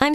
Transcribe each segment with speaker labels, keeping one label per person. Speaker 1: I'm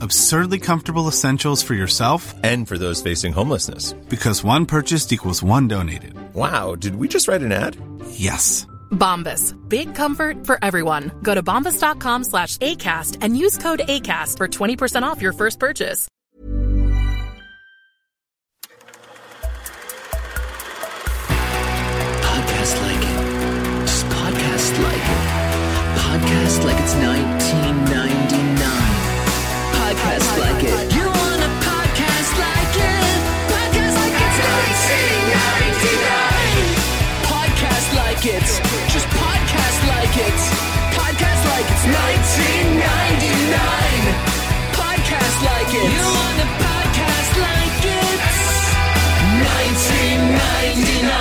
Speaker 2: Absurdly comfortable essentials for yourself
Speaker 3: And for those facing homelessness.
Speaker 2: because one purchased equals one donated.
Speaker 3: Wow, did we just write an ad?
Speaker 2: Yes.
Speaker 4: Bombas. Big comfort for everyone. Go to bombas.com slash ACAST and use code ACAST for 20% off your first purchase.
Speaker 5: Podcast like it. Just podcast like it. Podcast like it's 1999. Podcast like it. You want a podcast like it? Podcast like it's 1999. Podcast like it. Just podcast like it. Podcast like it's 1999. Podcast like it. You want a podcast like it? 1999.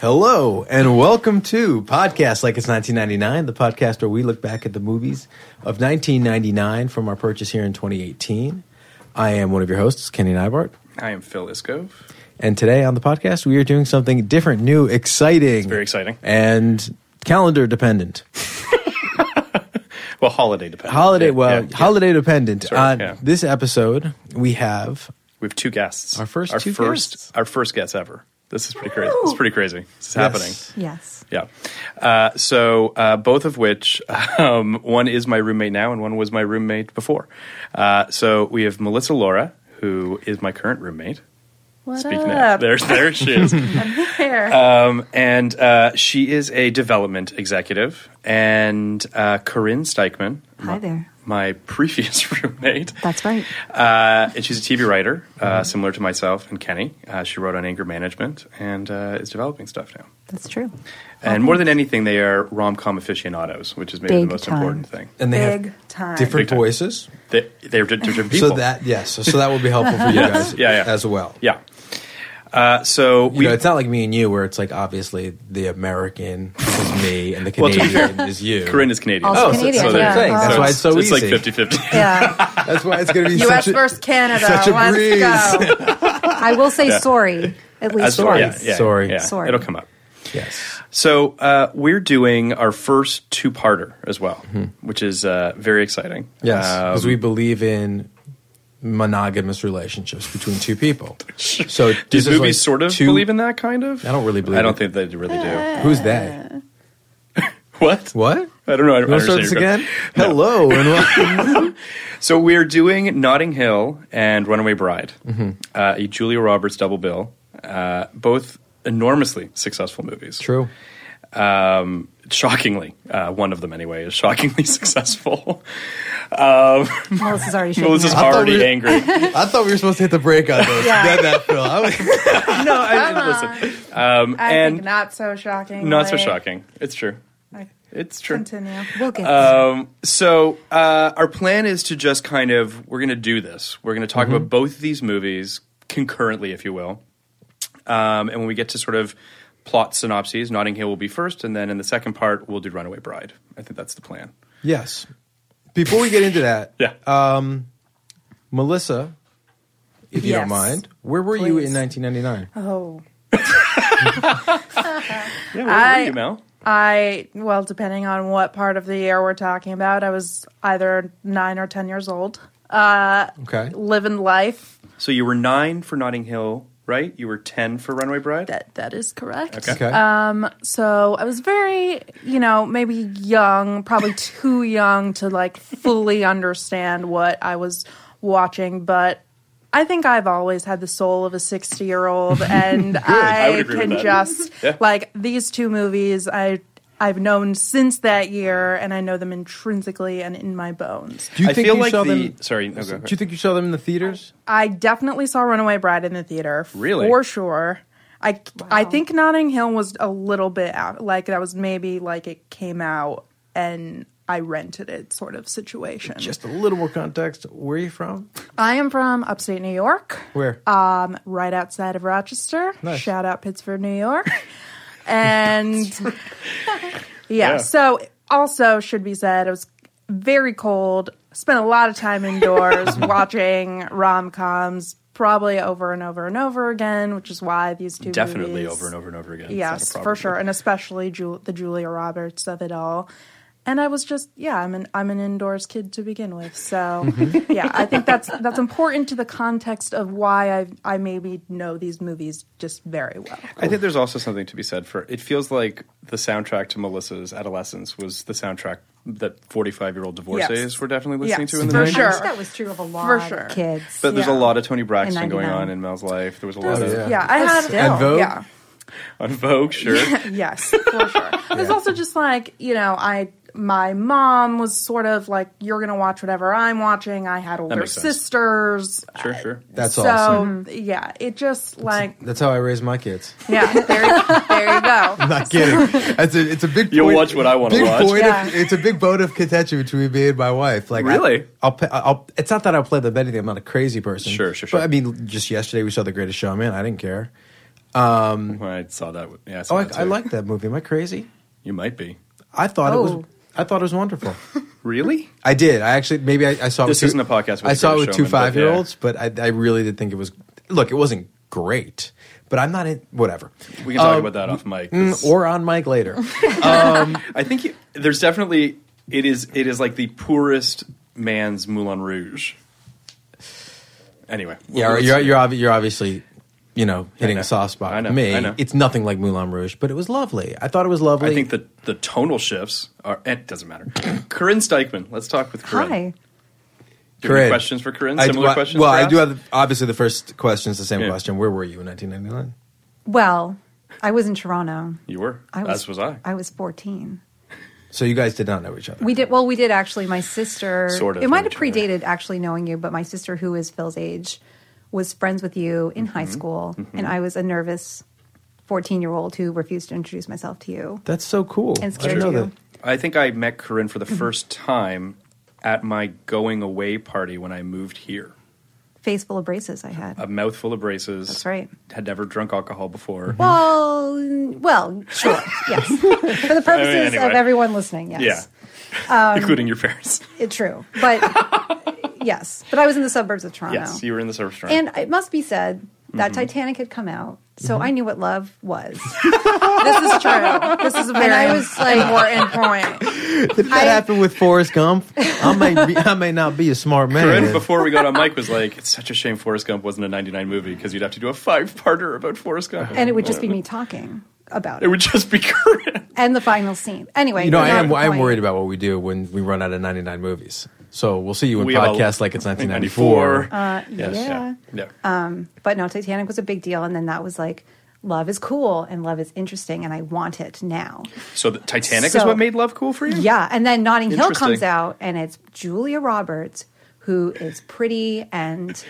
Speaker 6: Hello and welcome to Podcast Like It's 1999, the podcast where we look back at the movies of 1999 from our purchase here in 2018. I am one of your hosts, Kenny Nybart,
Speaker 7: I am Phil Iskov.
Speaker 6: and today on the podcast we are doing something different, new, exciting.
Speaker 7: very exciting.
Speaker 6: And calendar dependent.
Speaker 7: Well, holiday dependent.
Speaker 6: Holiday,
Speaker 7: Yeah,
Speaker 6: well,
Speaker 7: yeah, yeah.
Speaker 6: holiday dependent.
Speaker 7: Sorry,
Speaker 6: on
Speaker 7: yeah.
Speaker 6: this episode we have
Speaker 7: We have two guests.
Speaker 6: Our first
Speaker 7: our
Speaker 6: two
Speaker 7: first,
Speaker 6: guests.
Speaker 7: our first guest ever. This is pretty crazy. It's pretty crazy. This is happening.
Speaker 6: Yes.
Speaker 8: Yes.
Speaker 7: Yeah. Uh, so uh, both of which, um, one is my roommate now, and one was my roommate before. Uh, so we have Melissa Laura, who is my current roommate.
Speaker 8: What
Speaker 7: Speaking
Speaker 8: up?
Speaker 7: of, there, there she is.
Speaker 8: There.
Speaker 7: Um, and uh, she is a development executive. And uh, Corinne Steichman,
Speaker 8: Hi there.
Speaker 7: my previous roommate,
Speaker 8: That's right.
Speaker 7: uh, and she's a TV writer, uh, similar to myself and Kenny. Uh, she wrote on anger management and uh, is developing stuff now.
Speaker 8: That's true.
Speaker 7: And more than anything, they are rom com aficionados, which is maybe
Speaker 8: Big
Speaker 7: the most
Speaker 8: time.
Speaker 7: important thing.
Speaker 6: and they
Speaker 8: Big
Speaker 6: have
Speaker 8: time.
Speaker 6: different
Speaker 7: Big time.
Speaker 6: voices.
Speaker 7: They, they're di- different people.
Speaker 6: So that yes, so, so that will be helpful for you guys
Speaker 7: Yeah, yeah.
Speaker 6: as well.
Speaker 7: yeah. Uh, so
Speaker 6: You
Speaker 7: we
Speaker 6: know, it's not like me and you, where it's like obviously the American is me and the
Speaker 7: Well, to be
Speaker 6: Canadian is you.
Speaker 7: Corinne is Canadian.
Speaker 8: Also
Speaker 6: Oh, so- Canadian, so
Speaker 7: there-
Speaker 6: yeah. That's
Speaker 7: it's-
Speaker 6: why it's so
Speaker 7: it's
Speaker 6: easy.
Speaker 7: like 50 50.
Speaker 8: Yeah.
Speaker 6: That's why it's going to be
Speaker 8: US
Speaker 6: such a,
Speaker 8: versus Canada.
Speaker 6: such a
Speaker 8: Let's
Speaker 6: breeze.
Speaker 8: go. I will say sorry. At least
Speaker 6: sorry.
Speaker 8: once.
Speaker 7: Yeah, yeah,
Speaker 6: Sorry.
Speaker 7: yeah.
Speaker 8: Sorry.
Speaker 7: It'll come up.
Speaker 6: Yes,
Speaker 7: So uh, we're doing our first two-parter as well, which is uh, very exciting.
Speaker 6: yes, because
Speaker 7: Um,
Speaker 6: Uh, we believe in monogamous relationships between two people. So
Speaker 7: do
Speaker 6: this is
Speaker 7: movies
Speaker 6: like
Speaker 7: sort of
Speaker 6: two-
Speaker 7: believe in that kind of?
Speaker 6: I don't really believe
Speaker 7: I don't
Speaker 6: it.
Speaker 7: think they really do.
Speaker 6: Who's that?
Speaker 7: What?
Speaker 6: What?
Speaker 7: I don't know. I
Speaker 6: You
Speaker 7: don't
Speaker 6: want to start
Speaker 7: understand
Speaker 6: this
Speaker 7: your
Speaker 6: again?
Speaker 7: question.
Speaker 6: Hello and welcome.
Speaker 7: So we're doing Notting Hill and Runaway Bride, uh, a Julia Roberts double bill, uh, both enormously successful movies.
Speaker 6: True.
Speaker 7: Um, shockingly, uh, one of them anyway is shockingly successful. um,
Speaker 8: Melissa's already shaking
Speaker 7: Melissa's
Speaker 8: her head.
Speaker 7: already
Speaker 6: we-
Speaker 7: angry.
Speaker 6: I thought we were supposed to hit the break on this.
Speaker 8: Yeah.
Speaker 6: Done that, Phil. I was-
Speaker 7: no, I, listen,
Speaker 9: I
Speaker 7: and-
Speaker 9: think not so shocking.
Speaker 7: not so
Speaker 9: like,
Speaker 7: shocking. It's true. It's true.
Speaker 9: Continue.
Speaker 8: We'll get
Speaker 7: Um, so uh, our plan is to just kind of we're going to do this. We're going to talk about both of these movies concurrently, if you will. Um, and when we get to sort of plot synopses, Notting Hill will be first, and then in the second part we'll do Runaway Bride. I think that's the plan.
Speaker 6: yes. Before we get into that,
Speaker 7: Yeah.
Speaker 6: um, Melissa, if you don't
Speaker 9: Yes.
Speaker 6: mind, where were you in
Speaker 9: Please.
Speaker 6: 1999?
Speaker 9: Oh,
Speaker 7: yeah, where were
Speaker 9: I-
Speaker 7: you, Mel?
Speaker 9: I well, depending on what part of the year we're talking about, I was either nine or ten years old. Uh,
Speaker 7: Okay.
Speaker 9: living life.
Speaker 7: So you were nine for Notting Hill, right? You were ten for Runaway Bride.
Speaker 9: That that is correct.
Speaker 7: Okay.
Speaker 9: Um, so I was very, you know, maybe young, probably too young to like fully understand what I was watching, but I think I've always had the soul of a 60 year old, and
Speaker 10: Good. I would
Speaker 9: I,
Speaker 10: agree with
Speaker 9: can
Speaker 10: that.
Speaker 9: just,
Speaker 10: Yeah.
Speaker 9: like, these two movies I, I've known since that year, and I know them intrinsically and in my bones.
Speaker 6: Do you
Speaker 7: I
Speaker 6: think
Speaker 7: feel
Speaker 6: you
Speaker 7: like
Speaker 6: saw
Speaker 7: the-
Speaker 6: them?
Speaker 7: sorry, no, go
Speaker 6: do
Speaker 7: ahead.
Speaker 6: you think you saw them in the theaters?
Speaker 9: I definitely saw Runaway Bride in the theater.
Speaker 6: Really?
Speaker 9: For sure. I, I think Notting Hill was a little bit out. Like, that was maybe like it came out and I rented it sort of situation.
Speaker 6: Just a little more context. Where are you from?
Speaker 9: I am from upstate New York,
Speaker 6: Where?
Speaker 9: um, right outside of Rochester.
Speaker 6: Nice.
Speaker 9: Shout out Pittsford, New York. and yeah,
Speaker 10: Yeah.
Speaker 9: so also should be said, it was very cold. Spent a lot of time indoors watching rom coms, probably over and over and over again, which is why these two
Speaker 7: Definitely
Speaker 9: movies-
Speaker 7: over and over and over again. It's not a
Speaker 9: Yes, for
Speaker 7: problem.
Speaker 9: sure, and especially Ju- the Julia Roberts of it all. And I was just, yeah, I'm an I'm an indoors kid to begin with, so
Speaker 7: Mm-hmm.
Speaker 9: yeah, I think that's that's important to the context of why I I maybe know these movies just very well.
Speaker 7: I think there's also something to be said for it feels like the soundtrack to Melissa's adolescence was the soundtrack that 45 year old divorcees
Speaker 8: Yes.
Speaker 7: were definitely listening
Speaker 8: Yes,
Speaker 7: to in the
Speaker 8: for
Speaker 7: 90s.
Speaker 8: sure. I wish that was true of a lot
Speaker 9: For
Speaker 8: of
Speaker 9: sure.
Speaker 8: kids.
Speaker 7: But there's a
Speaker 9: Yeah.
Speaker 7: lot of Tony Braxton
Speaker 9: And
Speaker 7: going
Speaker 9: 99.
Speaker 7: on in Mel's life. There was a
Speaker 9: There's-
Speaker 7: lot of
Speaker 9: yeah, I
Speaker 8: But
Speaker 9: had
Speaker 8: still. And
Speaker 6: Vogue?
Speaker 9: yeah.
Speaker 7: on Vogue, sure.
Speaker 9: yes, for sure. There's also just like you know, I my mom was sort of like, you're gonna watch whatever I'm watching. I had older
Speaker 6: makes sense.
Speaker 9: sisters.
Speaker 7: Sure, sure.
Speaker 6: That's
Speaker 9: so,
Speaker 6: awesome.
Speaker 9: yeah, it just like
Speaker 6: That's how I raised my kids.
Speaker 9: yeah, there, there you go.
Speaker 6: I'm not kidding. That's a, it's a big.
Speaker 7: You'll
Speaker 6: point-
Speaker 7: watch what I wanna
Speaker 6: big
Speaker 7: watch.
Speaker 6: point
Speaker 7: Yeah.
Speaker 6: of- it's a big bone of contention between me and my wife. Like,
Speaker 7: Really?
Speaker 6: I, will I'll. It's not that I'll play the betting. I'm not a crazy person.
Speaker 7: Sure, sure, sure.
Speaker 6: But I mean, just yesterday we saw The Greatest Showman. I didn't care. Um,
Speaker 7: I saw that. Yeah, I saw
Speaker 6: oh, I,
Speaker 7: that
Speaker 6: I
Speaker 7: too.
Speaker 6: like that movie. Am I crazy?
Speaker 7: You might be.
Speaker 6: I thought it
Speaker 7: Oh.
Speaker 6: was. I thought it was wonderful.
Speaker 7: Really?
Speaker 6: I did. I actually maybe I, I saw. it
Speaker 7: This
Speaker 6: with two-
Speaker 7: isn't a podcast with
Speaker 6: I
Speaker 7: The
Speaker 6: saw it
Speaker 7: Greatest
Speaker 6: with
Speaker 7: Showman,
Speaker 6: two
Speaker 7: but
Speaker 6: five year olds, but I, I really did think it was. Look, it wasn't great, but I'm not in. Whatever.
Speaker 7: We can talk
Speaker 6: Um,
Speaker 7: about that off mic.
Speaker 6: mm,
Speaker 7: This-
Speaker 6: or on mic later.
Speaker 7: I think you, there's definitely it is it is like the poorest man's Moulin Rouge. Anyway,
Speaker 6: Yeah,
Speaker 7: let's-
Speaker 6: you're you're, obvi- you're obviously, you know, hitting
Speaker 7: know.
Speaker 6: a soft spot.
Speaker 7: I know,
Speaker 6: For me,
Speaker 7: I know.
Speaker 6: it's nothing like Moulin Rouge, but it was lovely. I thought it was lovely.
Speaker 7: I think the the tonal shifts are. eh, It doesn't matter. Corinne Steichman. Let's talk with Corinne.
Speaker 8: Hi.
Speaker 7: Do you have any questions for Corinne?
Speaker 6: I-
Speaker 7: Similar
Speaker 6: well,
Speaker 7: questions.
Speaker 6: Well, I
Speaker 7: perhaps?
Speaker 6: do have obviously the first question is the same question. Where were you in 1999?
Speaker 8: Well, I was in Toronto.
Speaker 7: You were.
Speaker 8: I was,
Speaker 6: As was I.
Speaker 8: I was 14.
Speaker 6: So you guys did not know each other.
Speaker 8: We did well. We did actually. My sister.
Speaker 6: Sort of
Speaker 8: It might
Speaker 6: know
Speaker 8: have predated actually knowing you, but my sister, who is Phil's age, was friends with you in
Speaker 7: Mm-hmm.
Speaker 8: high school, and I was a nervous fourteen-year-old who refused to introduce myself to you.
Speaker 6: That's so cool.
Speaker 8: And scared I didn't know you.
Speaker 7: I think I met Corinne for the
Speaker 8: Mm-hmm.
Speaker 7: first time at my going away party when I moved here.
Speaker 8: Face full of braces, I had.
Speaker 7: A mouthful of braces. That's
Speaker 8: right.
Speaker 7: Had never drunk alcohol before.
Speaker 8: Well, n- well, sure, yes. For the purposes
Speaker 7: anyway.
Speaker 8: of everyone listening, yes,
Speaker 7: Yeah.
Speaker 8: Um,
Speaker 7: Including your parents.
Speaker 8: It's true, but yes, but I was in the suburbs of Toronto.
Speaker 7: Yes, you were in the service restaurant.
Speaker 8: And it must be said that
Speaker 7: Mhm.
Speaker 8: Titanic had come out, so
Speaker 7: Mhm.
Speaker 8: I knew what love was.
Speaker 9: This is true. This is a
Speaker 8: And I
Speaker 9: very
Speaker 8: was like-
Speaker 9: important point.
Speaker 6: Did that happen with Forrest Gump? I may be, I may not be a smart
Speaker 7: Corinne,
Speaker 6: man.
Speaker 7: before we got on mic, was like, "It's such a shame Forrest Gump wasn't a '99 movie because you'd have to do a five-parter about Forrest Gump,
Speaker 8: and it would just be me talking about
Speaker 7: It
Speaker 8: it,
Speaker 7: would just be
Speaker 8: and the final scene. Anyway,
Speaker 6: you know,
Speaker 8: we're
Speaker 6: I
Speaker 8: not
Speaker 6: am
Speaker 8: at
Speaker 6: I am
Speaker 8: point.
Speaker 6: worried about what we do when we run out of 99 movies. So we'll see you in
Speaker 7: We have a-
Speaker 6: podcast like it's 1994.
Speaker 8: Uh,
Speaker 6: Yes,
Speaker 8: yeah.
Speaker 7: yeah.
Speaker 8: Um, but no, Titanic was a big deal, and then that was like, love is cool and love is interesting, and I want it now.
Speaker 7: So the Titanic is
Speaker 8: So-
Speaker 7: what made love cool for you.
Speaker 8: Yeah, and then Notting Hill
Speaker 7: Interesting.
Speaker 8: comes out, and it's Julia Roberts, who is pretty and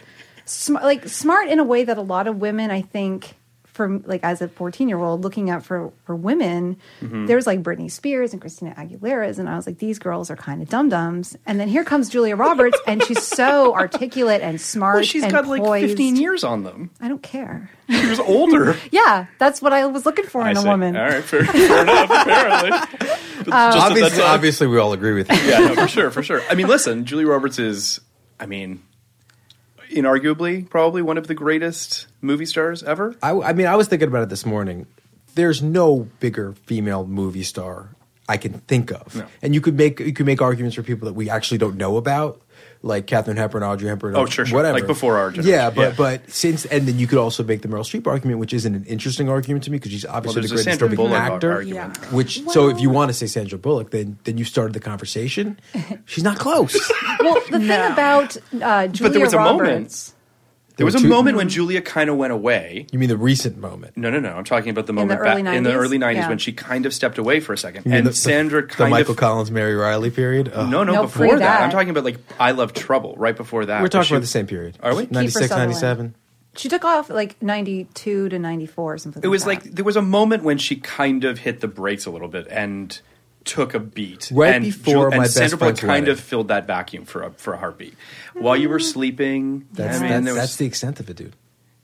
Speaker 8: sm- like smart in a way that a lot of women, I think, from like as a fourteen-year-old looking out for for women,
Speaker 7: Mm-hmm.
Speaker 10: Mhm.
Speaker 8: there's like Britney Spears and Christina Aguilera's, and I was like, these girls are kind of dum dums. And then here comes Julia Roberts, and she's so articulate and smart.
Speaker 7: Well, she's
Speaker 8: and
Speaker 7: got like
Speaker 8: poised.
Speaker 7: 15 years on them.
Speaker 8: I don't care.
Speaker 7: She was older.
Speaker 8: Yeah, that's what I was looking for
Speaker 7: I
Speaker 8: in a
Speaker 7: see.
Speaker 8: woman.
Speaker 7: All right, fair, fair enough. Apparently, But
Speaker 8: Um,
Speaker 7: just at that
Speaker 6: obviously,
Speaker 7: time-
Speaker 6: obviously, we all agree with you.
Speaker 7: yeah, no, for sure, for sure. I mean, listen, Julie Roberts is, I mean, inarguably probably one of the greatest movie stars ever.
Speaker 6: I, I mean, I was thinking about it this morning. there's no bigger female movie star I can think of. And you could make you could make arguments for people that we actually don't know about, like Katherine Hepburn, Audrey Hepburn,
Speaker 7: Oh, sure, sure.
Speaker 6: whatever.
Speaker 7: Like before our generation.
Speaker 6: Yeah, but
Speaker 7: Yeah.
Speaker 6: but since and then you could also make the Meryl Streep argument, which isn't an interesting argument to me because she's obviously
Speaker 7: there's
Speaker 6: the
Speaker 7: a
Speaker 6: greatest
Speaker 7: Sandra
Speaker 6: living
Speaker 7: Bullock
Speaker 6: actor.
Speaker 7: argument. Yeah.
Speaker 6: Which so if you want to say Sandra Bullock, then then you started the conversation. She's not close.
Speaker 8: Well, the thing about uh, Julia
Speaker 7: but there was a
Speaker 8: Roberts,
Speaker 7: moment. There was a
Speaker 6: Two- Mm-hmm.
Speaker 7: moment when Julia kind of went away.
Speaker 6: You mean the recent moment?
Speaker 7: No, no, no. I'm talking about the
Speaker 8: the
Speaker 7: moment
Speaker 8: early
Speaker 7: back in the
Speaker 8: 90s?
Speaker 7: early 90s
Speaker 8: Yeah.
Speaker 7: when she kind of stepped away for a second.
Speaker 6: You mean
Speaker 7: And
Speaker 6: the- the-
Speaker 7: Sandra
Speaker 6: the
Speaker 7: kind
Speaker 6: Michael
Speaker 7: of.
Speaker 6: Collins, Mary Riley period. uh, Ugh.
Speaker 7: no, no,
Speaker 8: No,
Speaker 7: before
Speaker 8: pre
Speaker 7: that.
Speaker 8: that.
Speaker 7: I'm talking about like I Love Trouble right before that.
Speaker 6: We're
Speaker 7: where
Speaker 6: talking
Speaker 7: she-
Speaker 6: about the same period.
Speaker 7: Are we? Kiefer
Speaker 6: 96,
Speaker 8: Sutherland.
Speaker 6: 97.
Speaker 8: she took off like ninety two to ninety four or something.
Speaker 7: It was
Speaker 8: like
Speaker 7: like there was a moment when she kind of hit the brakes a little bit and took a beat.
Speaker 6: Right
Speaker 7: and
Speaker 6: before
Speaker 7: and
Speaker 6: my best
Speaker 7: Sandra Bullock
Speaker 6: friend's
Speaker 7: kind
Speaker 6: wedding.
Speaker 7: of filled that vacuum for a for a heartbeat. While you were sleeping,
Speaker 6: Mm. That's,
Speaker 7: I mean,
Speaker 6: that's,
Speaker 7: there was-
Speaker 6: that's the extent of it, dude.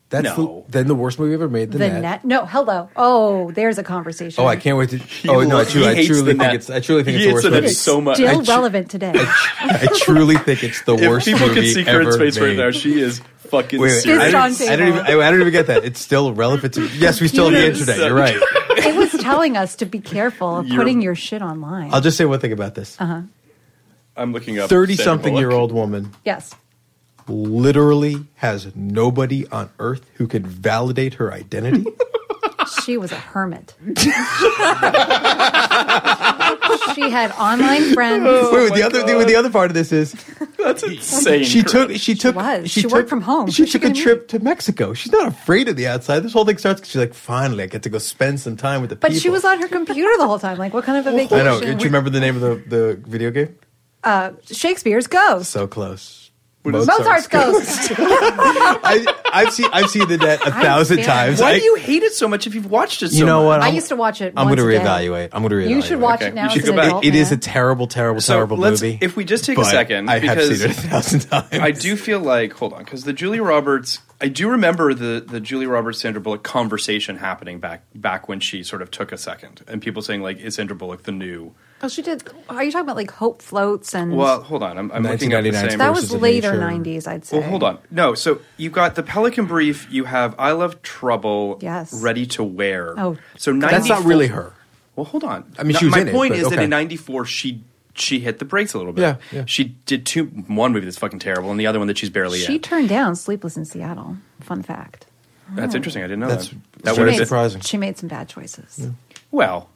Speaker 6: That's
Speaker 7: No.
Speaker 6: the, then the worst movie ever made.
Speaker 8: the
Speaker 6: The,
Speaker 8: net.
Speaker 6: net.
Speaker 8: No, hello. Oh, there's a conversation.
Speaker 6: Oh, I can't wait to. oh no, I
Speaker 7: loves-
Speaker 6: truly,
Speaker 7: he
Speaker 6: I
Speaker 7: hates the
Speaker 6: truly
Speaker 7: net.
Speaker 6: think it's. I truly think
Speaker 7: He
Speaker 6: it's the
Speaker 7: hates
Speaker 6: worst.
Speaker 7: the net
Speaker 6: movie.
Speaker 7: so much.
Speaker 8: Still
Speaker 6: I tr-
Speaker 8: relevant today.
Speaker 6: I truly think it's the
Speaker 7: if
Speaker 6: worst
Speaker 7: people
Speaker 6: movie
Speaker 7: could see
Speaker 6: ever
Speaker 7: Kurt's face right
Speaker 6: made.
Speaker 7: now, she is fucking
Speaker 6: Wait, wait, I,
Speaker 7: serious.
Speaker 8: Fist
Speaker 6: don't,
Speaker 8: on
Speaker 6: even- I don't even. I, I don't even get that. It's still relevant to. Yes, we still have the
Speaker 7: Yes.
Speaker 6: internet. You're right.
Speaker 8: it was telling us to be careful of
Speaker 7: You're-
Speaker 8: putting your shit online. Uh-huh.
Speaker 6: I'll just say one thing about this.
Speaker 7: I'm looking up Sandra
Speaker 6: Thirty-something
Speaker 7: Bullock.
Speaker 6: year old woman
Speaker 8: yes.
Speaker 6: literally has nobody on earth who can validate her identity.
Speaker 8: She was a hermit. she had online friends.
Speaker 6: wait, wait, the other the, the other part of this is
Speaker 7: Oh That's insane.
Speaker 6: she
Speaker 7: Kurt.
Speaker 6: took she took
Speaker 8: was. She worked from home.
Speaker 6: She
Speaker 8: Who's she
Speaker 6: took a
Speaker 8: gonna
Speaker 6: trip to Mexico. She's not afraid of the outside. This whole thing starts 'cause she's like, finally, I get to go spend some time with the
Speaker 8: But
Speaker 6: people.
Speaker 8: she was on her computer the whole time. Like, what kind of a
Speaker 6: I
Speaker 8: vacation?
Speaker 6: know. Do you remember the name of the, the video game?
Speaker 8: Uh, Shakespeare's Ghost.
Speaker 6: So close.
Speaker 8: Mozart's Ghost.
Speaker 6: I, I've seen I've seen the net a
Speaker 8: I
Speaker 6: thousand
Speaker 8: understand.
Speaker 6: times.
Speaker 7: Why
Speaker 6: I-
Speaker 7: do you hate it so much if you've watched it so
Speaker 6: You know
Speaker 7: much?
Speaker 6: what?
Speaker 8: I
Speaker 6: I'm-
Speaker 8: used to watch it.
Speaker 6: I'm going to
Speaker 8: once a day.
Speaker 6: reevaluate. I'm going to reevaluate.
Speaker 8: You should watch it now.
Speaker 7: You should
Speaker 8: as an
Speaker 7: go back.
Speaker 8: adult
Speaker 6: It is a
Speaker 8: man.
Speaker 6: terrible, terrible,
Speaker 7: So,
Speaker 6: terrible
Speaker 7: let's-
Speaker 6: movie.
Speaker 7: if we just take a
Speaker 6: but
Speaker 7: second,
Speaker 6: I have
Speaker 7: because
Speaker 6: seen it a thousand times.
Speaker 7: I do feel like hold on because the Julia Roberts. I do remember the the Julia Roberts Sandra Bullock conversation happening back back when she sort of took a second and people saying like is Sandra Bullock the new?
Speaker 8: Oh, she did. Are you talking about like Hope Floats and?
Speaker 7: Well, hold on, I'm, I'm looking at the
Speaker 6: 1999
Speaker 7: same.
Speaker 8: that
Speaker 6: versus
Speaker 8: was
Speaker 6: the
Speaker 8: later
Speaker 6: nature.
Speaker 8: '90s, I'd say.
Speaker 7: Well, hold on. No, so you got the Pelican Brief. You have I Love Trouble.
Speaker 8: Yes.
Speaker 7: Ready to Wear.
Speaker 8: Oh.
Speaker 7: so 94,
Speaker 6: That's not really her.
Speaker 7: Well, hold on.
Speaker 6: I mean, she was
Speaker 7: my
Speaker 6: in it,
Speaker 7: point
Speaker 6: but
Speaker 7: is that
Speaker 6: okay.
Speaker 7: in '94 she she hit the brakes a little bit.
Speaker 6: Yeah, yeah.
Speaker 7: She did two one movie that's fucking terrible, and the other one that she's barely
Speaker 8: She
Speaker 7: in.
Speaker 8: turned down Sleepless in Seattle. Fun fact.
Speaker 7: that's interesting. I didn't know
Speaker 6: That's-
Speaker 7: that.
Speaker 6: that's
Speaker 7: That
Speaker 8: She
Speaker 7: would
Speaker 6: very
Speaker 7: have
Speaker 8: made,
Speaker 7: been
Speaker 6: surprising.
Speaker 8: She made some bad choices.
Speaker 7: well.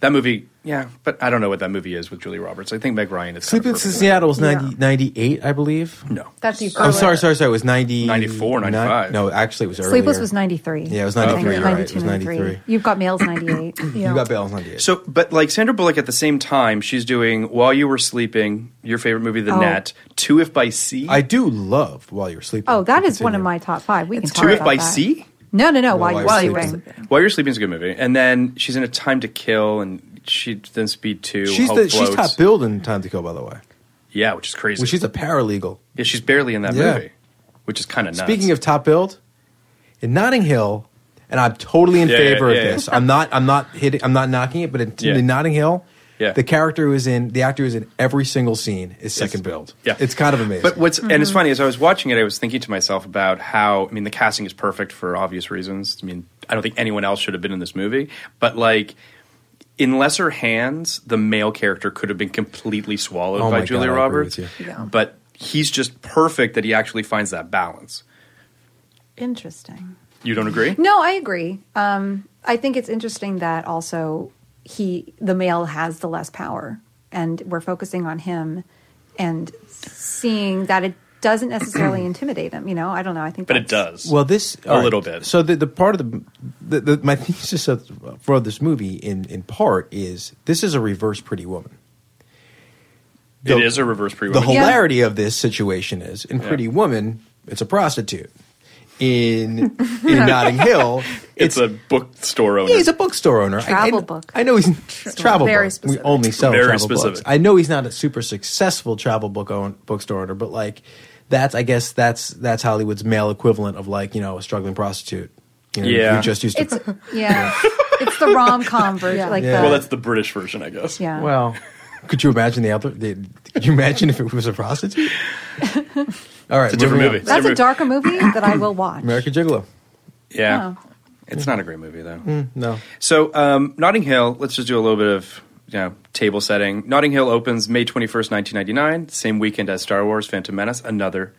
Speaker 7: That movie, yeah, but I don't know what that movie is with Julia Roberts. I think Meg Ryan is.
Speaker 6: Sleeping in Seattle was 90, 98, I believe.
Speaker 7: No,
Speaker 8: That's the.
Speaker 6: I'm
Speaker 8: earlier-
Speaker 6: sorry, sorry, sorry. It was 90,
Speaker 7: 94, 95.
Speaker 6: No, actually, it was earlier.
Speaker 8: Sleepless was '93.
Speaker 6: Yeah, it was 93, you're right. It was 93.
Speaker 8: You've got Mail's '98.
Speaker 6: You got Bale's 98.
Speaker 7: So, but like Sandra Bullock at the same time, she's doing While You Were Sleeping, your favorite movie, The
Speaker 8: Oh.
Speaker 7: Net, Two If by Sea.
Speaker 6: I do love While You're Sleeping.
Speaker 8: Oh, that is
Speaker 6: Continue.
Speaker 8: one of my top five. We can
Speaker 7: It's
Speaker 8: talk
Speaker 7: Two If
Speaker 8: about
Speaker 7: by
Speaker 8: that.
Speaker 7: Sea?
Speaker 8: No, no, no. Why
Speaker 6: While
Speaker 8: you
Speaker 6: You're
Speaker 8: sleeping?
Speaker 6: Sleeping.
Speaker 7: While You're Sleeping is a good movie. And then she's in A Time to Kill, and she then Speed 2.
Speaker 6: She's,
Speaker 7: Hope
Speaker 6: the, she's
Speaker 7: Floats.
Speaker 6: top billed in Time to Kill, by the way.
Speaker 7: Yeah, which is crazy.
Speaker 6: Well, she's a paralegal.
Speaker 7: yeah, she's barely in that
Speaker 6: Yeah.
Speaker 7: movie, which is kind of nuts.
Speaker 6: Speaking of top billed, in Notting Hill, and I'm totally in
Speaker 7: Yeah, yeah,
Speaker 6: favor
Speaker 7: yeah,
Speaker 6: of
Speaker 7: yeah.
Speaker 6: this. I'm not. I'm not hitting. I'm not knocking it. But in,
Speaker 7: Yeah.
Speaker 6: in Notting Hill,
Speaker 7: Yeah.
Speaker 6: the character who is in the actor who is in every single scene is second billed.
Speaker 7: Yeah.
Speaker 6: it's kind of amazing.
Speaker 7: But what's and it's
Speaker 8: Mm-hmm.
Speaker 7: funny as I was watching it, I was thinking to myself about how I mean the casting is perfect for obvious reasons. I mean, I don't think anyone else should have been in this movie, but like in lesser hands, the male character could have been completely swallowed
Speaker 6: Oh my
Speaker 7: by
Speaker 6: God,
Speaker 7: Julia
Speaker 6: I agree
Speaker 7: Roberts.
Speaker 6: with you.
Speaker 8: Yeah.
Speaker 7: But he's just perfect that he actually finds that balance.
Speaker 8: Interesting.
Speaker 7: You don't agree?
Speaker 8: No, I agree. Um, I think it's interesting that also he, the male, has the less power, and we're focusing on him and seeing that it doesn't necessarily intimidate him. You know, I don't know. I think,
Speaker 7: But it
Speaker 8: that's-
Speaker 7: does.
Speaker 6: Well, this
Speaker 7: a
Speaker 6: all right.
Speaker 7: little bit.
Speaker 6: So the, the part of the, the, the my thesis of, for this movie in in part is this is a reverse Pretty Woman.
Speaker 7: it is a reverse pre
Speaker 6: The hilarity of this situation is in Pretty Woman, it's a prostitute. In in Notting Hill,
Speaker 7: It's, a bookstore owner.
Speaker 6: Yeah, he's a bookstore owner. I-
Speaker 8: Travel
Speaker 6: I,
Speaker 8: book.
Speaker 6: I know he's travel
Speaker 9: Very
Speaker 6: book.
Speaker 9: specific.
Speaker 6: We only sell
Speaker 7: Very
Speaker 6: travel
Speaker 7: specific.
Speaker 6: books. I know he's not a super successful travel book own, bookstore owner, but like that's I guess that's that's Hollywood's male equivalent of like you know a struggling prostitute. You know,
Speaker 7: Yeah.
Speaker 6: who just used to.
Speaker 8: It's yeah, it's the rom com version. Like
Speaker 6: Yeah.
Speaker 8: the,
Speaker 7: well, that's the British version, I guess.
Speaker 8: yeah.
Speaker 6: well, could you imagine the other? The, could you imagine if it was a prostitute? All right,
Speaker 7: It's a different
Speaker 6: moving on.
Speaker 7: movie.
Speaker 8: that's a darker movie that I will watch.
Speaker 6: American Gigolo.
Speaker 7: Yeah. It's not a great movie though.
Speaker 6: Mm, no.
Speaker 7: So, um, Notting Hill, let's just do a little bit of you know, table setting. Notting Hill opens May 21st, 1999, same weekend as Star Wars Phantom Menace, another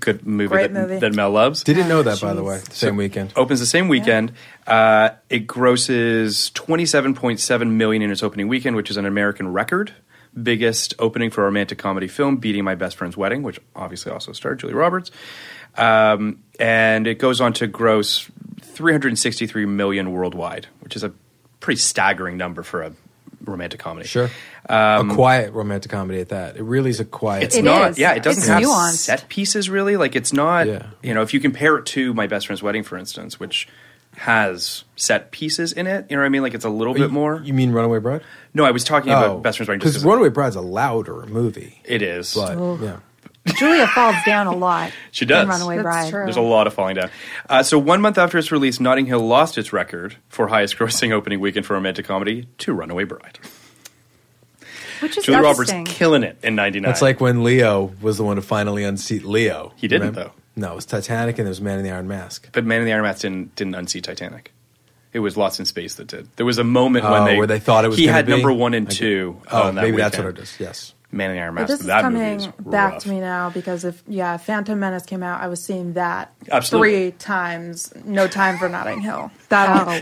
Speaker 7: good movie,
Speaker 6: Great
Speaker 7: that,
Speaker 6: movie.
Speaker 7: that Mel loves.
Speaker 6: Didn't know that, by the way. Same weekend.
Speaker 7: Opens the same weekend. Uh, it grosses 27.7 million in its opening weekend, which is an American record. Biggest opening for a romantic comedy film, beating My Best Friend's Wedding, which obviously also starred Julie Roberts. Um, and it goes on to gross 363 million worldwide, which is a pretty staggering number for a romantic comedy.
Speaker 6: Sure.
Speaker 7: Um,
Speaker 6: a quiet romantic comedy at that. It really is a quiet.
Speaker 7: it's not, yeah, it doesn't have set pieces really. Like it's not,
Speaker 6: Yeah.
Speaker 7: you know, if you compare it to My Best Friend's Wedding, for instance, which has set pieces in it, you know what I mean? Like it's a little bit more.
Speaker 6: You mean Runaway Bride?
Speaker 7: No, I was talking
Speaker 6: Oh,
Speaker 7: about Best Friend's Wedding just
Speaker 6: because
Speaker 7: 'cause
Speaker 6: Runaway Bride's a louder movie.
Speaker 7: it is.
Speaker 6: But yeah,
Speaker 8: Julia falls down a lot.
Speaker 7: She does.
Speaker 8: in Runaway Bride.
Speaker 7: There's a lot of falling down. Uh, so one month after its release, Notting Hill lost its record for highest grossing opening weekend for a romantic comedy to Runaway Bride.
Speaker 8: Which is
Speaker 7: Julie Roberts
Speaker 8: interesting.
Speaker 7: killing it in 99.
Speaker 6: that's like when Leo was the one to finally unseat Leo.
Speaker 7: He didn't, though.
Speaker 6: No, it was Titanic and there was Man in the Iron Mask.
Speaker 7: But Man in the Iron Mask didn't didn't unsee Titanic. It was Lost in Space that did. There was a moment when
Speaker 6: Oh,
Speaker 7: they
Speaker 6: where they thought it was
Speaker 7: He
Speaker 6: gonna
Speaker 7: had
Speaker 6: be?
Speaker 7: number one and
Speaker 6: Like,
Speaker 7: two.
Speaker 6: oh,
Speaker 7: on that
Speaker 6: maybe that's
Speaker 7: weekend.
Speaker 6: what it is, Yes,
Speaker 7: Man in the Iron
Speaker 9: But
Speaker 7: Mask.
Speaker 9: this is
Speaker 7: that
Speaker 9: coming
Speaker 7: movie is
Speaker 9: Mm, back
Speaker 7: rough.
Speaker 9: to me now because if yeah, Phantom Menace came out, I was seeing that
Speaker 7: Absolutely.
Speaker 9: three times. No time for Notting Hill. That that makes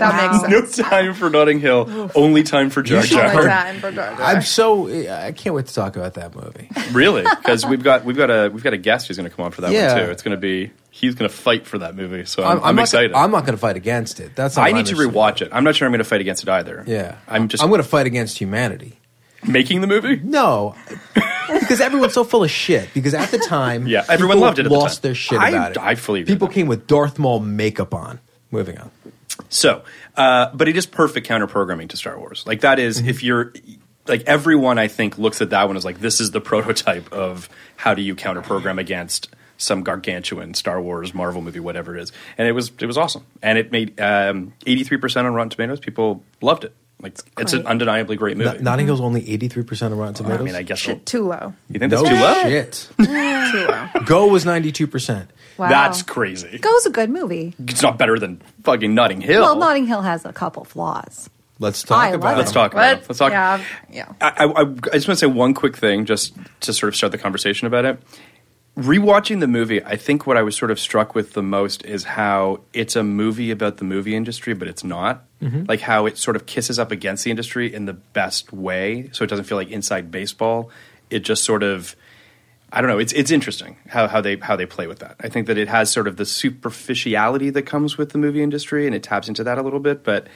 Speaker 9: sense.
Speaker 7: No time for Notting Hill. Only time for Jar
Speaker 9: Only
Speaker 7: Jar.
Speaker 9: time for Jar Jar.
Speaker 6: I'm so I can't wait to talk about that movie.
Speaker 7: really? Because we've got we've got a we've got a guest who's going to come on for that
Speaker 6: Yeah.
Speaker 7: one too. It's going to be he's going to fight for that movie. So I'm, I'm,
Speaker 6: not,
Speaker 7: excited.
Speaker 6: I'm not going to fight against it. That's not
Speaker 7: I
Speaker 6: what
Speaker 7: need
Speaker 6: I'm
Speaker 7: to
Speaker 6: interested in.
Speaker 7: rewatch it. I'm not sure I'm going to fight against it either.
Speaker 6: Yeah,
Speaker 7: I'm just
Speaker 6: I'm going to fight against humanity.
Speaker 7: making the movie.
Speaker 6: No, because everyone's so full of shit. Because at the time,
Speaker 7: Yeah, everyone
Speaker 6: people
Speaker 7: loved it. At
Speaker 6: lost
Speaker 7: the time.
Speaker 6: their shit
Speaker 7: I-
Speaker 6: about it.
Speaker 7: I fully agree.
Speaker 6: People came with Darth Maul makeup on. Moving on.
Speaker 7: So, uh, but it is perfect counter programming to Star Wars. Like that
Speaker 6: Mm-hmm.
Speaker 7: is- if you're like everyone, I think looks at that one as like this is the prototype of how do you counter program against some gargantuan Star Wars Marvel movie, whatever it is. And it was it was awesome, and it made eighty three percent on Rotten Tomatoes. People loved it. Like it's, an
Speaker 9: great.
Speaker 7: undeniably great movie.
Speaker 6: Not- Notting Hill's only 83% of Rotten Tomatoes.
Speaker 7: I mean, I guess
Speaker 9: Shit, too low.
Speaker 7: you think that's
Speaker 6: no
Speaker 7: too low.
Speaker 6: Shit.
Speaker 9: too low.
Speaker 6: Go was 92%.
Speaker 8: Wow.
Speaker 7: That's crazy.
Speaker 8: Go's a good movie.
Speaker 7: It's not better than fucking Notting Hill.
Speaker 8: Well, Notting Hill has a couple flaws.
Speaker 6: Let's
Speaker 8: I
Speaker 6: talk
Speaker 8: love
Speaker 6: about
Speaker 8: it.
Speaker 6: it.
Speaker 7: Let's talk about it. Let's talk.
Speaker 9: Yeah, yeah.
Speaker 7: I, I, I just want to say one quick thing, just to sort of start the conversation about it. Rewatching the movie, I think what I was sort of struck with the most is how it's a movie about the movie industry, but it's not. Like how it sort of kisses up against the industry in the best way, so it doesn't feel like inside baseball. It just sort of, I don't know. It's it's interesting how, how they how they play with that. I think that it has sort of the superficiality that comes with the movie industry, and it taps into that a little bit, but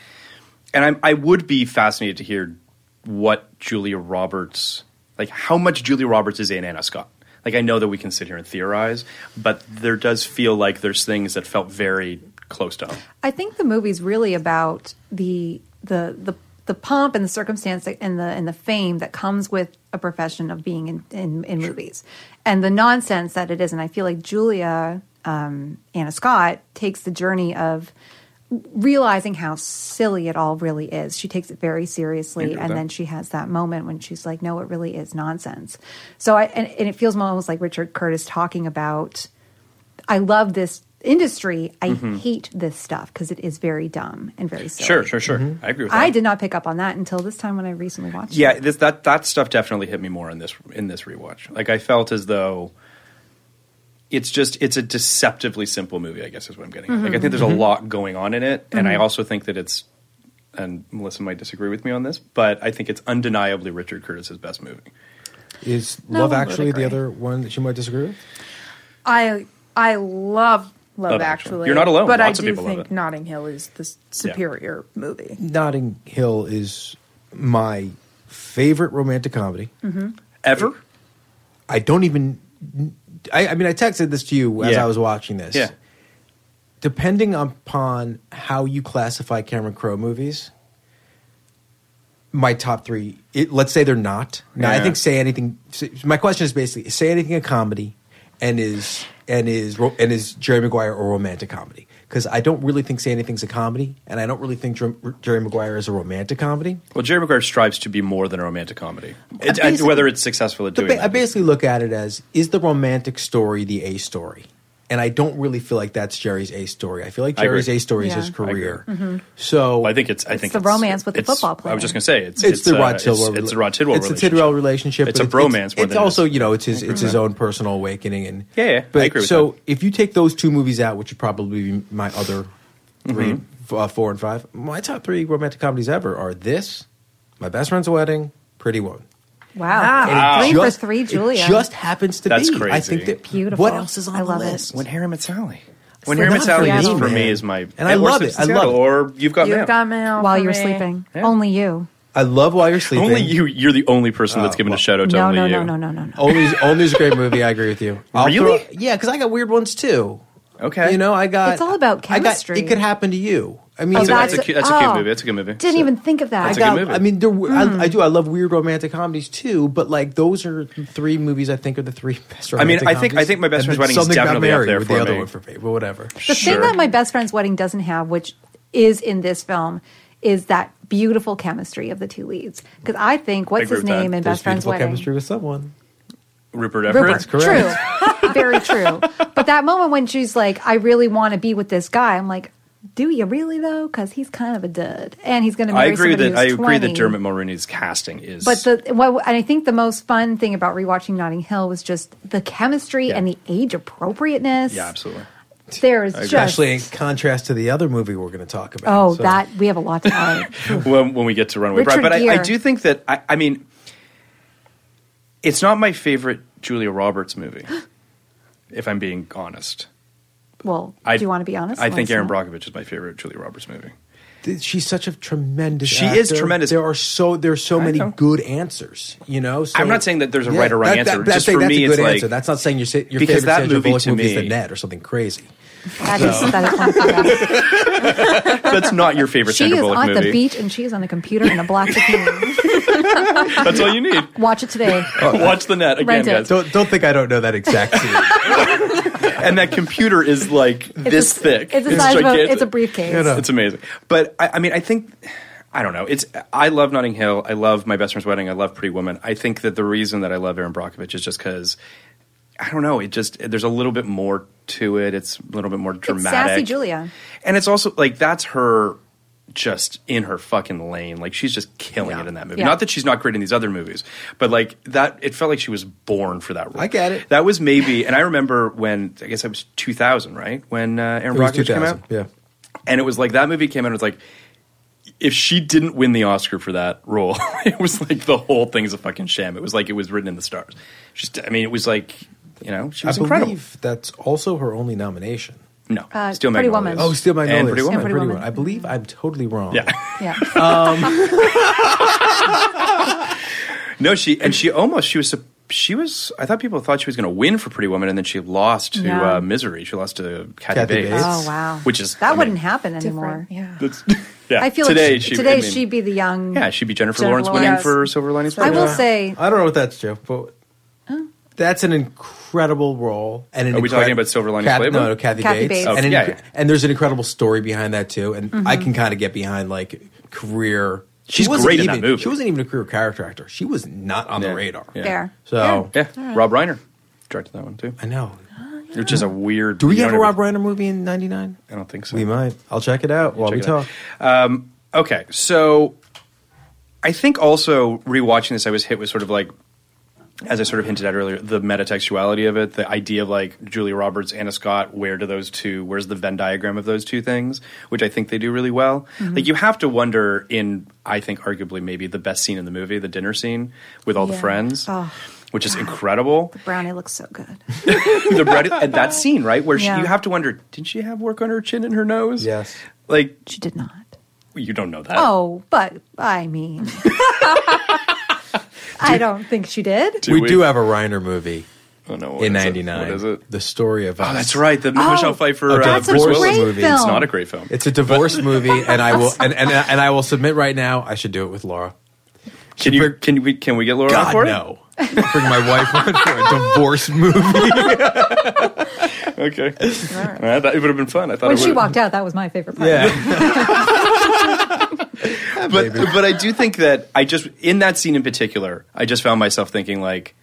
Speaker 7: and I'm, I would be fascinated to hear what Julia Roberts, like how much Julia Roberts is in Anna Scott. Like I know that we can sit here and theorize, but there does feel like there's things that felt very close to home.
Speaker 8: I think the movie's really about the the the the pomp and the circumstance and the and the fame that comes with a profession of being in in, in movies, and the nonsense that it is. And I feel like Julia um, Anna Scott takes the journey of realizing how silly it all really is. She takes it very seriously, and then she has that moment when she's like, "No, it really is nonsense." So I and, and it feels almost like Richard Curtis talking about. I love this industry. I hate this stuff because it is very dumb and very silly.
Speaker 7: Mm-hmm. sure, sure. I agree with
Speaker 8: I did not pick up on that until this time when I recently watched. it.
Speaker 7: Yeah, this, that that stuff definitely hit me more in this in this rewatch. Like I felt as though it's just it's a deceptively simple movie. I guess is what I'm getting. at. Like I think there's a lot going on in it, and I also think that it's and Melissa might disagree with me on this, but I think it's undeniably Richard Curtis's best movie.
Speaker 6: Is
Speaker 9: No,
Speaker 6: Love
Speaker 9: I would
Speaker 6: Actually the
Speaker 9: agree.
Speaker 6: other one that you might disagree with?
Speaker 9: I I love Love,
Speaker 7: Love Actually.
Speaker 9: Actually.
Speaker 7: You're not alone.
Speaker 9: But
Speaker 7: Lots
Speaker 9: I
Speaker 7: of
Speaker 9: do
Speaker 7: people love
Speaker 9: think
Speaker 7: it.
Speaker 9: Notting Hill is the s- superior movie.
Speaker 6: Notting Hill is my favorite romantic comedy.
Speaker 7: Mm-hmm. Ever?
Speaker 6: I don't even. I, I mean, I texted this to you as
Speaker 7: Yeah.
Speaker 6: I was watching this.
Speaker 7: Yeah.
Speaker 6: Depending upon how you classify Cameron Crowe movies, my top three. It, let's say they're not. Now, I
Speaker 7: Yeah.
Speaker 6: think say anything. say- My question is basically: say anything a comedy, and is and is ro- and is Jerry Maguire a romantic comedy? Because I don't really think say anything's a comedy, and I don't really think Jer- Jerry Maguire is a romantic comedy.
Speaker 7: Well, Jerry Maguire strives to be more than a romantic comedy, It-
Speaker 6: basically-
Speaker 7: whether it's successful at
Speaker 6: The
Speaker 7: doing
Speaker 6: ba- I
Speaker 7: that.
Speaker 6: basically look at it as: is the romantic story the A story? And I don't really feel like that's Jerry's A story. I feel like
Speaker 7: I agree.
Speaker 6: Jerry's A story is
Speaker 8: Yeah.
Speaker 6: his
Speaker 8: I agree.
Speaker 6: career.
Speaker 8: Mhm.
Speaker 6: So
Speaker 7: I think it's. I
Speaker 8: It's
Speaker 7: think
Speaker 8: the romance with the football player.
Speaker 7: I was just going to say it's,
Speaker 6: it's, the
Speaker 7: uh,
Speaker 6: Rod Tidwell.
Speaker 7: It's, it's the Rod Tidwell.
Speaker 6: It's the
Speaker 7: relationship.
Speaker 6: Tidwell relationship.
Speaker 7: It's
Speaker 6: but
Speaker 7: a bromance
Speaker 6: It's,
Speaker 7: more than
Speaker 6: it's
Speaker 7: it
Speaker 6: also
Speaker 7: is-
Speaker 6: you know it's his
Speaker 7: I agree
Speaker 6: it's
Speaker 7: with
Speaker 6: his
Speaker 7: that.
Speaker 6: own personal awakening and
Speaker 7: Yeah, yeah, I
Speaker 6: But
Speaker 7: agree with
Speaker 6: so if you take those two movies out, which would probably be my other 3
Speaker 7: Mhm.
Speaker 6: f- uh, four and five, my top three romantic comedies ever are this, My Best Friend's Wedding, Pretty Woman.
Speaker 8: Ah, Wow.
Speaker 6: And it
Speaker 8: Three
Speaker 6: just-
Speaker 8: for three, Julia.
Speaker 6: It just happens to
Speaker 7: That's
Speaker 6: be. I
Speaker 7: crazy.
Speaker 6: think that
Speaker 8: Beautiful.
Speaker 6: What else is on
Speaker 8: I love
Speaker 6: the
Speaker 8: it.
Speaker 6: list?
Speaker 7: When Harry Met Sally.
Speaker 8: It's
Speaker 7: When
Speaker 8: like
Speaker 7: Harry Met
Speaker 8: not
Speaker 7: Sally
Speaker 8: for
Speaker 7: is
Speaker 8: you,
Speaker 7: for
Speaker 6: man.
Speaker 7: me is my
Speaker 6: And I
Speaker 7: or
Speaker 6: love it. I
Speaker 7: Simpsons
Speaker 6: love
Speaker 7: Seattle,
Speaker 6: it.
Speaker 7: Or you've got mail.
Speaker 9: You've got mail
Speaker 8: while
Speaker 9: for
Speaker 8: you're
Speaker 9: me.
Speaker 8: sleeping. Only you.
Speaker 6: I love While You're Sleeping. Oh,
Speaker 7: Only you. You're the only person that's given a shout out to
Speaker 8: No,
Speaker 7: only
Speaker 8: no,
Speaker 7: you.
Speaker 8: no, no, no, no, no.
Speaker 6: Only's, Only's a great movie. I agree with you.
Speaker 7: Really?
Speaker 6: throw- yeah, because I got weird ones too.
Speaker 7: Okay.
Speaker 6: You know, I got.
Speaker 8: It's all about
Speaker 6: I got,
Speaker 8: chemistry.
Speaker 6: it could happen to you. I mean,
Speaker 8: Oh,
Speaker 7: That's a- that's a
Speaker 8: That's-
Speaker 7: cute- that's a cute
Speaker 8: oh.
Speaker 7: movie. That's a good movie.
Speaker 8: Didn't even Hmm. think of that.
Speaker 6: I
Speaker 7: That's a good
Speaker 6: got.
Speaker 7: movie.
Speaker 6: I mean, there, were- I, I do. I love weird romantic comedies too. But like, those are three movies. I think are the three best.
Speaker 7: I mean,
Speaker 6: Romantic
Speaker 7: I think-
Speaker 6: comedies.
Speaker 7: I think My Best
Speaker 6: And
Speaker 7: Friend's Wedding is
Speaker 6: Something About
Speaker 7: definitely up
Speaker 6: Mary
Speaker 7: there
Speaker 6: with
Speaker 7: for
Speaker 6: the other
Speaker 7: me.
Speaker 6: one for me, but whatever.
Speaker 8: The
Speaker 7: Sure.
Speaker 8: thing that my best friend's wedding doesn't have, which is in this film, is that beautiful chemistry of the two leads. Because I think what's
Speaker 7: agree
Speaker 8: his
Speaker 7: with that.
Speaker 8: name in
Speaker 6: There's
Speaker 8: Best Friend's
Speaker 6: beautiful
Speaker 8: Wedding?
Speaker 6: chemistry with someone.
Speaker 7: Rupert Everett.
Speaker 8: Rupert, true, very true. But that moment when she's like, "I really want to be with this guy," I'm like, "Do you really though? Because he's kind of a dud, and he's going to
Speaker 7: I
Speaker 8: marry
Speaker 7: agree
Speaker 8: somebody
Speaker 7: that I
Speaker 8: who's
Speaker 7: agree
Speaker 8: 20.
Speaker 7: that Dermot Mulroney's casting is.
Speaker 8: But the well, and I think the most fun thing about rewatching Notting Hill was just the chemistry
Speaker 7: Yeah.
Speaker 8: and the age appropriateness.
Speaker 7: yeah, absolutely.
Speaker 8: There is just
Speaker 6: Especially in contrast to the other movie we're going to talk about.
Speaker 8: oh
Speaker 6: So-
Speaker 8: that we have a lot to add.
Speaker 7: when, when we get to Runaway
Speaker 8: Richard
Speaker 7: Bride. But I, I
Speaker 8: Gere.
Speaker 7: do think that I, I mean, it's not my favorite Julia Roberts movie. if I'm being honest,
Speaker 8: well,
Speaker 7: I,
Speaker 8: do you want to be honest?
Speaker 7: I think
Speaker 8: Let's
Speaker 7: Aaron
Speaker 8: not.
Speaker 7: Brockovich is my favorite Julia Roberts movie.
Speaker 6: Th- she's such a tremendous.
Speaker 7: She is
Speaker 6: actor.
Speaker 7: tremendous.
Speaker 6: There are so there's so
Speaker 7: I
Speaker 6: many
Speaker 7: know.
Speaker 6: good answers. You know, so,
Speaker 7: I'm not saying that there's a right or wrong answer.
Speaker 6: that's
Speaker 7: Just
Speaker 6: saying
Speaker 7: for
Speaker 6: that's
Speaker 7: me,
Speaker 6: a good
Speaker 7: it's like-
Speaker 6: answer. that's not saying your sa- your
Speaker 7: Because
Speaker 6: favorite
Speaker 7: that
Speaker 6: Sandra
Speaker 7: movie
Speaker 6: Bullock
Speaker 7: to
Speaker 6: movie is
Speaker 7: me-
Speaker 6: the net or something crazy.
Speaker 8: That is that is one for us.
Speaker 7: That's not your favorite
Speaker 8: She
Speaker 7: Sandra
Speaker 8: is
Speaker 7: Bullock
Speaker 8: on
Speaker 7: movie.
Speaker 8: the beach and she's on a computer in a black bikini.
Speaker 7: That's all you need.
Speaker 8: Watch it today.
Speaker 7: Watch the net again,
Speaker 8: Rent it.
Speaker 7: guys.
Speaker 6: Don't don't think I don't know that exact scene.
Speaker 7: And that computer is like
Speaker 8: It's
Speaker 7: this
Speaker 8: a-
Speaker 7: thick.
Speaker 8: It's a size of a,
Speaker 7: gigantic.
Speaker 8: it's a briefcase.
Speaker 6: You know.
Speaker 7: It's amazing. But I, I mean, I think I don't know. It's I love Notting Hill. I love My Best Friend's Wedding. I love Pretty Woman. I think that the reason that I love Aaron Brockovich is just because I don't know. It just there's a little bit more to it. It's a little bit more dramatic.
Speaker 8: sassy Julia.
Speaker 7: and it's also like that's her just in her fucking lane. Like she's just killing it in that movie.
Speaker 8: Yeah.
Speaker 7: Not that she's not great in these other movies, but like that, it felt like she was born for that role.
Speaker 6: I get it.
Speaker 7: That was maybe, and I remember when I guess it was 2000, right? When uh, Aaron
Speaker 6: It was
Speaker 7: Brockovich came out,
Speaker 6: 2000, yeah.
Speaker 7: and it was like that movie came out. It was like if she didn't win the Oscar for that role, it was like the whole thing's a fucking sham. It was like it was written in the stars. She's, I mean, it was like you know she
Speaker 6: I
Speaker 7: was
Speaker 6: believe
Speaker 7: incredible.
Speaker 6: that's also her only nomination.
Speaker 7: No,
Speaker 8: Uh,
Speaker 7: still
Speaker 8: Pretty
Speaker 7: Magnolias.
Speaker 8: Woman.
Speaker 6: Oh, still my
Speaker 7: And Pretty Woman.
Speaker 8: Pretty Woman.
Speaker 6: I believe I'm totally wrong.
Speaker 7: Yeah.
Speaker 8: Yeah.
Speaker 7: No, she and she almost she was sup- she was. I thought people thought she was going to win for Pretty Woman, and then she lost to
Speaker 8: No.
Speaker 7: uh, Misery. She lost to Kathy,
Speaker 6: Kathy
Speaker 7: Bates.
Speaker 6: Bates.
Speaker 8: oh wow.
Speaker 7: Which is
Speaker 8: that
Speaker 7: I mean,
Speaker 8: wouldn't happen anymore.
Speaker 9: Different, yeah.
Speaker 7: that's- yeah.
Speaker 8: I feel
Speaker 7: today
Speaker 8: like
Speaker 7: she,
Speaker 8: she, today
Speaker 7: I mean,
Speaker 8: she'd be the young.
Speaker 7: yeah she'd be Jennifer,
Speaker 8: Jennifer
Speaker 7: Lawrence, winning
Speaker 8: Lawrence.
Speaker 7: for Silver Linings.
Speaker 8: I will
Speaker 7: Playbook.
Speaker 8: say
Speaker 6: I don't know what that's Joe, but
Speaker 8: Oh.
Speaker 6: that's an incredible role. And an
Speaker 7: Are we
Speaker 6: incredi-
Speaker 7: talking about Silver Linings
Speaker 6: Kath-
Speaker 7: Playbook?
Speaker 6: No, no, Kathy,
Speaker 8: Kathy
Speaker 6: Bates.
Speaker 8: Bates. Mm-hmm.
Speaker 7: Oh,
Speaker 6: And, an
Speaker 7: yeah,
Speaker 6: inc-
Speaker 7: yeah.
Speaker 6: and there's an incredible story behind that too. And I can kind of get behind like career.
Speaker 7: She's
Speaker 6: she wasn't
Speaker 7: great in
Speaker 6: even,
Speaker 7: that movie.
Speaker 6: She wasn't even a career character actor. She was not on
Speaker 7: Yeah.
Speaker 6: the radar.
Speaker 7: Yeah.
Speaker 8: there.
Speaker 6: So
Speaker 7: Yeah, Rob Reiner directed that one too,
Speaker 6: I know.
Speaker 7: which is a weird.
Speaker 6: Do we
Speaker 7: you
Speaker 6: have a
Speaker 7: don't
Speaker 6: Rob
Speaker 7: ever-
Speaker 6: Reiner movie in '99?
Speaker 7: I don't think so.
Speaker 6: We might. I'll check it out while we
Speaker 7: Check it out.
Speaker 6: talk.
Speaker 7: Um, okay, so I think also rewatching this, I was hit with sort of like, as I sort of hinted at earlier, the metatextuality of it, the idea of like Julia Roberts, Anna Scott, where do those two, where's the Venn diagram of those two things, which I think they do really well.
Speaker 8: Mm-hmm.
Speaker 7: Like you have to wonder in, I think arguably maybe the best scene in the movie, the dinner scene with all the
Speaker 8: Yeah.
Speaker 7: friends.
Speaker 8: Oh.
Speaker 7: Which is incredible.
Speaker 8: Brownie looks so good.
Speaker 7: the bread, and that scene, right, where she,
Speaker 8: Yeah.
Speaker 7: you have to wonder, did she have work on her chin and her nose?
Speaker 6: Yes.
Speaker 7: Like
Speaker 8: She did not.
Speaker 7: you don't know that.
Speaker 8: Oh, but I mean, I don't think she did.
Speaker 7: Do
Speaker 6: we,
Speaker 7: we-
Speaker 6: do have a Reiner movie
Speaker 7: I don't know, what
Speaker 6: in
Speaker 7: is it?
Speaker 6: '99.
Speaker 7: What is it?
Speaker 6: The story of us.
Speaker 7: Oh, that's right. The Michelle Pfeiffer
Speaker 6: a
Speaker 7: uh,
Speaker 8: That's a
Speaker 7: Bruce
Speaker 6: divorce
Speaker 7: Willis
Speaker 8: great
Speaker 6: movie.
Speaker 8: film.
Speaker 7: It's not a great film.
Speaker 6: It's a divorce movie, and I will and, and and I will submit right now. I should do it with Laura.
Speaker 7: can you can we can we get Laura on
Speaker 6: God
Speaker 7: for
Speaker 6: no! I'll bring my wife on for a divorce movie.
Speaker 7: it? Okay, I thought it would have been fun. I thought
Speaker 8: When
Speaker 7: it
Speaker 8: she
Speaker 7: would've-
Speaker 8: walked out, that was my favorite part.
Speaker 6: Yeah,
Speaker 7: but but I do think that I just in that scene in particular, I just found myself thinking like,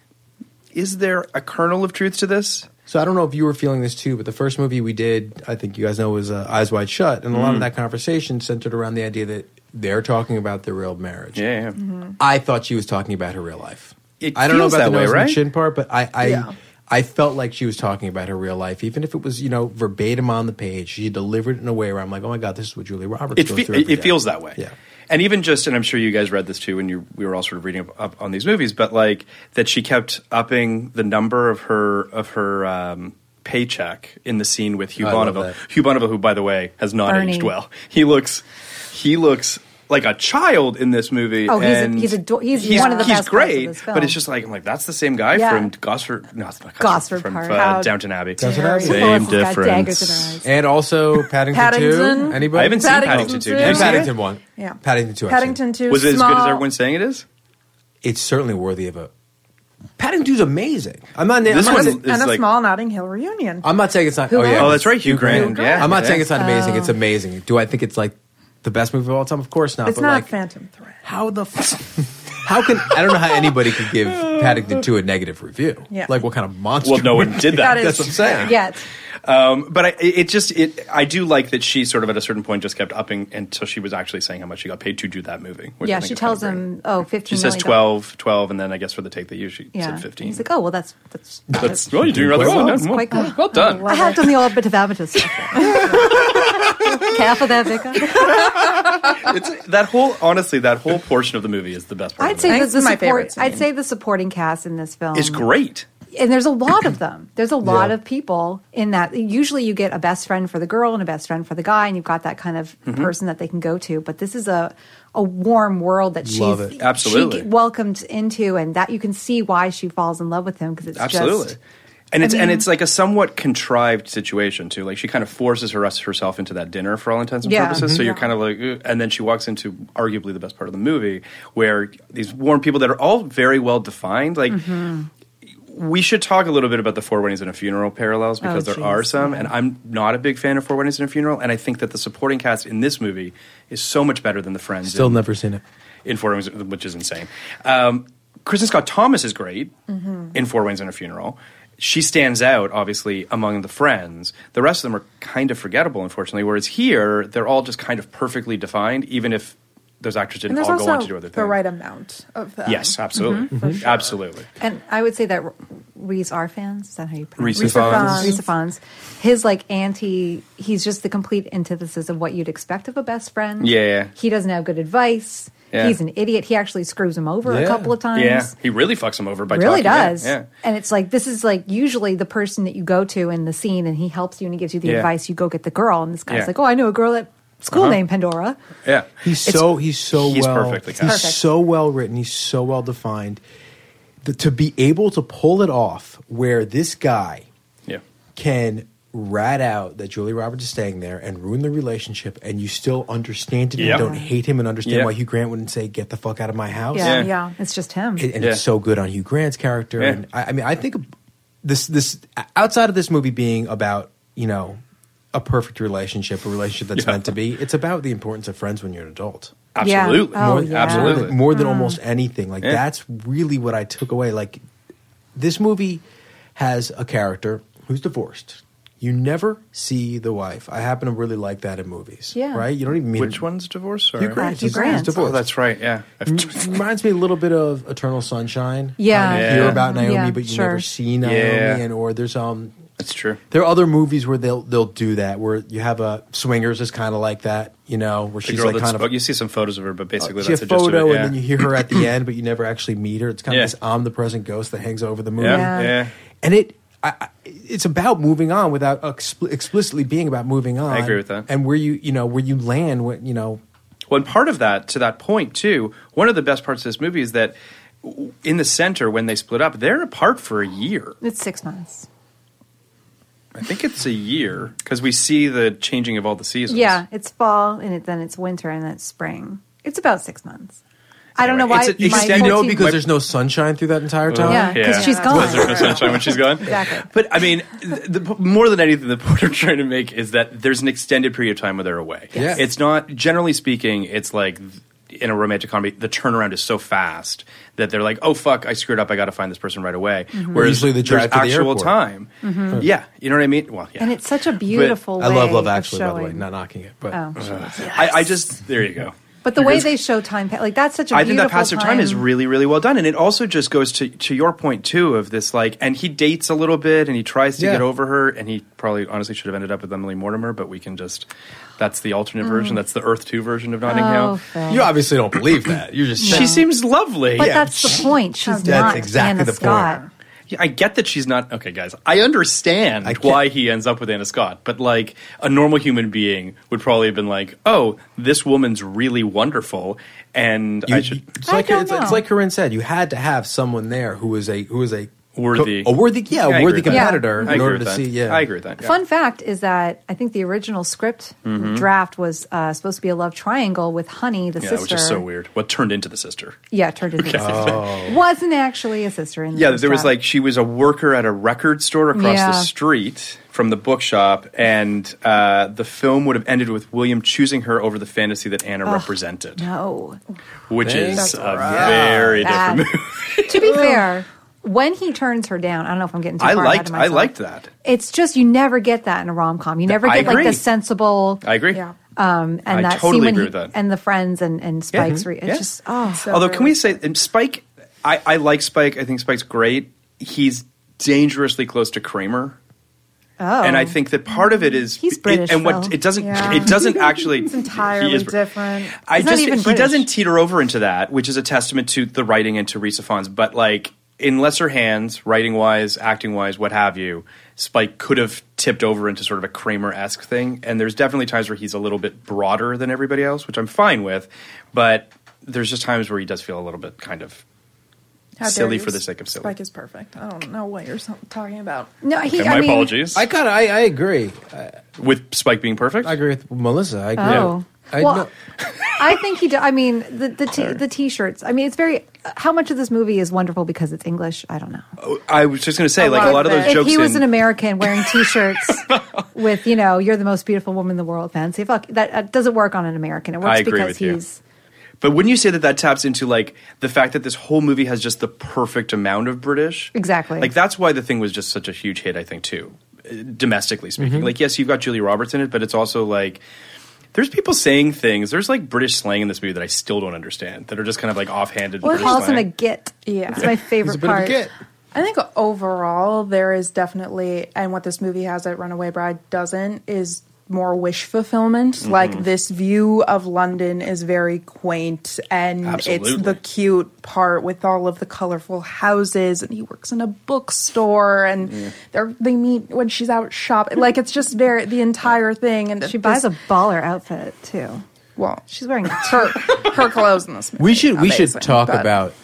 Speaker 7: is there a kernel of truth to this?
Speaker 6: So I don't know if you were feeling this too, but the first movie we did, I think you guys know, was uh, Eyes Wide Shut, and a lot
Speaker 7: Mm.
Speaker 6: of that conversation centered around the idea that they're talking about their real marriage.
Speaker 7: Yeah, yeah.
Speaker 6: I thought she was talking about her real life.
Speaker 7: It
Speaker 6: I don't know
Speaker 7: feels
Speaker 6: about
Speaker 7: that
Speaker 6: the
Speaker 7: way,
Speaker 6: nose and
Speaker 7: right?
Speaker 6: chin part, but I, I,
Speaker 7: Yeah.
Speaker 6: I felt like she was talking about her real life, even if it was you know verbatim on the page. She delivered it in a way where I'm like, oh my god, this is what Julia Roberts.
Speaker 7: It,
Speaker 6: goes
Speaker 7: fe-
Speaker 6: through every
Speaker 7: it
Speaker 6: day.
Speaker 7: feels that way. Yeah. And even just, and I'm sure you guys read this too when you we were all sort of reading up, up on these movies, but like that she kept upping the number of her of her um, paycheck in the scene with Hugh
Speaker 6: I love
Speaker 7: Bonneville.
Speaker 6: that.
Speaker 7: Hugh Bonneville, who by the way has not
Speaker 8: Bernie.
Speaker 7: aged well. He looks he looks like a child in this movie.
Speaker 8: Oh, he's a-
Speaker 7: and
Speaker 8: he's ador- he's one of the best parts of
Speaker 7: great,
Speaker 8: this
Speaker 7: but
Speaker 8: film.
Speaker 7: it's just like I'm like that's the same guy
Speaker 8: Yeah.
Speaker 7: from Gosford. No, it's not Gosford.
Speaker 8: Gosford
Speaker 7: from
Speaker 8: Park.
Speaker 7: uh,
Speaker 8: How
Speaker 7: Downton Abbey.
Speaker 8: Downton dare Abbey. you.
Speaker 7: Same
Speaker 8: Melissa's got daggers in her
Speaker 7: difference.
Speaker 8: eyes.
Speaker 6: And also Paddington,
Speaker 9: Paddington.
Speaker 6: two. Anybody?
Speaker 7: I haven't seen Paddington two. Did you
Speaker 6: And
Speaker 7: see it?
Speaker 6: Paddington one.
Speaker 9: Yeah.
Speaker 6: Paddington two. I've seen.
Speaker 9: Paddington two.
Speaker 7: Was it as good as
Speaker 9: small-
Speaker 7: everyone's saying it is?
Speaker 6: It's certainly worthy of a. Paddington two's amazing. I'm not.
Speaker 7: This
Speaker 6: I'm
Speaker 7: one
Speaker 6: not,
Speaker 7: is
Speaker 9: and a
Speaker 7: like-
Speaker 9: small Notting Hill reunion.
Speaker 6: I'm not saying it's not.
Speaker 9: Who
Speaker 6: oh yeah.
Speaker 9: else?
Speaker 7: Oh, that's right, Hugh Grant. Yeah,
Speaker 6: I'm not
Speaker 7: yeah.
Speaker 6: saying it's not amazing. It's amazing. Do I think it's like the best movie of all time? Of course
Speaker 7: Oh,
Speaker 6: not.
Speaker 9: it's
Speaker 6: but
Speaker 9: not
Speaker 6: like,
Speaker 9: Phantom Thread.
Speaker 6: How the f- How can I don't know how anybody could give Paddington 2 a negative review.
Speaker 9: Yeah.
Speaker 6: Like what kind of monster?
Speaker 7: Well, no one did that.
Speaker 9: That
Speaker 6: That's what I'm saying.
Speaker 8: Yet.
Speaker 7: Um, but I, it just it I do like that she sort of at a certain point just kept upping until she was actually saying how much she got paid to do that movie. which I
Speaker 8: Yeah,
Speaker 7: think
Speaker 8: she
Speaker 7: is kind of
Speaker 8: tells
Speaker 7: great.
Speaker 8: him, oh, 15
Speaker 7: She says
Speaker 8: million
Speaker 7: 12, 12, and then I guess for the take that you she
Speaker 8: Yeah.
Speaker 7: said fifteen.
Speaker 8: He's like, oh, well, that's. that's
Speaker 7: That's well, you're doing rather
Speaker 8: Well,
Speaker 7: well.
Speaker 8: that's
Speaker 7: done. Well,
Speaker 8: quite good.
Speaker 7: well done.
Speaker 8: I have done the old bit of amateur stuff. Careful there, Vicar.
Speaker 7: It's, that whole honestly, that whole portion of the movie is the best part.
Speaker 8: I'd
Speaker 7: of
Speaker 8: say
Speaker 7: it.
Speaker 8: that
Speaker 9: Thanks
Speaker 8: the
Speaker 9: to my
Speaker 8: support,
Speaker 9: favorite scene.
Speaker 8: I'd say the supporting cast in this film
Speaker 7: it's great.
Speaker 8: and there's a lot of them. There's a lot
Speaker 6: Yeah.
Speaker 8: of people in that. Usually, you get a best friend for the girl and a best friend for the guy, and you've got that kind of
Speaker 7: Mm-hmm.
Speaker 8: person that they can go to. But this is a a warm world that she's
Speaker 6: Love it.
Speaker 8: she
Speaker 7: Absolutely.
Speaker 8: get welcomed into, and that you can see why she falls in love with him because it's
Speaker 7: Absolutely.
Speaker 8: just
Speaker 7: and it's and
Speaker 8: mean-
Speaker 7: it's like a somewhat contrived situation too. Like she kind of forces her, herself into that dinner for all intents and
Speaker 8: Yeah.
Speaker 7: purposes. So
Speaker 8: Mhm.
Speaker 7: you're
Speaker 8: Yeah.
Speaker 7: kind of like, "Ugh." and then she walks into arguably the best part of the movie, where these warm people that are all very well defined. Like
Speaker 8: Mm-hmm.
Speaker 7: we should talk a little bit about the four weddings and a funeral parallels because there
Speaker 8: geez,
Speaker 7: are some, and I'm not a big fan of four weddings and a funeral. And I think that the supporting cast in this movie is so much better than the friends.
Speaker 6: Still
Speaker 7: in-
Speaker 6: never seen it.
Speaker 7: in Four Wings, which is insane. Um, Kristen Scott Thomas is great in Four Wings and a Funeral. She stands out, obviously, among the friends. The rest of them are kind of forgettable, unfortunately. Whereas here, they're all just kind of perfectly defined, even if those actors didn't
Speaker 9: And there's
Speaker 7: all go
Speaker 9: also
Speaker 7: on to do other
Speaker 9: the
Speaker 7: things.
Speaker 9: right amount of them. Mm-hmm,
Speaker 7: yes, absolutely, Mm-hmm. absolutely.
Speaker 8: And I would say that Reese R fans, is that how you pronounce
Speaker 7: Rhys Rhys Ifans. Ifans.
Speaker 8: Rhys Ifans. His like anti, he's just the complete antithesis of what you'd expect of a best friend.
Speaker 7: Yeah.
Speaker 8: He doesn't have good advice.
Speaker 7: Yeah.
Speaker 8: He's an idiot. He actually screws him over a
Speaker 6: Yeah.
Speaker 8: couple of times.
Speaker 7: Yeah, he really fucks him over by
Speaker 8: really
Speaker 7: talking. Yeah,
Speaker 8: does.
Speaker 7: Yeah,
Speaker 8: And it's like this is like usually the person that you go to in the scene and he helps you and he gives you the
Speaker 7: Yeah.
Speaker 8: advice. You go get the girl and this guy's
Speaker 7: Yeah. Uh-huh.
Speaker 8: like, Oh, I know a girl at school named Pandora.
Speaker 7: yeah.
Speaker 6: He's so he's so
Speaker 7: he's
Speaker 6: well
Speaker 7: perfectly
Speaker 6: he's
Speaker 7: cast.
Speaker 8: Perfect.
Speaker 6: so well written. He's so well defined. The, to be able to pull it off, where this guy
Speaker 7: yeah.
Speaker 6: can rat out that Julie Roberts is staying there and ruin the relationship, and you still understand it
Speaker 7: Yep.
Speaker 6: and don't hate him and understand
Speaker 7: Yep.
Speaker 6: why Hugh Grant wouldn't say "Get the fuck out of my house."
Speaker 8: Yeah.
Speaker 7: Yeah.
Speaker 9: Yeah.
Speaker 8: It's just him.
Speaker 6: and, and
Speaker 7: Yeah.
Speaker 6: it's so good on Hugh Grant's character.
Speaker 7: Yeah.
Speaker 6: And I, I mean, I think this this outside of this movie being about you know a perfect relationship, a relationship that's
Speaker 7: Yeah.
Speaker 6: meant to be, it's about the importance of friends when you're an adult.
Speaker 8: Yeah.
Speaker 7: Absolutely,
Speaker 8: Oh,
Speaker 6: More-
Speaker 8: yeah. Mm.
Speaker 6: More
Speaker 7: absolutely.
Speaker 6: than, more than almost anything. Like
Speaker 7: Yeah.
Speaker 6: that's really what I took away. Like this movie has a character who's divorced. You never see the wife. I happen to really like that in movies.
Speaker 8: Yeah.
Speaker 6: Right? You don't even meet
Speaker 7: Which one's divorced? Sorry.
Speaker 6: Hugh Grant.
Speaker 8: Hugh Grant.
Speaker 7: Oh,
Speaker 6: divorced.
Speaker 7: that's right. Yeah,
Speaker 6: It reminds me a little bit of Eternal Sunshine.
Speaker 8: Yeah.
Speaker 6: You
Speaker 7: Yeah.
Speaker 6: hear about Naomi,
Speaker 8: Yeah,
Speaker 6: but you
Speaker 8: sure.
Speaker 6: never see Naomi,
Speaker 7: Yeah.
Speaker 6: and or there's um,
Speaker 7: that's true.
Speaker 6: there are other movies where they'll they'll do that where you have a Swingers is kind of like that, you know, where
Speaker 7: The
Speaker 6: she's
Speaker 7: girl
Speaker 6: like
Speaker 7: that's
Speaker 6: kind
Speaker 7: kind
Speaker 6: of Uh,
Speaker 7: you see some photos of her, but basically
Speaker 6: she
Speaker 7: that's
Speaker 6: a
Speaker 7: the gist of it,
Speaker 6: photo,
Speaker 7: yeah.
Speaker 6: and then you hear her at the end, but you never actually meet her. It's kind
Speaker 7: Yeah.
Speaker 6: of this omnipresent ghost that hangs over the movie,
Speaker 7: Yeah, yeah.
Speaker 6: and it. I, I- it's about moving on without expl- explicitly being about moving on.
Speaker 7: agree with that.
Speaker 6: And where you, you know, where you land, when you know,
Speaker 7: Well, and part of that, to that point too, one of the best parts of this movie is that w- in the center when they split up, they're apart for a year.
Speaker 8: It's six months.
Speaker 7: I think it's a year because we see the changing of all the seasons.
Speaker 8: Yeah, it's fall and it, then it's winter and then it's spring. It's about six months. I don't know
Speaker 7: Anyway,
Speaker 8: why.
Speaker 7: it's an
Speaker 8: my
Speaker 7: extended-
Speaker 6: you know,
Speaker 8: 14
Speaker 6: because there's no sunshine through that entire time.
Speaker 8: Yeah, 'cause she's gone.
Speaker 7: Because there's no sunshine when she's gone.
Speaker 8: Exactly.
Speaker 7: But I mean, the, the, more than anything, the point I'm trying to make is that there's an extended period of time where they're away.
Speaker 6: Yes.
Speaker 7: It's not, generally speaking, it's like in a romantic comedy, the turnaround is so fast that they're like, "Oh fuck, I screwed up. I got to find this person right away." Whereas
Speaker 8: Mhm.
Speaker 6: Mm-hmm. Usually they
Speaker 7: there's
Speaker 6: drive to the
Speaker 7: actual
Speaker 6: airport. Mm-hmm.
Speaker 7: time.
Speaker 8: Mhm.
Speaker 7: Yeah, you know what I mean. Well, yeah.
Speaker 8: And it's such a beautiful.
Speaker 6: I love
Speaker 8: way
Speaker 6: Love
Speaker 8: of
Speaker 6: Actually, by the way,
Speaker 8: showing-
Speaker 6: not knocking it, but
Speaker 8: Oh.
Speaker 7: I, I just there you go.
Speaker 8: But the way they show time, pa- like that's such a
Speaker 7: I think
Speaker 8: beautiful
Speaker 7: that passive time. is really, really well done, and it also just goes to to your point too of this like, and he dates a little bit, and he tries to
Speaker 8: Yeah.
Speaker 7: get over her, and he probably honestly should have ended up with Emily Mortimer, but we can just that's the alternate version,
Speaker 8: Mm. Oh.
Speaker 7: that's the Earth Two version of Notting Hill.
Speaker 8: Phil.
Speaker 6: You obviously don't believe that. You're just
Speaker 7: she seems lovely,
Speaker 8: But that's the point. She's
Speaker 7: That's
Speaker 8: not
Speaker 7: exactly
Speaker 8: Anna
Speaker 7: the point.
Speaker 8: Scott.
Speaker 7: Yeah, I get that she's not okay, guys. I understand why he ends up with Anna Scott, but like a normal human being would probably have been like, "Oh, this woman's really wonderful," and I should.
Speaker 6: It's like it's, it's like Corinne said, you had to have someone there who was a who was a
Speaker 7: Worthy.
Speaker 6: a worthy,
Speaker 7: Yeah, I
Speaker 6: yeah, a
Speaker 7: agree
Speaker 6: worthy
Speaker 7: with that.
Speaker 6: competitor
Speaker 7: Yeah. I
Speaker 6: in
Speaker 7: agree
Speaker 6: order to
Speaker 7: with that.
Speaker 6: see. Yeah,
Speaker 7: I agree with that.
Speaker 8: Fun fact is that I think the original script
Speaker 7: Mhm.
Speaker 8: draft was uh, supposed to be a love triangle with Honey, the
Speaker 7: yeah,
Speaker 8: sister.
Speaker 7: which is so weird. What turned into the sister?
Speaker 8: Yeah, turned into
Speaker 7: Okay.
Speaker 8: a sister. Wasn't actually a sister in the
Speaker 7: Yeah,
Speaker 8: first
Speaker 7: there was
Speaker 8: draft.
Speaker 7: like she was a worker at a record store across
Speaker 8: Yeah.
Speaker 7: the street from the bookshop, and uh, the film would have ended with William choosing her over the fantasy that Anna
Speaker 8: Ugh.
Speaker 7: represented,
Speaker 8: no.
Speaker 7: which is
Speaker 8: That's
Speaker 7: uh, a
Speaker 8: rough.
Speaker 7: very
Speaker 8: Bad.
Speaker 7: different. movie.
Speaker 8: to be fair, when he turns her down, I don't know if I'm getting too
Speaker 7: I
Speaker 8: far ahead
Speaker 7: liked.
Speaker 8: of
Speaker 7: I
Speaker 8: myself.
Speaker 7: liked that.
Speaker 8: It's just you never get that in a rom com. You never
Speaker 7: I
Speaker 8: get like
Speaker 7: agree.
Speaker 8: the sensible.
Speaker 7: I agree.
Speaker 8: Um, and
Speaker 7: I
Speaker 8: that
Speaker 7: totally
Speaker 8: scene when
Speaker 7: agree
Speaker 8: he-
Speaker 7: with that.
Speaker 8: and the friends and and Spike's.
Speaker 7: Mhm.
Speaker 8: Re- it's
Speaker 7: Yeah.
Speaker 8: just oh.
Speaker 7: Although, can we say and Spike? I, I like Spike. I think Spike's great. He's dangerously close to Kramer,
Speaker 9: Oh.
Speaker 7: and I think that part of it is
Speaker 9: He's
Speaker 7: it-
Speaker 9: British,
Speaker 7: and what
Speaker 9: Phil.
Speaker 7: it doesn't
Speaker 9: Yeah.
Speaker 7: it doesn't actually
Speaker 9: It's entirely
Speaker 7: he is-
Speaker 9: different.
Speaker 7: I
Speaker 9: He's
Speaker 7: just
Speaker 9: not even
Speaker 7: he
Speaker 9: British.
Speaker 7: doesn't teeter over into that, which is a testament to the writing and to Risa Fons. But like in lesser hands, writing wise, acting wise, what have you, Spike could have tipped over into sort of a Kramer esque thing. And there's definitely times where he's a little bit broader than everybody else, which I'm fine with. But there's just times where he does feel a little bit kind of
Speaker 9: How dare
Speaker 7: silly
Speaker 9: you.
Speaker 7: for the sake of silly.
Speaker 9: Spike is perfect. I don't know what you're so- talking about.
Speaker 8: No,
Speaker 7: he- Okay, I my mean- apologies.
Speaker 6: I kind of I, I agree. I,
Speaker 7: with Spike being perfect, I
Speaker 6: agree with Melissa. I agree.
Speaker 8: Oh.
Speaker 6: I,
Speaker 8: Well,
Speaker 6: no,
Speaker 8: I think he. Do, I mean, the the t- the t-shirts. I mean, it's very. How much of this movie is wonderful because it's English? I don't know.
Speaker 7: I was just going to say, like a lot of those
Speaker 8: if
Speaker 7: jokes.
Speaker 8: he was
Speaker 7: in,
Speaker 8: an American wearing T-shirts with you know "You're the most beautiful woman in the world" fancy fuck that uh, doesn't work on an American. It
Speaker 7: I
Speaker 8: works
Speaker 7: agree
Speaker 8: because
Speaker 7: with you.
Speaker 8: he's
Speaker 7: But wouldn't you say that that taps into like the fact that this whole movie has just the perfect amount of British?
Speaker 8: exactly
Speaker 7: Like that's why the thing was just such a huge hit, I think, too, uh, domestically speaking.
Speaker 8: Mhm.
Speaker 7: Like, yes, you've got Julie Roberts in it, but it's also like there's people saying things. There's like British slang in this movie that I still don't understand. That are just kind of like offhanded.
Speaker 9: Well, it
Speaker 7: British
Speaker 9: calls
Speaker 7: slang.
Speaker 9: him
Speaker 8: a git.
Speaker 9: Yeah,
Speaker 8: It's my favorite He's a bit of a part. git.
Speaker 9: I think overall there is definitely, and what this movie has that Runaway Bride doesn't is more wish fulfillment.
Speaker 7: Mm-hmm.
Speaker 8: Mhm.
Speaker 9: Like this view of London is very quaint, and
Speaker 7: Ah.
Speaker 9: it's
Speaker 8: Absolutely.
Speaker 9: the cute part with all of the colorful houses. And he works in a bookstore, and they're, they meet when she's out shopping. like it's just very the entire thing. And
Speaker 8: she buys
Speaker 9: this-
Speaker 8: a baller outfit too.
Speaker 9: well,
Speaker 8: she's wearing
Speaker 9: her her clothes in this.
Speaker 6: we should we should
Speaker 9: Amazing,
Speaker 6: talk
Speaker 9: but-
Speaker 6: about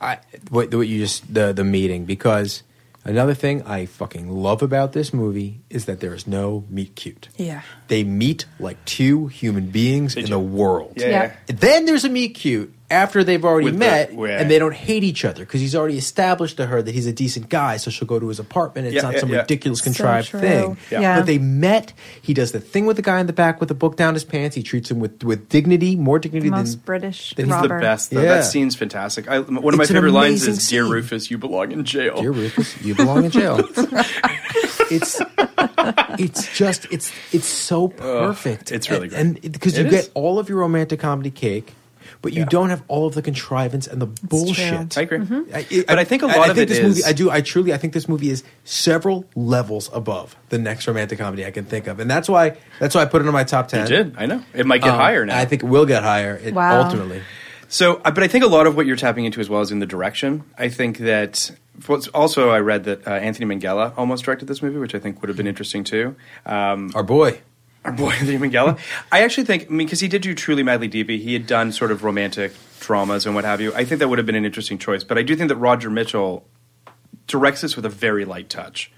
Speaker 6: I, what what you just the the meeting because another thing I fucking love about this movie is that there is no meet cute.
Speaker 9: Yeah.
Speaker 6: They meet like two human beings in the world.
Speaker 7: Yeah, Yeah.
Speaker 6: Then there's a meet cute after they've already
Speaker 7: With the-
Speaker 6: met
Speaker 7: yeah.
Speaker 6: and they don't hate each other because he's already established to her that he's a decent guy, so she'll go to his apartment. It's
Speaker 7: Yeah,
Speaker 6: not
Speaker 7: yeah,
Speaker 6: some
Speaker 7: yeah.
Speaker 6: ridiculous
Speaker 7: So
Speaker 6: contrived
Speaker 7: true.
Speaker 6: thing.
Speaker 7: Yeah. Yeah.
Speaker 6: But they met. He does the thing with the guy in the back with the book down his pants. He treats him with, with dignity, more dignity than
Speaker 8: most British
Speaker 6: then
Speaker 7: He's
Speaker 8: robber.
Speaker 7: the best. Though.
Speaker 6: Yeah.
Speaker 7: That scene's fantastic. I, one of my
Speaker 6: It's an
Speaker 7: favorite lines
Speaker 6: amazing
Speaker 7: is "Dear Rufus, you belong in jail."
Speaker 6: Dear Rufus, you belong in jail. it's it's just it's it's so perfect.
Speaker 7: it's really
Speaker 6: And- and because you
Speaker 7: It is.
Speaker 6: get all of your romantic comedy cake, but you don't have all of the contrivance and the bullshit.
Speaker 7: I agree.
Speaker 6: Mm-hmm.
Speaker 7: But I think a lot of it
Speaker 6: think this movie.
Speaker 7: is-
Speaker 6: I do. I truly. I think this movie is several levels above the next romantic comedy I can think of, and that's why. That's why I put it in my top ten.
Speaker 7: You did. I know. It might get
Speaker 6: Um,
Speaker 7: higher now.
Speaker 6: I think it will get higher. It,
Speaker 7: Wow.
Speaker 6: Ultimately,
Speaker 7: So, uh, but I think a lot of what you're tapping into as well is in the direction. I think that what's also I read that uh, Anthony Minghella almost directed this movie, which I think would have been interesting too. Um,
Speaker 6: our boy,
Speaker 7: our boy Anthony Minghella. I actually think I mean because he did do Truly Madly Deeply, he had done sort of romantic dramas and what have you. I think that would have been an interesting choice, but I do think that Roger Mitchell directs this with a very light touch.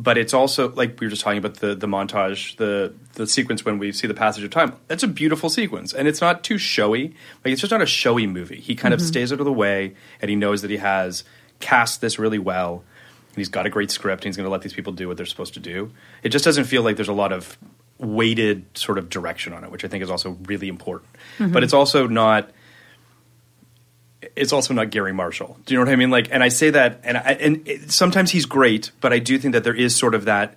Speaker 7: But it's also like we were just talking about the the montage, the the sequence when we see the passage of time. That's a beautiful sequence, and it's not too showy. Like it's just not a showy movie. He kind of
Speaker 10: Mhm.
Speaker 7: stays out of the way, and he knows that he has cast this really well, and he's got a great script. and He's going to let these people do what they're supposed to do. It just doesn't feel like there's a lot of weighted sort of direction on it, which I think is also really important.
Speaker 10: Mhm.
Speaker 7: But it's also not it's also not Gary Marshall. Do you know what I mean? Like, and I say that, and I, and it, sometimes he's great, but I do think that there is sort of that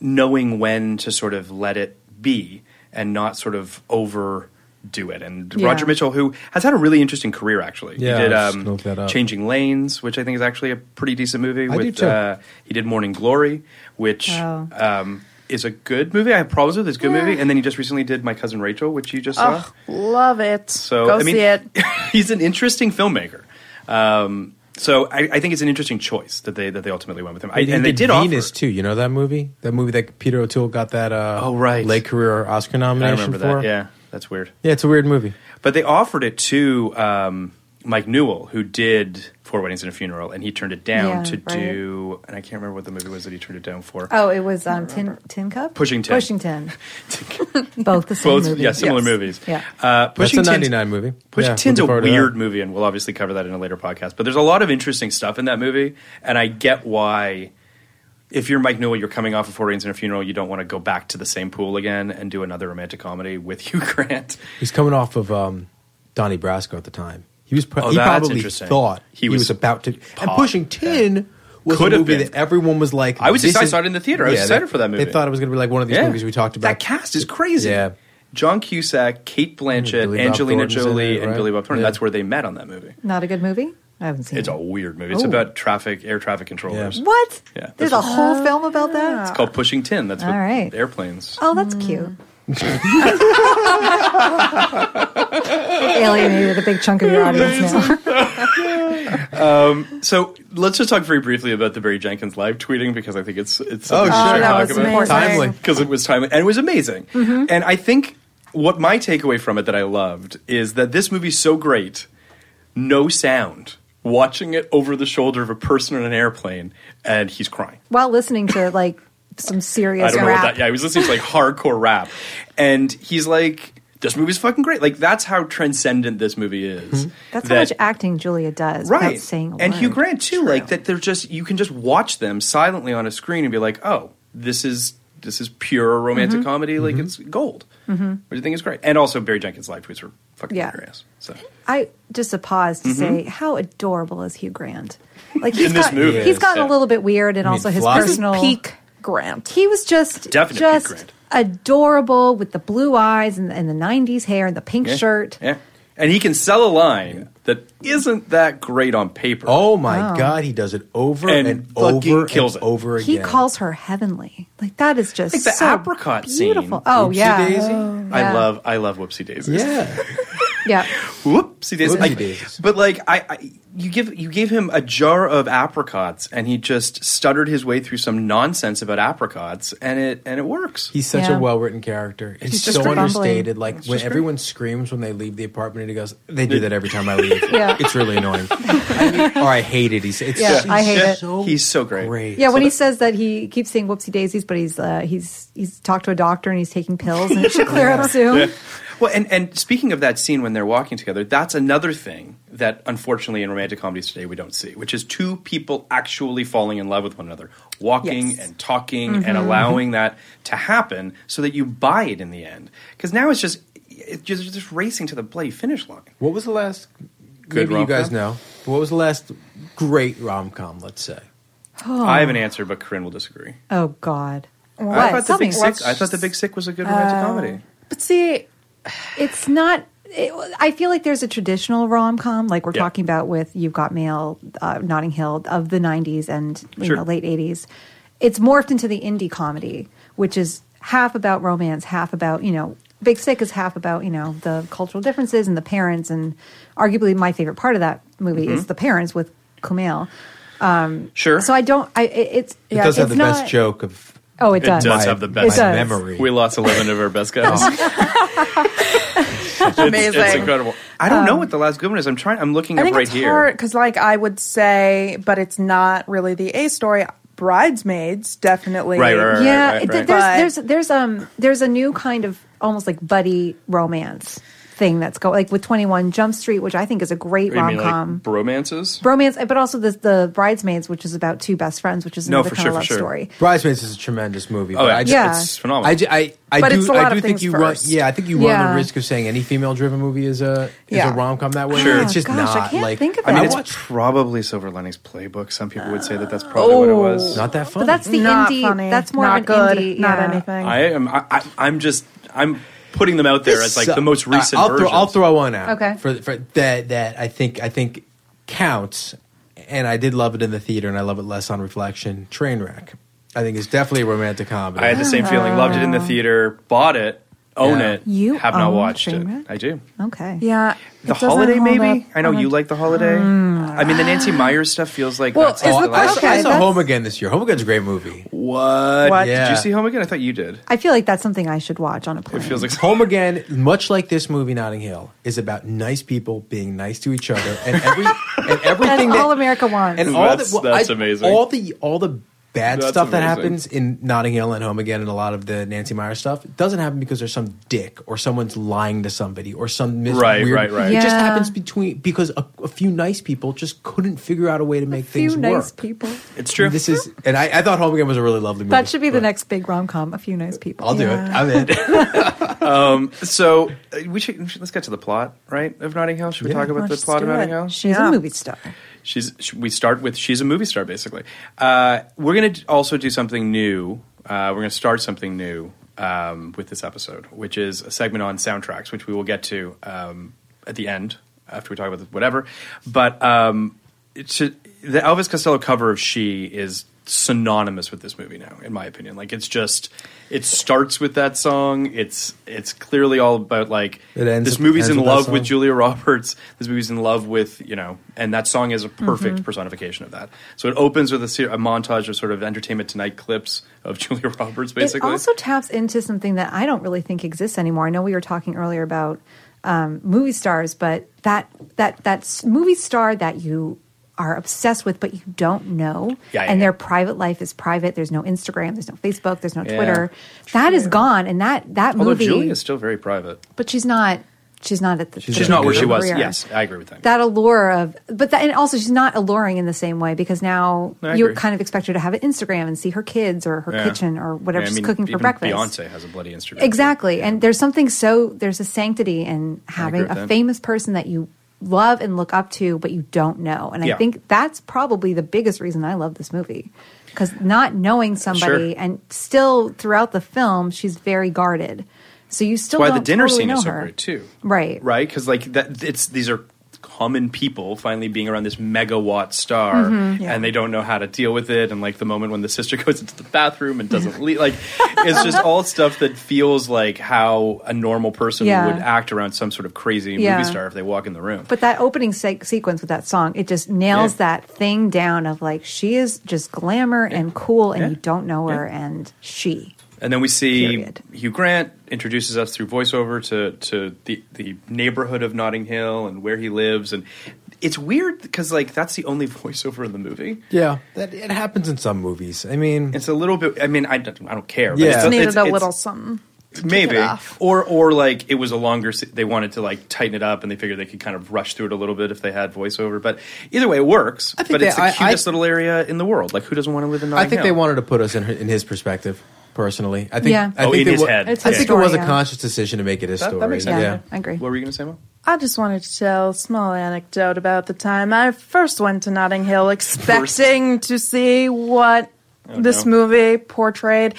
Speaker 7: knowing when to sort of let it be and not sort of overdo it. And
Speaker 10: Yeah.
Speaker 7: Roger Mitchell, who has had a really interesting career, actually,
Speaker 6: Yeah,
Speaker 7: he did
Speaker 6: I was gonna look that
Speaker 7: um,
Speaker 6: up.
Speaker 7: Changing Lanes, which I think is actually a pretty decent movie.
Speaker 6: I do
Speaker 7: with
Speaker 6: too.
Speaker 7: Uh, he did Morning Glory, which.
Speaker 9: Oh.
Speaker 8: Wow.
Speaker 7: Um, is a good movie. I have problems with. It's a good movie, and then he just recently did My Cousin Rachel, which you just saw.
Speaker 9: Ugh, love it.
Speaker 7: So
Speaker 9: Go
Speaker 7: I mean,
Speaker 9: see it.
Speaker 7: he's an interesting filmmaker. Um, so I, I think it's an interesting choice that they that they ultimately went with him. I,
Speaker 6: He
Speaker 7: and they did offer.
Speaker 6: Venus too. You know that movie? That movie that Peter O'Toole got that uh, oh right late career Oscar
Speaker 7: I
Speaker 6: nomination
Speaker 7: remember
Speaker 6: for.
Speaker 7: that. Yeah, that's weird.
Speaker 6: yeah, it's a weird movie.
Speaker 7: But they offered it to um, Mike Newell, who did Four Weddings and a Funeral, and he turned it down
Speaker 8: Yeah,
Speaker 7: to
Speaker 8: right.
Speaker 7: do. And I can't remember what the movie was that he turned it down for.
Speaker 8: Oh, it was um, tin, tin Cup?
Speaker 7: Pushing Tin.
Speaker 8: Pushing Tin. Both the same
Speaker 7: Both,
Speaker 8: movie.
Speaker 7: yeah, similar movies.
Speaker 8: Yeah.
Speaker 7: Uh,
Speaker 6: That's
Speaker 7: Pushing
Speaker 6: a
Speaker 7: Tin's-
Speaker 6: 99 movie.
Speaker 7: Pushing
Speaker 6: Yeah,
Speaker 7: Tin's a
Speaker 6: looking forward to that.
Speaker 7: weird movie, and we'll obviously cover that in a later podcast. But there's a lot of interesting stuff in that movie, and I get why. If you're Mike Newell, you're coming off of Four Rings and a Funeral, you don't want to go back to the same pool again and do another romantic comedy with Hugh Grant.
Speaker 6: He's coming off of um, Donnie Brasco at the time. He was pro-
Speaker 7: Oh,
Speaker 6: he
Speaker 7: that's
Speaker 6: probably
Speaker 7: interesting.
Speaker 6: thought
Speaker 7: He
Speaker 6: he, was,
Speaker 7: was
Speaker 6: about to and
Speaker 7: pop,
Speaker 6: pushing tin was
Speaker 7: Could
Speaker 6: a
Speaker 7: have
Speaker 6: movie
Speaker 7: been.
Speaker 6: that everyone was like.
Speaker 7: I was
Speaker 6: this
Speaker 7: excited. I
Speaker 6: is-
Speaker 7: saw it in the theater. I was
Speaker 6: Yeah,
Speaker 7: excited
Speaker 6: they-
Speaker 7: for that movie.
Speaker 6: They thought it was going to be like one of these
Speaker 7: Yeah.
Speaker 6: movies we talked about.
Speaker 7: That cast is crazy.
Speaker 6: Yeah.
Speaker 7: John Cusack, Kate Blanchett,
Speaker 6: Billy Bob
Speaker 7: Angelina
Speaker 6: Thornton's in
Speaker 7: Jolie,
Speaker 6: it,
Speaker 7: and
Speaker 6: right?
Speaker 7: Billy Bob Thornton.
Speaker 6: Yeah.
Speaker 7: That's where they met on that movie.
Speaker 8: Not a good movie? I haven't seen
Speaker 7: It's
Speaker 8: it.
Speaker 7: a weird movie. It's
Speaker 8: Ooh.
Speaker 7: about traffic, air traffic controllers.
Speaker 8: What?
Speaker 7: Yeah,
Speaker 8: There's a
Speaker 7: that's
Speaker 8: whole film about that?
Speaker 7: It's called Pushing Tin. That's what
Speaker 8: All right.
Speaker 7: airplanes.
Speaker 8: Oh, that's cute. Mm. Alienated with a big chunk of your audience now.
Speaker 7: Um, so let's just talk very briefly about the Barry Jenkins live tweeting because I think it's it's
Speaker 6: Oh,
Speaker 7: something
Speaker 6: sure.
Speaker 7: we should
Speaker 6: Oh, that
Speaker 7: talk
Speaker 6: was
Speaker 7: about.
Speaker 6: amazing. Timely.
Speaker 7: because it was timely and it was amazing.
Speaker 8: Mm-hmm.
Speaker 6: Mhm.
Speaker 7: And I think what my takeaway from it that I loved is that this movie's so great, no sound. Watching it over the shoulder of a person on an airplane, and he's crying.
Speaker 8: While listening to like some serious
Speaker 7: I don't
Speaker 8: rap.
Speaker 7: know what that. Yeah, I was listening to like hardcore rap, and he's like, "This movie's fucking great." Like that's how transcendent this movie is.
Speaker 8: Mm-hmm. That's
Speaker 7: That-
Speaker 8: how much acting Julia does. without
Speaker 7: right?
Speaker 8: Saying a
Speaker 7: and
Speaker 8: word.
Speaker 7: Hugh Grant too. Like that, they're just you can just watch them silently on a screen and be like, "Oh, this is this is pure romantic
Speaker 8: Mhm.
Speaker 7: comedy.
Speaker 6: Mm-hmm.
Speaker 7: Like it's gold,"
Speaker 8: Mhm.
Speaker 7: which I think is great. And also, Barry Jenkins' live tweets were fucking
Speaker 8: Yeah.
Speaker 7: hilarious. So
Speaker 8: I just a pause to
Speaker 7: Mhm.
Speaker 8: say how adorable is Hugh Grant? Like
Speaker 7: In
Speaker 8: he's
Speaker 7: this
Speaker 8: got,
Speaker 7: movie.
Speaker 8: he's gotten
Speaker 7: Yeah.
Speaker 8: a little bit weird, and
Speaker 7: I mean,
Speaker 8: also his
Speaker 7: Fly- This is
Speaker 8: personal
Speaker 9: peak Grant.
Speaker 8: He was just
Speaker 7: Definite peak
Speaker 8: just
Speaker 7: Grant.
Speaker 8: adorable with the blue eyes and, and the '90s hair and the pink
Speaker 7: Yeah.
Speaker 8: shirt.
Speaker 7: yeah, and he can sell a line that isn't that great on paper.
Speaker 6: Oh my
Speaker 8: Wow.
Speaker 6: god, he does it over
Speaker 7: And
Speaker 6: and,
Speaker 7: fucking
Speaker 6: over
Speaker 7: kills
Speaker 6: and
Speaker 7: it.
Speaker 6: over again.
Speaker 8: He calls her heavenly. Like that is just
Speaker 7: Like the
Speaker 8: so
Speaker 7: apricot scene.
Speaker 8: beautiful. Oh
Speaker 7: Whoopsie
Speaker 8: yeah.
Speaker 7: daisy.
Speaker 8: Oh,
Speaker 7: I
Speaker 8: yeah.
Speaker 7: love I love Whoopsie Daisy.
Speaker 6: Yeah.
Speaker 8: yeah.
Speaker 7: Whoopsie daisies.
Speaker 6: Whoopsie
Speaker 7: Like,
Speaker 6: daisies.
Speaker 7: But like I, I you give you gave him a jar of apricots and he just stuttered his way through some nonsense about apricots and it and it works.
Speaker 6: He's such
Speaker 7: Yeah.
Speaker 6: a well written character.
Speaker 7: He's
Speaker 6: It's
Speaker 7: just
Speaker 6: so
Speaker 7: great.
Speaker 6: understated. Like
Speaker 7: It's
Speaker 6: when
Speaker 7: just great.
Speaker 6: everyone screams when they leave the apartment, and he goes, "They do that every time I leave.
Speaker 8: Yeah.
Speaker 6: It's really annoying." I mean, or I hate it. He's it's
Speaker 8: Yeah,
Speaker 6: just-
Speaker 8: I hate
Speaker 6: he's
Speaker 8: it.
Speaker 6: So
Speaker 7: he's so great.
Speaker 8: Yeah, when he says that he keeps saying whoopsie daisies, but he's uh, he's he's talked to a doctor and he's taking pills and it should clear up soon.
Speaker 7: Yeah. Well, and, and speaking of that scene when they're walking together, that's another thing that unfortunately in romantic comedies today we don't see, which is two people actually falling in love with one another, walking
Speaker 10: Yes.
Speaker 7: and talking and
Speaker 10: Mhm.
Speaker 7: allowing that to happen so that you buy it in the end. Because now it's just it's just, you're just racing to the bloody finish line.
Speaker 6: What was the last?
Speaker 7: Good
Speaker 6: maybe you guys
Speaker 7: rom-com?
Speaker 6: know. What was the last great rom com? Let's say.
Speaker 7: I have an answer, but Corinne will disagree.
Speaker 8: Oh God.
Speaker 7: I
Speaker 8: What?
Speaker 7: thought
Speaker 8: Tell
Speaker 7: the
Speaker 8: me.
Speaker 7: Big Sick. I thought the Big Sick was a good romantic
Speaker 8: Oh.
Speaker 7: comedy.
Speaker 8: But see, it's not. It, I feel like there's a traditional rom com, like we're
Speaker 7: Yeah.
Speaker 8: talking about with You've Got Mail, uh, Notting Hill of the 90s and you
Speaker 11: Sure.
Speaker 8: know, late 80s. It's morphed into the indie comedy, which is half about romance, half about, you know, Big Sick is half about, you know, the cultural differences and the parents. And arguably my favorite part of that movie
Speaker 7: Mhm.
Speaker 8: is the parents with Kumail. Um,
Speaker 7: Sure.
Speaker 8: So I don't, I, it, it's,
Speaker 6: It does have
Speaker 8: it's
Speaker 6: the
Speaker 8: not,
Speaker 6: best joke of.
Speaker 8: Oh, it does.
Speaker 6: my-
Speaker 7: have the best
Speaker 8: It does.
Speaker 6: memory.
Speaker 7: We lost eleven of our best guys. It's- It's,
Speaker 9: Amazing.
Speaker 7: incredible. I don't know
Speaker 9: Um,
Speaker 7: what the last good one is. I'm trying. I'm looking
Speaker 9: I
Speaker 7: up
Speaker 9: think
Speaker 7: right
Speaker 9: it's
Speaker 7: here.
Speaker 9: hard because, like, I would say, but it's not really the A story. Bridesmaids, definitely.
Speaker 7: Right, right, right,
Speaker 8: yeah, it-
Speaker 9: But-
Speaker 8: there's there's there's um there's a new kind of almost like buddy romance thing that's going like with 21 Jump Street, which I think is a great
Speaker 7: What do you
Speaker 8: rom
Speaker 7: mean,
Speaker 8: com.
Speaker 7: like bromances?
Speaker 8: Bromance, but also the, the Bridesmaids, which is about two best friends, which is
Speaker 7: No,
Speaker 8: another
Speaker 7: for
Speaker 8: kind
Speaker 7: sure,
Speaker 8: of
Speaker 7: for
Speaker 8: love
Speaker 7: sure.
Speaker 8: story.
Speaker 6: Bridesmaids is a tremendous movie.
Speaker 7: Oh,
Speaker 6: but
Speaker 7: yeah,
Speaker 6: I
Speaker 7: it's-
Speaker 6: ju-
Speaker 8: Yeah. it's
Speaker 7: phenomenal.
Speaker 6: I, ju- I, I
Speaker 8: But
Speaker 6: do,
Speaker 8: it's a lot
Speaker 6: I do
Speaker 8: of
Speaker 6: think
Speaker 8: things
Speaker 6: you run.
Speaker 8: first.
Speaker 6: Yeah, I think you run
Speaker 8: Yeah.
Speaker 6: the risk of saying any female-driven movie is a is
Speaker 8: Yeah.
Speaker 6: a rom-com that way.
Speaker 7: Sure.
Speaker 6: It's just
Speaker 8: Gosh, I
Speaker 6: not
Speaker 8: can't
Speaker 6: like
Speaker 8: think of
Speaker 7: I mean,
Speaker 8: I
Speaker 7: it's
Speaker 8: watched-
Speaker 7: probably Silver Linings Playbook. Some people would say that that's probably what it
Speaker 8: Oh.
Speaker 7: was.
Speaker 6: not that fun.
Speaker 8: But that's the
Speaker 9: Not
Speaker 8: indie.
Speaker 9: funny.
Speaker 8: That's more
Speaker 9: Not
Speaker 8: of an
Speaker 9: good.
Speaker 8: indie.
Speaker 9: Not
Speaker 8: yeah.
Speaker 9: anything.
Speaker 7: I am. I, I, I'm just. I'm putting them out there as like
Speaker 6: So-
Speaker 7: the most recent
Speaker 6: I'll throw,
Speaker 7: versions.
Speaker 6: I'll throw one out.
Speaker 8: Okay.
Speaker 6: For, for that that I think I think counts, and I did love it in the theater, and I love it less on reflection. Trainwreck, I think is definitely a romantic comedy.
Speaker 7: I had the same feeling. Loved it in the theater. Bought it. Own
Speaker 6: Yeah.
Speaker 7: it.
Speaker 8: Uh. You
Speaker 7: have not
Speaker 8: own
Speaker 7: watched it.
Speaker 8: Trainwreck?
Speaker 7: I do.
Speaker 8: Okay.
Speaker 9: Yeah.
Speaker 7: The
Speaker 9: it doesn't
Speaker 7: holiday,
Speaker 9: hold
Speaker 7: maybe.
Speaker 9: up Uh-huh.
Speaker 7: I know
Speaker 9: on a-
Speaker 8: Uh-huh.
Speaker 7: you like the holiday. I mean, the Nancy Myers stuff feels like.
Speaker 9: Well,
Speaker 7: that's
Speaker 9: is
Speaker 7: all
Speaker 9: the
Speaker 7: I like.
Speaker 6: Oh, I, saw- I
Speaker 9: Okay,
Speaker 6: saw
Speaker 9: that's-
Speaker 6: Home Again this year. Home Again's a great movie.
Speaker 7: What?
Speaker 9: What?
Speaker 6: Yeah.
Speaker 7: Did you see Home Again? I thought you did.
Speaker 8: I feel like that's something I should watch on a plane.
Speaker 7: It feels like
Speaker 6: Home Again, much like this movie Notting Hill, is about nice people being nice to each other and every and everything
Speaker 8: That's all
Speaker 6: that,
Speaker 8: America wants.
Speaker 6: and
Speaker 7: That's- that's amazing.
Speaker 6: All the all the bad
Speaker 7: That's
Speaker 6: stuff that
Speaker 7: amazing.
Speaker 6: happens in Notting Hill and Home Again, and a lot of the Nancy Myers stuff it doesn't happen because there's some dick or someone's lying to somebody or some mis-
Speaker 7: Right,
Speaker 6: weird.
Speaker 7: right, right.
Speaker 6: It just
Speaker 8: Yeah.
Speaker 6: happens between because a, a few nice people just couldn't figure out a way to make
Speaker 8: few
Speaker 6: things
Speaker 8: nice
Speaker 6: work.
Speaker 8: people.
Speaker 7: it's true.
Speaker 6: This is, and I, I thought Home Again was a really lovely movie.
Speaker 8: That should be the
Speaker 6: but
Speaker 8: next big rom com. A few nice people.
Speaker 6: I'll do it. I'm in.
Speaker 7: so. uh, We should let's get to the plot, right? Of Notting Hill. Should we talk about the
Speaker 8: Let's
Speaker 7: plot of
Speaker 8: do
Speaker 7: Notting
Speaker 8: it.
Speaker 7: Hill?
Speaker 8: She's
Speaker 9: Yeah.
Speaker 8: a movie star.
Speaker 7: She's sh- we start with she's a movie star basically. Uh, we're gonna d- also do something new. Uh, we're gonna start something new um, with this episode, which is a segment on soundtracks, which we will get to um, at the end after we talk about the, whatever. But um, it should, the Elvis Costello cover of She is synonymous with this movie now, in my opinion. Like it's just it starts with that song. It's it's clearly all about like
Speaker 6: It ends-
Speaker 7: this movie's in
Speaker 6: ends with that
Speaker 7: love with
Speaker 6: song.
Speaker 7: Julia. Julia Roberts. This movie's in love with you know, and that song is a
Speaker 8: Mm-hmm.
Speaker 7: perfect personification of that. So it opens with a, ser- a montage of sort of Entertainment Tonight clips of Julia Roberts, basically.
Speaker 8: It also taps into something that I don't really think exists anymore. I know we were talking earlier about um, movie stars, but that that that s- movie star that you are obsessed with, but you don't know,
Speaker 7: Yeah, yeah,
Speaker 8: and
Speaker 7: yeah.
Speaker 8: their private life is private. There's no Instagram, there's no Facebook, there's no
Speaker 7: Yeah.
Speaker 8: Twitter. That is gone, and that that
Speaker 7: Although
Speaker 8: movie.
Speaker 7: Julia is still very private.
Speaker 8: but she's not. She's not at the.
Speaker 6: She's
Speaker 8: the
Speaker 7: She's
Speaker 6: Yeah.
Speaker 7: not where
Speaker 8: peak
Speaker 7: she
Speaker 8: of her
Speaker 7: was.
Speaker 8: career
Speaker 7: Yes, I agree with that.
Speaker 8: that allure of but that and also she's not alluring in the same way because now
Speaker 7: I
Speaker 8: you
Speaker 7: agree.
Speaker 8: kind of expect her to have an instagram and see her kids or her
Speaker 7: Yeah.
Speaker 8: kitchen or whatever
Speaker 7: Yeah, I
Speaker 8: she's
Speaker 7: mean,
Speaker 8: cooking for
Speaker 7: even
Speaker 8: breakfast
Speaker 7: Beyonce has a bloody Instagram.
Speaker 8: exactly and there's something so there's a sanctity in
Speaker 7: agree
Speaker 8: having
Speaker 7: with
Speaker 8: a
Speaker 7: that.
Speaker 8: famous person that you love and look up to but you don't know and
Speaker 7: Yeah.
Speaker 8: i think that's probably the biggest reason i love this movie because not knowing somebody
Speaker 7: Sure.
Speaker 8: and still throughout the film she's very guarded so you still
Speaker 7: Why
Speaker 8: don't
Speaker 7: the dinner
Speaker 8: totally
Speaker 7: scene
Speaker 8: know
Speaker 7: is so
Speaker 8: her.
Speaker 7: great too.
Speaker 8: right
Speaker 7: right? Because like that, it's these are common people finally being around this megawatt star,
Speaker 8: Mm-hmm.
Speaker 7: and they don't know how to deal with it. And like the moment when the sister goes into the bathroom and doesn't leave, like it's just all stuff that feels like how a normal person
Speaker 8: Yeah.
Speaker 7: would act around some sort of crazy
Speaker 8: Yeah.
Speaker 7: movie star if they walk in the room.
Speaker 8: But that opening se- sequence with that song, it just nails
Speaker 7: Yeah.
Speaker 8: that thing down of like she is just glamour and cool, and
Speaker 7: Yeah.
Speaker 8: you don't know her,
Speaker 7: Yeah.
Speaker 8: and she.
Speaker 7: And then we see
Speaker 8: Period.
Speaker 7: Hugh Grant introduces us through voiceover to to the the neighborhood of Notting Hill and where he lives, and it's weird because like that's the only voiceover in the movie.
Speaker 6: yeah, that it happens in some movies. I mean,
Speaker 7: It's a little bit. I mean, I don't, I don't care. but
Speaker 6: Yeah.
Speaker 7: it's,
Speaker 6: Just
Speaker 9: Needed
Speaker 7: it's-
Speaker 9: a
Speaker 7: it's-
Speaker 9: little something.
Speaker 7: maybe
Speaker 9: it off.
Speaker 7: or or like it was a longer se- they wanted to like tighten it up and they figured they could kind of rush through it a little bit if they had voiceover but either way it works
Speaker 6: I think
Speaker 7: but it's
Speaker 6: they-
Speaker 7: the
Speaker 6: I-
Speaker 7: cutest
Speaker 6: I-
Speaker 7: little area in the world like who doesn't want to live in Notting
Speaker 6: I think
Speaker 7: Hill?
Speaker 6: they wanted to put us in, her, in his perspective. Personally, I think.
Speaker 8: Yeah.
Speaker 6: I
Speaker 7: Oh,
Speaker 6: think
Speaker 7: in
Speaker 6: they
Speaker 7: his
Speaker 6: wa-
Speaker 7: head. It's
Speaker 6: I
Speaker 7: his
Speaker 6: think it was
Speaker 8: story,
Speaker 6: a
Speaker 8: yeah.
Speaker 6: conscious decision to make it his
Speaker 7: That- that
Speaker 6: story.
Speaker 7: makes sense.
Speaker 8: Yeah,
Speaker 6: Yeah.
Speaker 8: I agree.
Speaker 7: what were you gonna say Mo?
Speaker 9: I just wanted to tell a small anecdote about the time I first went to Notting Hill expecting to see what this
Speaker 7: Oh, no. Mm-hmm.
Speaker 9: movie portrayed.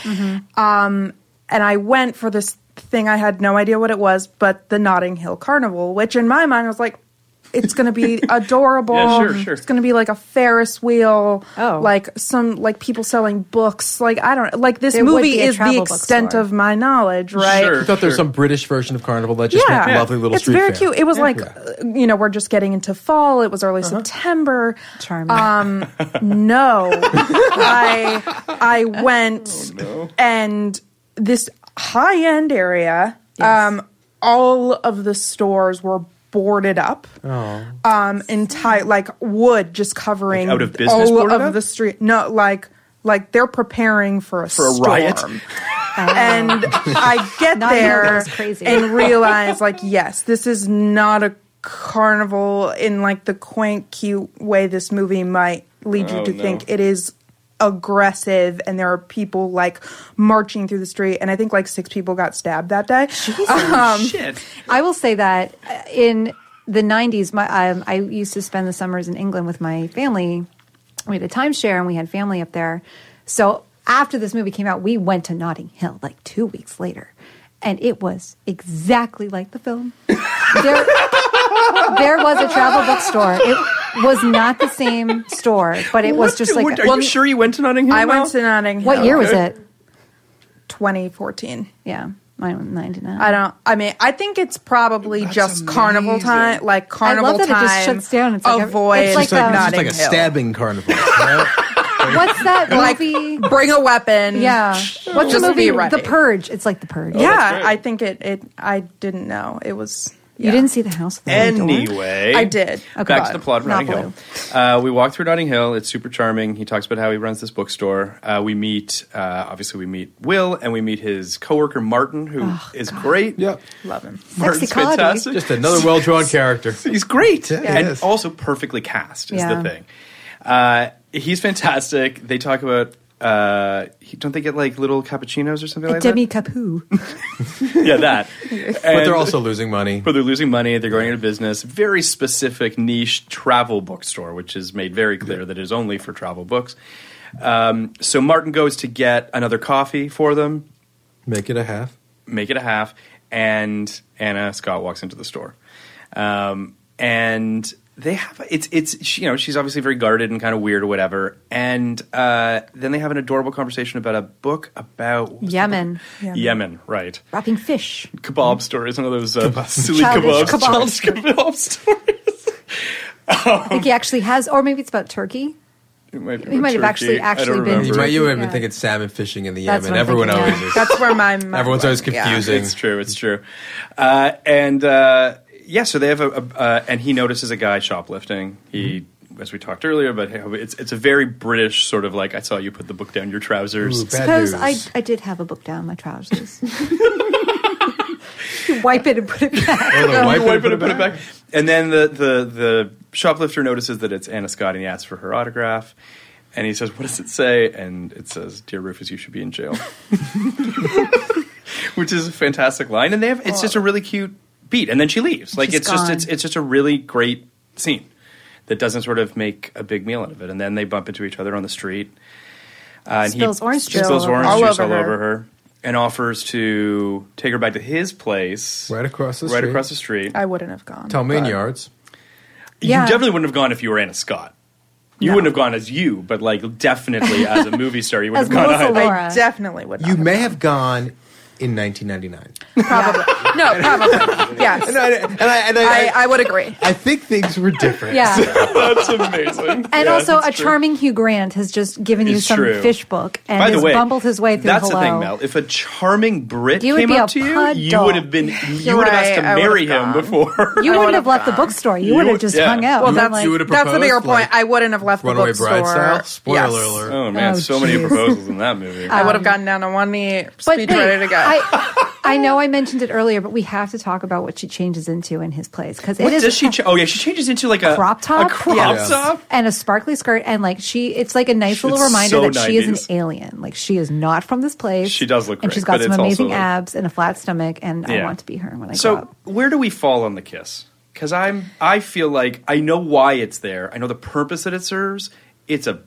Speaker 9: Um, and I went for this thing I had no idea what it was, but the Notting Hill Carnival, which in my mind was like, it's going to be adorable.
Speaker 7: Yeah, sure, sure.
Speaker 9: It's going to be like a Ferris wheel.
Speaker 8: Oh.
Speaker 9: Like some, like people selling books. Like, I don't, like this
Speaker 8: There would
Speaker 9: movie
Speaker 8: be a
Speaker 9: is the
Speaker 8: travel
Speaker 9: extent
Speaker 8: bookstore.
Speaker 9: of my knowledge, right?
Speaker 7: Sure.
Speaker 6: I thought there was
Speaker 7: Sure.
Speaker 6: some British version of Carnival that just meant lovely little
Speaker 9: it's
Speaker 6: street
Speaker 9: very
Speaker 6: fair.
Speaker 9: cute. It was like uh, you know we're just getting into fall. It was early September.
Speaker 8: Charming.
Speaker 9: Um, no, I I went and this high end area. Um, all of the stores were boarded up. Um, entire like wood just covering
Speaker 7: Like, out of business
Speaker 9: all
Speaker 7: boarded
Speaker 9: of
Speaker 7: up?
Speaker 9: the street. No, like like they're preparing for a
Speaker 7: for a riot
Speaker 9: storm. and I get
Speaker 8: Ah. Not knowing
Speaker 9: there
Speaker 8: is crazy.
Speaker 9: and realize, like, yes, this is not a carnival in like the quaint, cute way this movie might lead you
Speaker 8: Oh,
Speaker 9: to
Speaker 8: no.
Speaker 9: think it is aggressive and there are people like marching through the street and i think like six people got stabbed that day
Speaker 8: shit. I will say that uh, in the 90s, my um, I used to spend the summers in England with my family. We had a timeshare and we had family up there. So after this movie came out, we went to Notting Hill like two weeks later. And it was exactly like the film. There, there was a travel bookstore. It was not the same store, but it was
Speaker 9: What
Speaker 8: just
Speaker 9: the-
Speaker 8: like.
Speaker 9: what- are you sure you went to Notting Hill I went now? to Notting
Speaker 8: What
Speaker 9: Hill.
Speaker 8: year was
Speaker 9: Okay.
Speaker 8: it?
Speaker 9: 2014
Speaker 8: yeah mine was 99
Speaker 9: I don't. I mean, I think it's probably just carnival time, like carnival
Speaker 8: that it
Speaker 9: time.
Speaker 8: just shuts down. It's like every-
Speaker 9: avoid
Speaker 8: it's like,
Speaker 6: It's like,
Speaker 8: um,
Speaker 6: it's like a
Speaker 9: Notting Hill.
Speaker 6: stabbing carnival.
Speaker 8: What's that
Speaker 9: Like,
Speaker 8: movie?
Speaker 9: bring a weapon.
Speaker 8: Yeah. What's the
Speaker 9: Just be
Speaker 8: movie?
Speaker 9: ready.
Speaker 8: The Purge. It's like The Purge.
Speaker 7: Oh,
Speaker 9: yeah, I think it. It. I didn't know it was.
Speaker 8: You didn't see the house. With the red door?
Speaker 7: Anyway,
Speaker 9: I did.
Speaker 8: Oh,
Speaker 7: Back
Speaker 9: Okay.
Speaker 7: to the plot of
Speaker 9: Not
Speaker 7: Notting Hill. Uh, we walk through Notting Hill. It's super charming. He talks about how he runs this bookstore. Uh, we meet, uh, obviously, we meet Will and we meet his coworker Martin, who is great. Yep, love him. Martin's
Speaker 6: comedy.
Speaker 7: fantastic.
Speaker 6: Just another well-drawn character.
Speaker 7: He's great
Speaker 6: Yeah, he
Speaker 7: and
Speaker 6: is.
Speaker 7: also perfectly cast is
Speaker 6: Yeah.
Speaker 7: the thing. Uh, he's fantastic. They talk about. Uh, he- don't they get like little cappuccinos or something like that?
Speaker 8: Demi Capu.
Speaker 7: yeah, that.
Speaker 6: But they're also losing money.
Speaker 7: But they're losing money. They're going out of business. Very specific niche travel bookstore, which is made very clear that it is only for travel books. Um, so Martin goes to get another coffee for them,
Speaker 6: Make it a half.
Speaker 7: make it a half, and Anna Scott walks into the store, um, and they have it's it's she, you know she's obviously very guarded and kind of weird or whatever, and uh, then they have an adorable conversation about a book about
Speaker 8: Yemen.
Speaker 7: Yemen, right?
Speaker 8: Wrapping fish.
Speaker 7: kebab store is one of those uh, silly kebabs.
Speaker 8: Childish kebab
Speaker 7: Childish
Speaker 8: store.
Speaker 7: kebab stories.
Speaker 8: I
Speaker 7: Oh.
Speaker 8: think he actually has, or maybe it's about Turkey.
Speaker 7: It might,
Speaker 8: He might have actually- actually been
Speaker 6: You
Speaker 8: to
Speaker 6: might you
Speaker 8: Turkey,
Speaker 6: might have been
Speaker 8: yeah.
Speaker 6: thinking salmon fishing in the
Speaker 8: That's
Speaker 6: Yemen.
Speaker 8: what I'm
Speaker 6: Everyone
Speaker 8: thinking,
Speaker 6: always
Speaker 8: yeah.
Speaker 6: is.
Speaker 9: That's where my mind
Speaker 6: Everyone's always
Speaker 9: went, yeah.
Speaker 6: confusing.
Speaker 7: It's true. It's true. Uh, and uh, yeah, so they have a, a uh, and he notices a guy shoplifting. He. As we talked earlier, but it's it's a very British sort of like I saw you put the book down your trousers.
Speaker 6: Ooh,
Speaker 8: Suppose I, I did have a book down my trousers. You wipe it and put it back.
Speaker 7: Yeah, you Oh, wipe it and put it back. And then the, the, the shoplifter notices that it's Anna Scott and he asks for her autograph. And he says, What does it say? And it says, Dear Rufus, you should be in jail. Which is a fantastic line. And they have it's just a really cute beat. And then she leaves. Like
Speaker 8: She's
Speaker 7: it's just
Speaker 8: gone.
Speaker 7: it's it's just a really great scene that doesn't sort of make a big meal out of it. And then they bump into each other on the street. Uh, and
Speaker 8: Spills
Speaker 7: he
Speaker 8: orange juice
Speaker 7: spills
Speaker 8: all over
Speaker 7: orange
Speaker 8: her.
Speaker 7: juice
Speaker 8: All
Speaker 7: all
Speaker 8: over
Speaker 7: over her and offers to take her back to his place
Speaker 6: Right across the
Speaker 7: right
Speaker 6: street.
Speaker 7: across the street.
Speaker 9: I wouldn't have gone.
Speaker 6: Talman
Speaker 9: but-
Speaker 6: yards.
Speaker 8: Yeah.
Speaker 7: You definitely wouldn't have gone if you were Anna Scott. You wouldn't have gone as you, but like definitely as a movie star, you would
Speaker 8: As
Speaker 7: have gone.
Speaker 8: Melissa
Speaker 7: either.
Speaker 8: Laura.
Speaker 9: I definitely would. Not
Speaker 6: You may have gone in 1999.
Speaker 9: probably no, probably yes.
Speaker 6: And I and I, and I,
Speaker 9: I,
Speaker 6: I,
Speaker 9: I would agree.
Speaker 6: think things were different.
Speaker 8: Yeah.
Speaker 7: That's amazing.
Speaker 8: And
Speaker 7: Yeah,
Speaker 8: also,
Speaker 7: that's
Speaker 8: a
Speaker 7: true.
Speaker 8: charming Hugh Grant has just given you
Speaker 7: It's
Speaker 8: some
Speaker 7: true.
Speaker 8: fish book and
Speaker 7: By the
Speaker 8: has
Speaker 7: way,
Speaker 8: bumbled his way through
Speaker 7: That's
Speaker 8: hello.
Speaker 7: the thing, Mel. If a charming Brit
Speaker 8: You would
Speaker 7: came
Speaker 8: be
Speaker 7: up
Speaker 8: a
Speaker 7: to you, you
Speaker 8: puddle.
Speaker 7: would have been. You would have
Speaker 9: right,
Speaker 7: asked to
Speaker 9: I would
Speaker 7: marry
Speaker 9: have
Speaker 7: him
Speaker 9: gone.
Speaker 7: before.
Speaker 8: You wouldn't
Speaker 9: would've
Speaker 8: have left the
Speaker 9: gone.
Speaker 8: bookstore. You,
Speaker 7: You
Speaker 8: would have
Speaker 7: would-
Speaker 8: just
Speaker 7: yeah.
Speaker 8: hung out.
Speaker 9: Well,
Speaker 8: You
Speaker 9: that's,
Speaker 8: were like,
Speaker 6: Oh. you would've
Speaker 9: that's the bigger
Speaker 6: proposed,
Speaker 9: point.
Speaker 6: like,
Speaker 9: I wouldn't have left the
Speaker 6: Runaway
Speaker 9: bookstore.
Speaker 6: Bride style. Spoiler
Speaker 9: Yes.
Speaker 6: alert.
Speaker 7: oh man,
Speaker 8: Oh,
Speaker 7: so many
Speaker 8: jeez.
Speaker 7: proposals in that movie.
Speaker 9: I would have gotten down on one knee,
Speaker 8: Um, But
Speaker 9: speech
Speaker 8: wait,
Speaker 9: ready to go.
Speaker 8: I, I know I mentioned it earlier, but we have to talk about what she changes into in his place because it
Speaker 7: what
Speaker 8: is
Speaker 7: does she? Ch- oh yeah, she changes into like a
Speaker 8: crop top,
Speaker 7: A crop
Speaker 8: Yes.
Speaker 7: top.
Speaker 8: and a sparkly skirt, and like she, it's like a nice little
Speaker 7: It's
Speaker 8: reminder
Speaker 7: so
Speaker 8: that she is
Speaker 7: 90s.
Speaker 8: an alien. Like she is not from this place.
Speaker 7: She does look
Speaker 8: and
Speaker 7: great,
Speaker 8: she's got
Speaker 7: but
Speaker 8: some
Speaker 7: it's also,
Speaker 8: amazing
Speaker 7: like-
Speaker 8: abs and a flat stomach, and I
Speaker 7: Yeah.
Speaker 8: want to be her when I
Speaker 7: So
Speaker 8: grow up.
Speaker 7: where do we fall on the kiss? Because I'm, I feel like I know why it's there. I know the purpose that it serves. It's a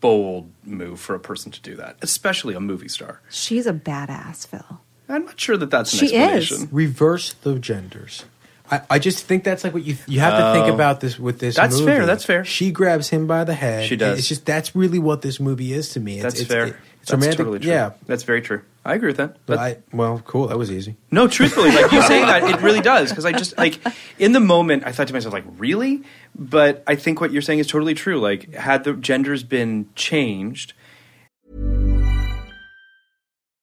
Speaker 7: bold move for a person to do that, especially a movie star.
Speaker 8: She's a badass, Phil.
Speaker 7: I'm not sure that that's an
Speaker 8: She is.
Speaker 7: explanation.
Speaker 6: Reverse the genders. I, I just think that's like what you you have to think about this with this.
Speaker 7: Oh. That's
Speaker 6: movie.
Speaker 7: fair, that's fair.
Speaker 6: She grabs him by the head.
Speaker 7: She does.
Speaker 6: It's just that's really what this movie is to me. It's,
Speaker 7: That's
Speaker 6: it's-
Speaker 7: fair.
Speaker 6: it- it's
Speaker 7: that's
Speaker 6: romantic.
Speaker 7: totally true.
Speaker 6: Yeah.
Speaker 7: that's very true. I agree with that.
Speaker 6: But
Speaker 7: That-
Speaker 6: I, well, cool. That was easy.
Speaker 7: No, truthfully, like you saying that, it really does. Because I just like in the moment, I thought to myself, like, really? But I think what you're saying is totally true. Like, had the genders been changed,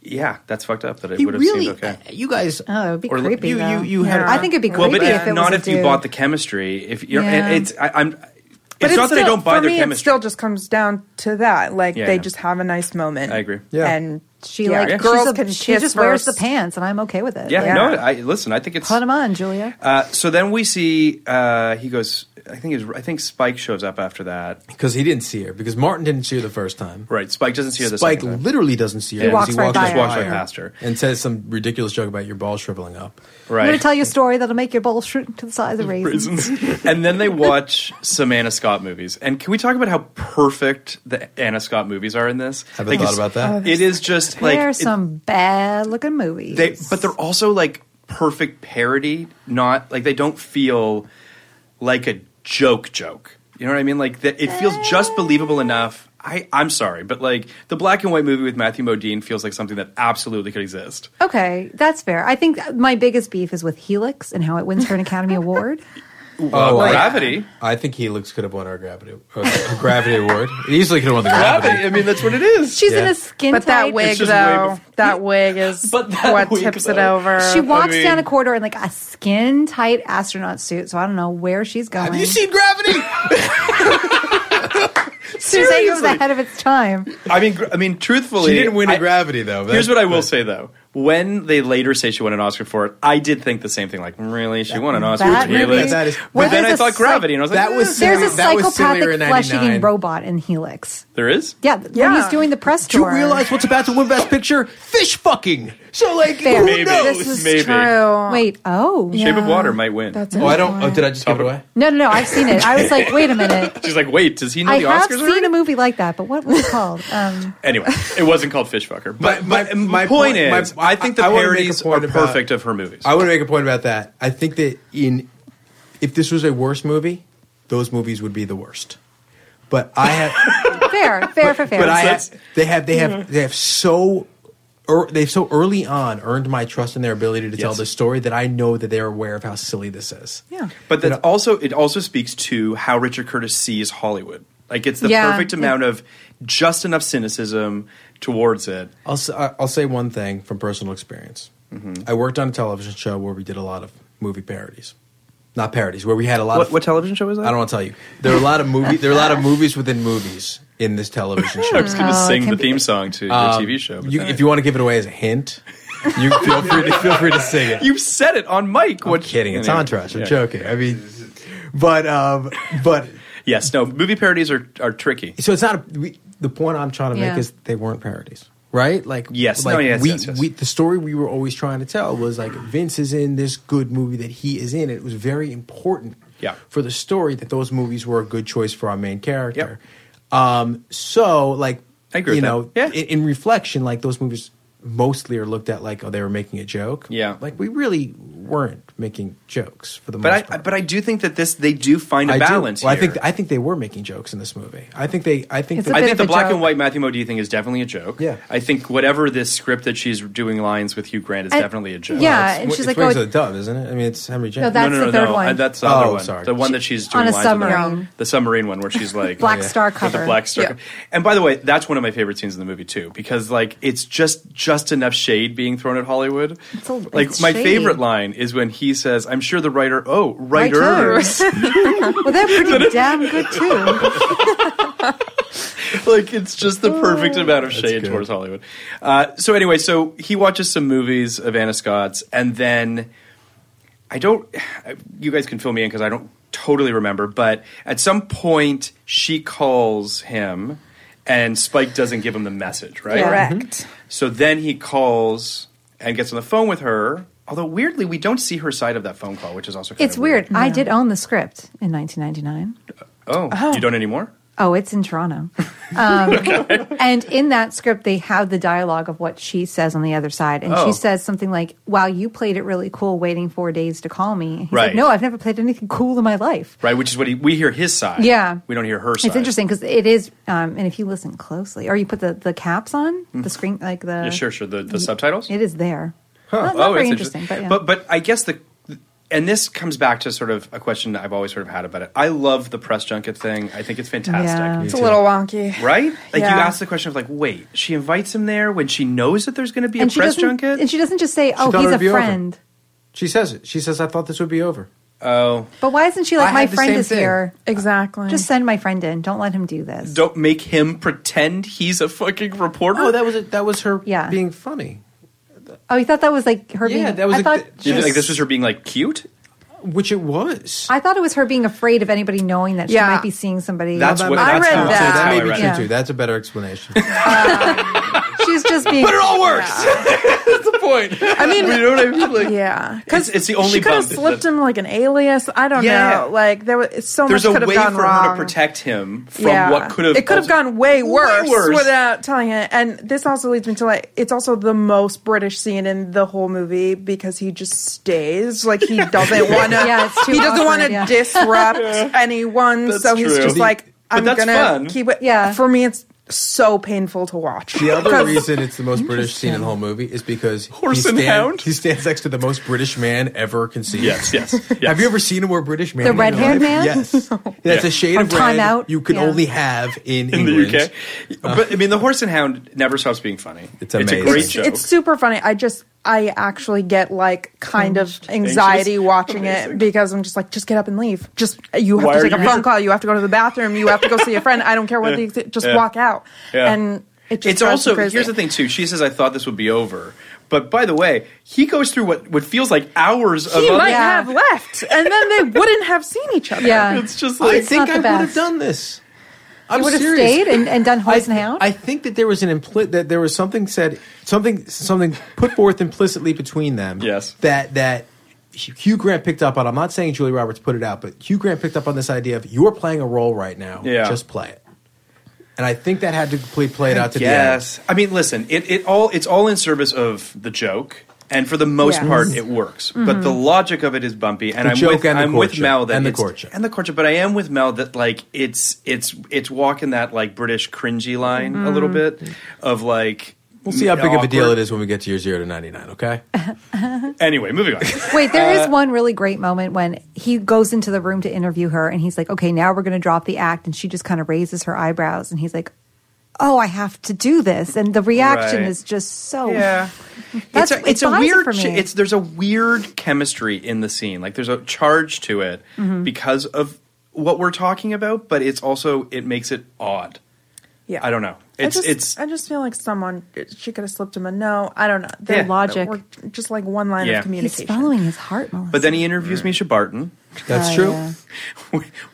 Speaker 7: Yeah, that's fucked up. That it
Speaker 8: He
Speaker 7: would have
Speaker 8: really-
Speaker 7: seemed okay.
Speaker 8: you guys- Oh, it'd be
Speaker 7: Or, like,
Speaker 8: creepy, You- you- though. you had- Yeah. I think it'd be
Speaker 7: well, but
Speaker 8: creepy
Speaker 7: if,
Speaker 8: if it was
Speaker 7: not
Speaker 8: a
Speaker 7: if you
Speaker 8: dude.
Speaker 7: bought the chemistry. If you're,
Speaker 9: Yeah.
Speaker 7: it, it's I, I'm. It's
Speaker 9: But
Speaker 7: not
Speaker 9: it's
Speaker 7: that I
Speaker 9: still-
Speaker 7: don't buy
Speaker 9: for
Speaker 7: their
Speaker 9: me, it
Speaker 7: chemistry.
Speaker 9: still just comes down to that. Like
Speaker 7: Yeah,
Speaker 9: they
Speaker 7: yeah.
Speaker 9: just have a nice moment.
Speaker 7: I agree.
Speaker 8: Yeah.
Speaker 9: and
Speaker 8: She
Speaker 9: yeah,
Speaker 8: like girls
Speaker 9: girls
Speaker 8: she's a-
Speaker 9: can
Speaker 8: she
Speaker 9: kiss
Speaker 8: just wears the
Speaker 9: first.
Speaker 8: pants, and I'm okay with it.
Speaker 7: yeah, no. I listen. I think it's
Speaker 8: put them on, Julia.
Speaker 7: Uh, so then we see uh, he goes. I think his, I think Spike shows up after that.
Speaker 6: because he didn't see her because Martin didn't see her the first time.
Speaker 7: Right, Spike doesn't see her the
Speaker 6: Spike
Speaker 7: second time.
Speaker 6: literally doesn't see her.
Speaker 7: He
Speaker 6: because
Speaker 7: walks right by Just her. walks right
Speaker 6: her
Speaker 7: past her.
Speaker 6: and says some ridiculous joke about your ball shriveling up.
Speaker 8: I'm
Speaker 7: Right.
Speaker 8: going to tell you a story that'll make your bowl shrink to the size of raisins.
Speaker 7: and then they watch some Anna Scott movies. And can we talk about how perfect the Anna Scott movies are in this?
Speaker 6: Haven't thought
Speaker 7: it's-
Speaker 6: about that.
Speaker 7: It is just like
Speaker 8: There are
Speaker 7: it-
Speaker 8: some bad looking movies.
Speaker 7: they, but they're also like perfect parody. Not like they don't feel like a joke joke. You know what I mean? Like that, it feels just believable enough. I, I'm sorry, but like the black and white movie with Matthew Modine feels like something that absolutely could exist.
Speaker 8: okay, that's fair. I think my biggest beef is with Helix and how it wins for an Academy Award.
Speaker 7: Well, Oh, Gravity.
Speaker 6: I, think Helix could have won our Gravity uh, Gravity Award. It easily could have won the Gravity.
Speaker 7: Gravity. I mean, that's what it is.
Speaker 8: She's in a skin
Speaker 9: But that
Speaker 8: tight-
Speaker 9: wig
Speaker 6: It's just way
Speaker 9: though, Oh, that wig is what tips it over.
Speaker 8: She walks down a corridor in like a skin tight astronaut suit, so I don't know where she's going.
Speaker 6: Have you seen Gravity?
Speaker 8: She's eight years
Speaker 7: Seriously.
Speaker 8: ahead of its time.
Speaker 7: I mean, gr- I mean, truthfully,
Speaker 6: She didn't win a
Speaker 7: I-
Speaker 6: Gravity though. That-
Speaker 7: Here's what I will say though. When they later say she won an Oscar for it, I did think the same thing. Like, really, she won an Oscar
Speaker 8: that
Speaker 7: for Helix?
Speaker 8: movie- That is-
Speaker 7: but then
Speaker 8: Well,
Speaker 7: I
Speaker 8: there's a
Speaker 7: thought Gravity, and I was like,
Speaker 8: That
Speaker 7: eh.
Speaker 8: was there's a psychopathic flesh eating robot in Helix.
Speaker 7: There is.
Speaker 8: Yeah, yeah. When he's doing the press
Speaker 6: Do you
Speaker 8: tour.
Speaker 6: realize what's about to win Best Picture? Fish fucking. So like,
Speaker 8: Fair.
Speaker 6: who
Speaker 8: Maybe.
Speaker 6: knows?
Speaker 8: This is Maybe. true. Wait, oh,
Speaker 7: Shape of Water might win.
Speaker 6: oh, I don't. Oh, did I just give it away?
Speaker 8: No, no, no. I've seen it. I was like, wait a minute.
Speaker 7: She's like, wait, does he know
Speaker 8: I
Speaker 7: the
Speaker 8: have
Speaker 7: Oscars?
Speaker 8: seen
Speaker 7: already?
Speaker 8: a movie like that, but what was it called? Um,
Speaker 7: Anyway, it wasn't called Fishfucker. But my, my,
Speaker 6: point-
Speaker 7: point,
Speaker 6: my-
Speaker 7: is, I think the
Speaker 6: I- I wanna make a
Speaker 7: parodies
Speaker 6: point
Speaker 7: are
Speaker 6: about-
Speaker 7: perfect of her movies.
Speaker 6: I want to make a point about that. I think that in if this was a worse movie, those movies would be the worst. But I have,
Speaker 8: fair, fair, fair, fair.
Speaker 6: but I have, they have, they have, they have so. Er, they've so early on earned my trust in their ability to tell
Speaker 7: Yes.
Speaker 6: this story that I know that they are aware of how silly this is.
Speaker 8: Yeah.
Speaker 7: But that also it also speaks to how Richard Curtis sees Hollywood. Like it's the
Speaker 6: Yeah.
Speaker 7: perfect amount of just enough cynicism towards it.
Speaker 6: I'll s- I- I'll say one thing from personal experience.
Speaker 7: Mm-hmm.
Speaker 6: I worked on a television show where we did a lot of movie parodies, not parodies, where we had a lot
Speaker 7: What,
Speaker 6: of.
Speaker 7: what television show was that?
Speaker 6: I don't want to tell you. There are a lot of movie. There are a lot of movies within movies in this television show.
Speaker 7: I was
Speaker 8: Uh,
Speaker 7: going to sing the theme song to your
Speaker 6: Um,
Speaker 7: TV show. but
Speaker 6: you-
Speaker 7: then-
Speaker 6: if you want to give it away as a hint, you feel free to feel free to sing it.
Speaker 7: you said it on mic. What
Speaker 6: Kidding, it's
Speaker 7: Anyway,
Speaker 6: entourage. I'm
Speaker 7: yeah.
Speaker 6: joking. I mean, but um, but
Speaker 7: Yes, no. Movie parodies are, are tricky.
Speaker 6: so it's not a, we, the point I'm trying to
Speaker 7: Yeah.
Speaker 6: make is they weren't parodies, right? Like
Speaker 7: Yes.
Speaker 6: like
Speaker 7: No, yes,
Speaker 6: we,
Speaker 7: yes, yes.
Speaker 6: we the story we were always trying to tell was like Vince is in this good movie that he is in. It was very important
Speaker 7: Yeah.
Speaker 6: for the story that those movies were a good choice for our main character. Um, so like
Speaker 7: I agree
Speaker 6: you
Speaker 7: with
Speaker 6: know in, in reflection, like those movies mostly are looked at like oh they were making a joke.
Speaker 7: Yeah.
Speaker 6: like we really weren't making jokes for the most
Speaker 7: But I
Speaker 6: part.
Speaker 7: but I do think that this they do find a
Speaker 6: I do-
Speaker 7: balance.
Speaker 6: Well, I
Speaker 7: here.
Speaker 6: think I think they were making jokes in this movie. I think they. I think.
Speaker 7: I
Speaker 6: they-
Speaker 7: think, the black and white Matthew Modine thing is definitely a joke.
Speaker 6: Yeah.
Speaker 7: I think whatever this script that she's doing lines with Hugh Grant is
Speaker 8: And-
Speaker 7: definitely a joke.
Speaker 8: yeah, and she's
Speaker 6: it's
Speaker 8: like,
Speaker 6: Wings
Speaker 8: oh,
Speaker 6: of the Dove, isn't it? I mean, it's Henry James.
Speaker 8: No, that's the third one.
Speaker 7: Uh, That's the other
Speaker 6: Oh,
Speaker 7: one.
Speaker 6: sorry.
Speaker 7: The one that she's doing
Speaker 8: on a
Speaker 7: lines with her-
Speaker 8: submarine.
Speaker 7: the submarine one where she's like
Speaker 8: Black Oh, yeah. star
Speaker 7: with
Speaker 8: cover.
Speaker 7: The black star.
Speaker 8: Yeah.
Speaker 7: cover. And by the way, that's one of my favorite scenes in the movie too, because like it's just just enough shade being thrown at Hollywood.
Speaker 8: It's a-
Speaker 7: like
Speaker 8: it's
Speaker 7: my
Speaker 8: shady.
Speaker 7: favorite line is when he says, "I'm sure the writer, oh writers."
Speaker 8: Writers. well, they're pretty damn good too.
Speaker 7: like it's just the perfect amount of shade
Speaker 12: good.
Speaker 7: towards Hollywood. Uh, so anyway, so he watches some movies of Anna Scott's, and then I don't. You guys can fill me in because I don't totally remember. But at some point, she calls him, and Spike doesn't give him the message, right?
Speaker 8: Mm-hmm.
Speaker 13: Correct.
Speaker 7: So then he calls and gets on the phone with her. Although weirdly, we don't see her side of that phone call, which is also kind
Speaker 8: It's
Speaker 7: of
Speaker 8: weird. I did own the script in 1999.
Speaker 7: Oh,
Speaker 8: Oh.
Speaker 7: you don't anymore?
Speaker 8: Oh, it's in Toronto. Um, And in that script, they have the dialogue of what she says on the other side. And
Speaker 7: Oh.
Speaker 8: she says something like, Wow, you played it really cool waiting four days to call me. He's
Speaker 7: Right.
Speaker 8: like, No, I've never played anything cool in my life.
Speaker 7: Right, which is what he, we hear his side.
Speaker 8: Yeah.
Speaker 7: we don't hear her side.
Speaker 8: It's interesting because it is, um, and if you listen closely, or you put the, the caps on, the screen, like the.
Speaker 7: Mm-hmm. yeah, sure, sure. The, the subtitles.
Speaker 8: It is there. Not,
Speaker 7: Oh,
Speaker 8: not
Speaker 7: it's
Speaker 8: very interesting, but yeah.
Speaker 7: but I guess the and this comes back to sort of a question I've always sort of had about it. I love the press junket thing. I think it's fantastic.
Speaker 9: It's a little wonky.
Speaker 7: Right? Like you
Speaker 9: Yeah.
Speaker 7: ask the question of like, wait, she invites him there when she knows that there's going to be
Speaker 8: and
Speaker 7: a
Speaker 8: she
Speaker 7: press
Speaker 8: doesn't,
Speaker 7: junket.
Speaker 8: and she doesn't just say, "Oh,
Speaker 7: thought
Speaker 8: he's
Speaker 7: it
Speaker 8: a
Speaker 7: would be over.
Speaker 8: friend."
Speaker 6: She says it. She says, "I thought this would be over."
Speaker 7: Oh,
Speaker 8: But why isn't she
Speaker 6: I
Speaker 8: like, "My
Speaker 6: had the
Speaker 8: friend
Speaker 6: same
Speaker 8: is
Speaker 6: thing.
Speaker 8: here"? Exactly. Just send my friend in. Don't let him do this.
Speaker 7: don't make him pretend he's a fucking reporter.
Speaker 6: Oh, that was it. That was her
Speaker 8: Yeah.
Speaker 6: being funny.
Speaker 8: Oh, you thought that was like her being. I
Speaker 7: a-
Speaker 8: thought
Speaker 7: You think, like this was her being like cute.
Speaker 6: Which it was.
Speaker 8: I thought it was her being afraid of anybody knowing that she might be seeing somebody.
Speaker 6: That's what that's how- so that may be true
Speaker 8: Yeah.
Speaker 6: too. That's a better explanation.
Speaker 8: She's just being.
Speaker 6: But it all
Speaker 7: works. That's the point.
Speaker 9: I mean,
Speaker 7: You know what I mean? Like,
Speaker 9: yeah,
Speaker 7: It's, it's the only
Speaker 9: she could have
Speaker 7: bump that-
Speaker 9: slipped him like an alias. I don't
Speaker 7: Yeah.
Speaker 9: know. Like there was so
Speaker 7: There's
Speaker 9: much
Speaker 7: a
Speaker 9: could have
Speaker 7: way
Speaker 9: gone
Speaker 7: for her to
Speaker 9: wrong.
Speaker 7: protect him from
Speaker 9: Yeah.
Speaker 7: what could have.
Speaker 9: It could have gone way worse,
Speaker 7: worse.
Speaker 9: without telling it. And this also leads me to like it's also the most British scene in the whole movie because he just stays like he doesn't want to.
Speaker 8: Yeah, it's too
Speaker 9: he doesn't
Speaker 8: awkward,
Speaker 9: want to
Speaker 8: yeah.
Speaker 9: disrupt
Speaker 8: Yeah.
Speaker 9: anyone,
Speaker 8: That's
Speaker 9: so he's
Speaker 8: true.
Speaker 9: just like
Speaker 8: But
Speaker 9: I'm
Speaker 8: that's
Speaker 9: gonna
Speaker 8: fun.
Speaker 9: keep it. Yeah, for me, it's so painful to watch.
Speaker 6: The other
Speaker 9: 'Cause-
Speaker 6: reason it's the most British scene in the whole movie is because
Speaker 9: Horse and hound?
Speaker 6: he stands next to the most British man ever conceived.
Speaker 7: Yes, yes.
Speaker 6: Have you ever seen a more British man?
Speaker 8: The
Speaker 6: in your life?
Speaker 8: red-haired man?
Speaker 6: Yes. That's a shade
Speaker 8: From
Speaker 6: of red
Speaker 8: Time Out?
Speaker 6: you can
Speaker 8: Yeah.
Speaker 6: only have in,
Speaker 7: in
Speaker 6: England.
Speaker 7: the UK. But I mean, the Horse and Hound never stops being funny. It's, a
Speaker 6: Uh, amazing.
Speaker 7: great
Speaker 9: it's,
Speaker 7: joke.
Speaker 9: it's super funny. I just I actually get like kind of anxiety
Speaker 7: Anxious?
Speaker 9: watching
Speaker 7: Amazing.
Speaker 9: it because I'm just like, just get up and leave. Just you have
Speaker 7: Why
Speaker 9: to
Speaker 7: are
Speaker 9: take
Speaker 7: you
Speaker 9: a phone
Speaker 7: here?
Speaker 9: call. You have to go to the bathroom. You have to go see a friend. I don't care what
Speaker 7: Yeah.
Speaker 9: the just
Speaker 7: Yeah.
Speaker 9: walk out.
Speaker 7: Yeah.
Speaker 9: And it just
Speaker 7: it's
Speaker 9: drives me
Speaker 7: also
Speaker 9: crazy.
Speaker 7: here's the thing too. She says, "I thought this would be over," but by the way, he goes through what what feels like hours of.
Speaker 9: He
Speaker 7: other-
Speaker 9: might have left, and then they wouldn't have seen each other.
Speaker 8: Yeah.
Speaker 7: It's just
Speaker 6: I think I would have done this. I'm
Speaker 8: would have
Speaker 6: serious.
Speaker 8: stayed and- and done horse
Speaker 6: I,
Speaker 8: and hound?
Speaker 6: I think that there was an impli- that there was something said something something put forth implicitly between them. Yes. That that Hugh Grant picked up on. I'm not saying Julie Roberts put it out, but Hugh Grant picked up on this idea of you're playing a role right now.
Speaker 7: Yeah.
Speaker 6: Just play it. And I think that had to play played out to
Speaker 7: Yes, I mean, listen, it, it all it's all in service of the joke, and for the most
Speaker 6: Yes.
Speaker 7: part, it works. But
Speaker 6: Mhm.
Speaker 7: the logic of it is bumpy, and
Speaker 6: The
Speaker 7: I'm
Speaker 6: joke
Speaker 7: with
Speaker 6: and the
Speaker 7: I'm with
Speaker 6: courtship,
Speaker 7: Mel that
Speaker 6: and the
Speaker 7: it's-
Speaker 6: courtship.
Speaker 7: and the courtship. But I am with Mel that like it's it's it's walking that like British cringy line a little
Speaker 6: Mhm.
Speaker 7: bit of like
Speaker 6: We'll see how big of a deal
Speaker 7: awkward-
Speaker 6: it is when we get to your zero to ninety nine. Okay.
Speaker 7: Anyway, moving on.
Speaker 8: Wait, there is
Speaker 7: Uh,
Speaker 8: one really great moment when he goes into the room to interview her, and he's like, "Okay, now we're going to drop the act," and she just kind of raises her eyebrows, and he's like, "Oh, I have to do this," and the reaction
Speaker 7: Right.
Speaker 8: is just so.
Speaker 7: Yeah. it's
Speaker 8: That's,
Speaker 7: a, it's
Speaker 8: it
Speaker 7: a
Speaker 8: buys it
Speaker 7: weird.
Speaker 8: for
Speaker 7: ch-
Speaker 8: me.
Speaker 7: It's there's a weird chemistry in the scene. Like there's a charge to it
Speaker 9: Mm-hmm.
Speaker 8: Mhm.
Speaker 7: because of what we're talking about, but it's also it makes it odd.
Speaker 9: Yeah.
Speaker 7: I don't know. It's
Speaker 9: I just,
Speaker 7: it's
Speaker 9: I just feel like someone she could have slipped him a no. I don't know.
Speaker 7: Their Yeah. logic.
Speaker 9: or just like one line
Speaker 7: Yeah. He's
Speaker 9: of communication.
Speaker 8: following his heart,
Speaker 7: But then he interviews Misha Barton.
Speaker 9: That's Oh, true. yeah.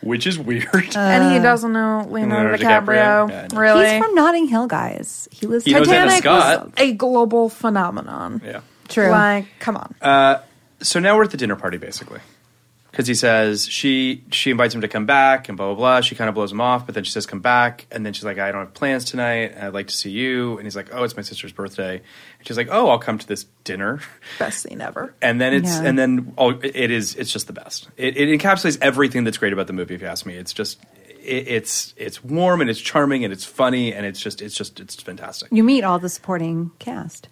Speaker 7: Which is weird.
Speaker 9: and he doesn't know Leonardo
Speaker 7: Uh, Leonardo DiCaprio.
Speaker 9: DiCaprio.
Speaker 7: Yeah, I know.
Speaker 9: Really,
Speaker 8: He's from Notting Hill, guys. He lives.
Speaker 7: He knows Anna
Speaker 9: Titanic was
Speaker 7: Scott.
Speaker 9: a global phenomenon.
Speaker 7: Yeah.
Speaker 8: True.
Speaker 9: Like, come on.
Speaker 7: Uh, so now we're at the dinner party, basically. Because he says she she invites him to come back and blah blah blah. She kind of blows him off, but then she says come back, and then she's like, I don't have plans tonight. I'd like to see you, and he's like, Oh, it's my sister's birthday. And she's like, Oh, I'll come to this dinner.
Speaker 9: Best scene ever.
Speaker 7: And then it's
Speaker 9: Yeah.
Speaker 7: and then all, it is it's just the best. It, it encapsulates everything that's great about the movie. If you ask me, it's just it, it's it's warm and it's charming and it's funny and it's just it's just it's fantastic.
Speaker 8: You meet all the supporting cast.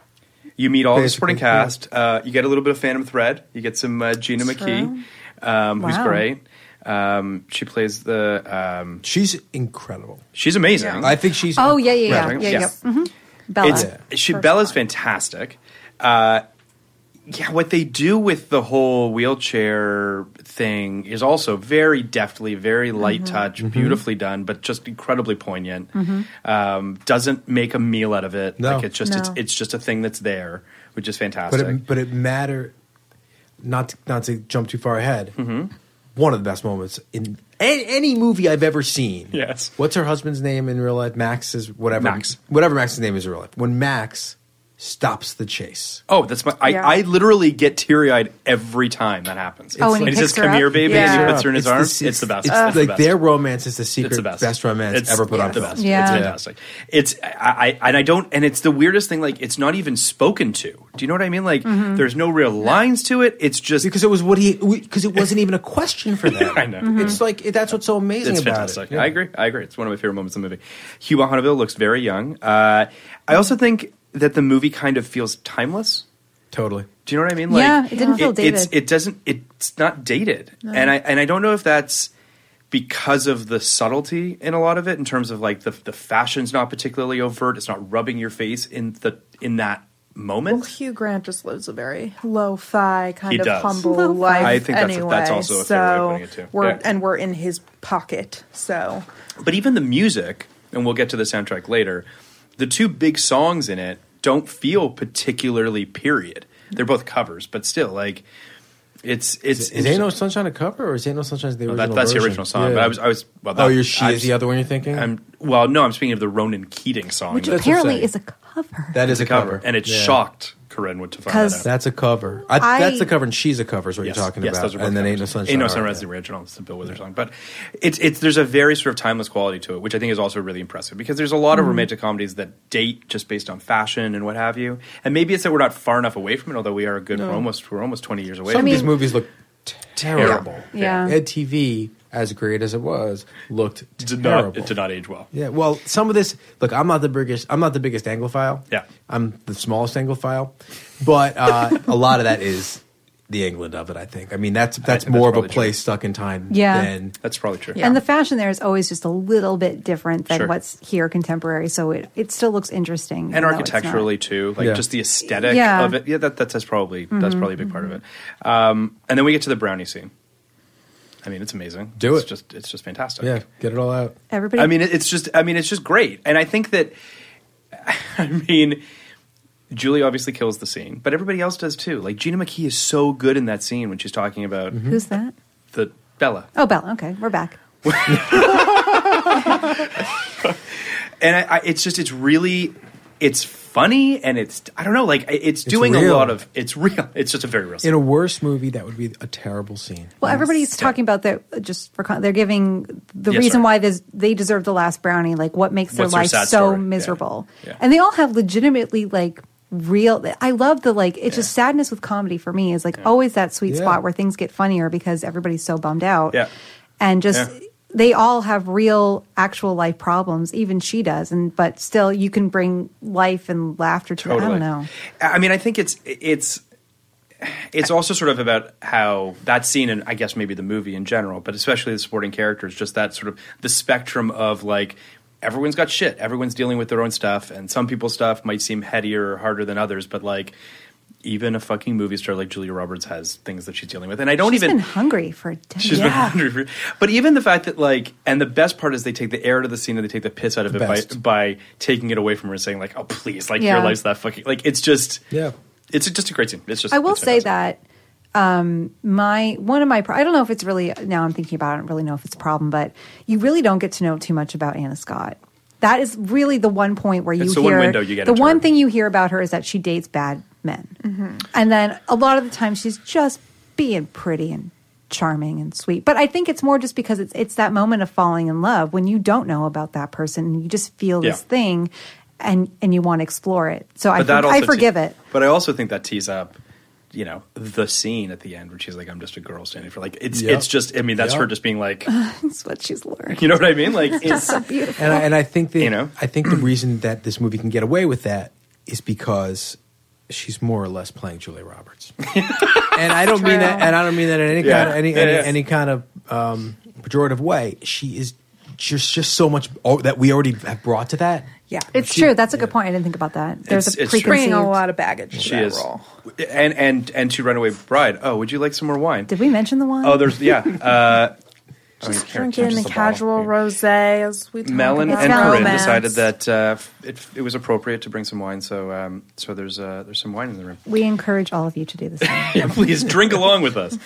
Speaker 7: You meet all the
Speaker 6: Basically,
Speaker 7: supporting cast. Uh, you get a little bit of Phantom Thread. You get some uh, Gina
Speaker 6: That's
Speaker 7: McKee, um, who's
Speaker 6: Wow.
Speaker 7: great. Um, she plays the. Um,
Speaker 6: she's incredible.
Speaker 7: She's amazing.
Speaker 6: I think she's.
Speaker 8: Oh yeah, yeah, Mm-hmm. yeah, yeah.
Speaker 7: Right?
Speaker 8: yeah. Mhm. Bella.
Speaker 7: It's, she Bella's fantastic. Uh, yeah, what they do with the whole wheelchair thing is also very deftly, very light
Speaker 12: Mhm.
Speaker 6: Mm-hmm.
Speaker 7: touch,
Speaker 12: Mhm.
Speaker 7: beautifully done, but just incredibly poignant. Um, doesn't make a meal out of it.
Speaker 6: No.
Speaker 7: Like it's just it's,
Speaker 6: Mm-hmm. No.
Speaker 7: it's just a thing that's there, which is
Speaker 6: but
Speaker 7: fantastic.
Speaker 6: it, but it matter not to, not to jump too far ahead.
Speaker 7: Mm-hmm.
Speaker 6: One of the best moments in any, any movie I've ever seen.
Speaker 7: Yes.
Speaker 6: What's her husband's name in real life? Max is whatever
Speaker 7: Max.
Speaker 6: whatever Max's name is in real life. When Max stops the chase.
Speaker 7: Oh, that's my. I,
Speaker 6: Yeah.
Speaker 7: I literally get teary eyed every time that happens.
Speaker 6: Oh, and he
Speaker 7: he says,
Speaker 6: picks her
Speaker 7: "Come here,
Speaker 6: up?
Speaker 7: baby," and
Speaker 6: Yeah.
Speaker 7: he puts her in his
Speaker 6: It's the
Speaker 7: arms.
Speaker 6: se-
Speaker 7: it's the best.
Speaker 6: it's
Speaker 7: It's the
Speaker 6: like
Speaker 7: best.
Speaker 6: their romance is the secret
Speaker 7: the best.
Speaker 6: best romance
Speaker 7: It's
Speaker 6: ever put on
Speaker 7: the
Speaker 6: film.
Speaker 7: best.
Speaker 6: Yeah.
Speaker 7: It's fantastic. It's I, I and I don't and it's the weirdest thing. Like it's not even spoken to. Do you know what I mean? Like
Speaker 6: Mhm.
Speaker 7: there's no real lines to it. It's just
Speaker 6: because it was what he because it wasn't even a question for them.
Speaker 7: I know.
Speaker 6: It's like it- that's what's so amazing
Speaker 7: It's
Speaker 6: about
Speaker 7: fantastic.
Speaker 6: it. Yeah.
Speaker 7: I agree. I agree. It's one of my favorite moments in the movie. Hugh Bonneville looks very young. Uh, I also think that the movie kind of feels timeless.
Speaker 6: Totally.
Speaker 7: Do you know what I mean?
Speaker 8: Yeah, it didn't feel
Speaker 7: It's,
Speaker 8: dated.
Speaker 7: it doesn't. It's not dated,
Speaker 8: No.
Speaker 7: and I and I don't know if that's because of the subtlety in a lot of it, in terms of like the the fashion's not particularly overt. It's not rubbing your face in the in that moment.
Speaker 9: Well, Hugh Grant just lives a very lo-fi kind
Speaker 7: He
Speaker 9: of
Speaker 7: does.
Speaker 9: humble
Speaker 7: Lo-fi.
Speaker 9: life.
Speaker 7: I think that's-
Speaker 9: anyway,
Speaker 7: that's also a
Speaker 9: so
Speaker 7: fair way of putting it, too.
Speaker 9: We're,
Speaker 7: Yeah.
Speaker 9: And we're in his pocket, so
Speaker 7: But even the music, and we'll get to the soundtrack later, the two big songs in it don't feel particularly period. They're both covers, but still, like it's it's
Speaker 6: Is Ain't No Sunshine a cover or is Ain't No Sunshine's the
Speaker 7: Well,
Speaker 6: original?
Speaker 7: that, that's the
Speaker 6: version?
Speaker 7: original song.
Speaker 6: Yeah.
Speaker 7: But I was I was well, that,
Speaker 6: oh, your she
Speaker 7: I
Speaker 6: is the other one you're thinking.
Speaker 7: I'm well, no, I'm speaking of the Ronan Keating song,
Speaker 8: Which
Speaker 7: That's
Speaker 8: apparently is a cover.
Speaker 6: That is
Speaker 7: a
Speaker 6: a
Speaker 7: cover,
Speaker 6: cover,
Speaker 7: and it
Speaker 6: Yeah.
Speaker 7: shocked Corinne to find that out.
Speaker 6: That's a cover. I,
Speaker 7: I-
Speaker 6: that's the cover, and she's a cover is what
Speaker 7: Yes,
Speaker 6: you're talking
Speaker 7: yes,
Speaker 6: about.
Speaker 7: those are both
Speaker 6: and then Ain't
Speaker 7: covers.
Speaker 6: No Sunshine.
Speaker 7: Ain't No
Speaker 6: all right.
Speaker 7: Sunrise is the original. It's the Bill Withers song, but it's it's there's a very sort of timeless quality to it, which I think is also really impressive because there's a lot of
Speaker 6: Mhm.
Speaker 7: romantic comedies that date just based on fashion and what have you. And maybe it's that we're not far enough away from it, although we are a good.
Speaker 6: No.
Speaker 7: We're almost we're almost twenty years away.
Speaker 6: Some
Speaker 7: from
Speaker 6: of these
Speaker 7: it.
Speaker 6: movies look terrible.
Speaker 7: Yeah. Yeah.
Speaker 6: Ed TV, as great as it was, looked
Speaker 7: Did not-
Speaker 6: terrible.
Speaker 7: it did not age well.
Speaker 6: Yeah. Well, some of this. Look, I'm not the biggest. I'm not the biggest Anglophile.
Speaker 7: Yeah.
Speaker 6: I'm the smallest Anglophile, but uh, a lot of that is the England of it. I think. I mean, that's that's more of a place stuck in time.
Speaker 8: Yeah.
Speaker 6: Than,
Speaker 7: that's probably true.
Speaker 8: And the fashion there is always just a little bit different than
Speaker 7: Sure.
Speaker 8: what's here contemporary, so it, it still looks interesting. even
Speaker 7: and
Speaker 8: though it's not.
Speaker 7: architecturally too, like
Speaker 6: Yeah.
Speaker 7: just the aesthetic
Speaker 8: Yeah.
Speaker 7: of it. Yeah, that, that's, that's probably that's
Speaker 8: Mhm,
Speaker 7: probably a big part of it. Um, and then we get to the brownie scene. I mean, it's amazing.
Speaker 6: Do
Speaker 7: it's
Speaker 6: it.
Speaker 7: Just it's just fantastic.
Speaker 6: yeah. Get it all out.
Speaker 8: Everybody.
Speaker 7: I mean, it- it's just. I mean, it's just great. And I think that. I mean, Julie obviously kills the scene, but everybody else does too. Like Gina McKee is so good in that scene when she's talking about
Speaker 6: Mm-hmm.
Speaker 8: Who's that?
Speaker 7: the Bella.
Speaker 8: Oh, Bella. Okay, we're back.
Speaker 7: and I, I, it's just it's really it's funny and it's I don't know like it- it's,
Speaker 6: It's
Speaker 7: doing a
Speaker 6: real.
Speaker 7: lot of it's real. It's just a very real. Scene.
Speaker 6: In a worse movie, that would be a terrible scene.
Speaker 8: Well, everybody's talking about their just for con- they're giving the
Speaker 6: Yeah,
Speaker 8: reason
Speaker 6: sorry.
Speaker 8: why this, they deserve the last brownie, like what makes their
Speaker 6: What's their
Speaker 8: life so
Speaker 6: sad story? Yeah.
Speaker 8: miserable,
Speaker 6: Yeah.
Speaker 8: and they all have legitimately like real. I love the like it's just sadness with comedy for me is like always that sweet
Speaker 13: Yeah.
Speaker 8: spot where things get funnier because everybody's so bummed out,
Speaker 13: Yeah.
Speaker 8: and just
Speaker 13: Yeah.
Speaker 8: they all have real actual life problems. Even she does, and but still you can bring life and laughter to. it. I
Speaker 7: Totally.
Speaker 8: don't know.
Speaker 7: I mean, I think it's it's it's also sort of about how that scene and I guess maybe the movie in general, but especially the supporting characters, just that sort of the spectrum of like everyone's got shit, everyone's dealing with their own stuff, and some people's stuff might seem headier or harder than others, but like even a fucking movie star like Julia Roberts has things that she's dealing with, and I don't
Speaker 8: She's
Speaker 7: even
Speaker 8: been hungry for.
Speaker 7: She's been hungry for, but even the fact that like, and the best part is they take the air out of the scene and they take the piss out of
Speaker 6: The
Speaker 7: it by,
Speaker 6: best.
Speaker 7: by taking it away from her and saying like, oh please, like
Speaker 8: Yeah.
Speaker 7: your life's that fucking like it's just
Speaker 6: yeah,
Speaker 7: it's just a great scene. It's just
Speaker 8: I will
Speaker 7: it's
Speaker 8: say
Speaker 7: fantastic.
Speaker 8: that um, my one of my pro- I don't know if it's really now I'm thinking about it, I don't really know if it's a problem, but you really don't get to know too much about Anna Scott. That is really the one point where you
Speaker 7: It's the
Speaker 8: hear
Speaker 7: one window you get
Speaker 8: the
Speaker 7: into
Speaker 8: one thing you hear about her is that she dates bad men, and then a lot of the time she's just being pretty and charming and sweet. But I think it's more just because it's it's that moment of falling in love when you don't know about that person and you just feel this
Speaker 7: Yeah.
Speaker 8: thing, and and you want to explore it. So I
Speaker 7: But that
Speaker 8: for-
Speaker 7: also
Speaker 8: I
Speaker 7: te-
Speaker 8: forgive it.
Speaker 7: But I also think that tees up, you know, the scene at the end where she's like, "I'm just a girl standing for like." It's
Speaker 6: Yeah.
Speaker 7: it's just. I mean, that's
Speaker 6: Yeah.
Speaker 7: her just being like,
Speaker 8: That's what she's learned.
Speaker 7: you know what I mean? Like,
Speaker 8: It's just so beautiful.
Speaker 6: And I, and I think that I think the reason that this movie can get away with that is because she's more or less playing Julia Roberts. and I don't mean that. And I don't mean that in any
Speaker 12: Yeah.
Speaker 6: kind of any
Speaker 12: Yeah,
Speaker 6: any,
Speaker 12: yeah.
Speaker 6: any kind of oh, um, pejorative way. She is just just so much all, that we already have brought to that.
Speaker 8: Yeah, it's true. That's a good point. I didn't think about that. There's
Speaker 7: It's-
Speaker 8: a
Speaker 7: it's true.
Speaker 8: preconceived
Speaker 7: Bringing a
Speaker 8: lot of baggage.
Speaker 7: She is, and and and to Runaway Bride. Oh, would you like some more wine?
Speaker 8: Did we mention the wine?
Speaker 7: Oh, there's yeah. Uh, I mean, Karen
Speaker 9: Drinking
Speaker 7: touches
Speaker 9: the
Speaker 7: the bottle.
Speaker 9: casual rosé as we talk
Speaker 7: Melon
Speaker 9: about
Speaker 7: and Corinne
Speaker 9: romance.
Speaker 7: decided that uh, it, it was appropriate to bring some wine, so um, so there's uh, there's some wine in the room.
Speaker 8: We encourage all of you to do the same.
Speaker 7: yeah, please drink along with us.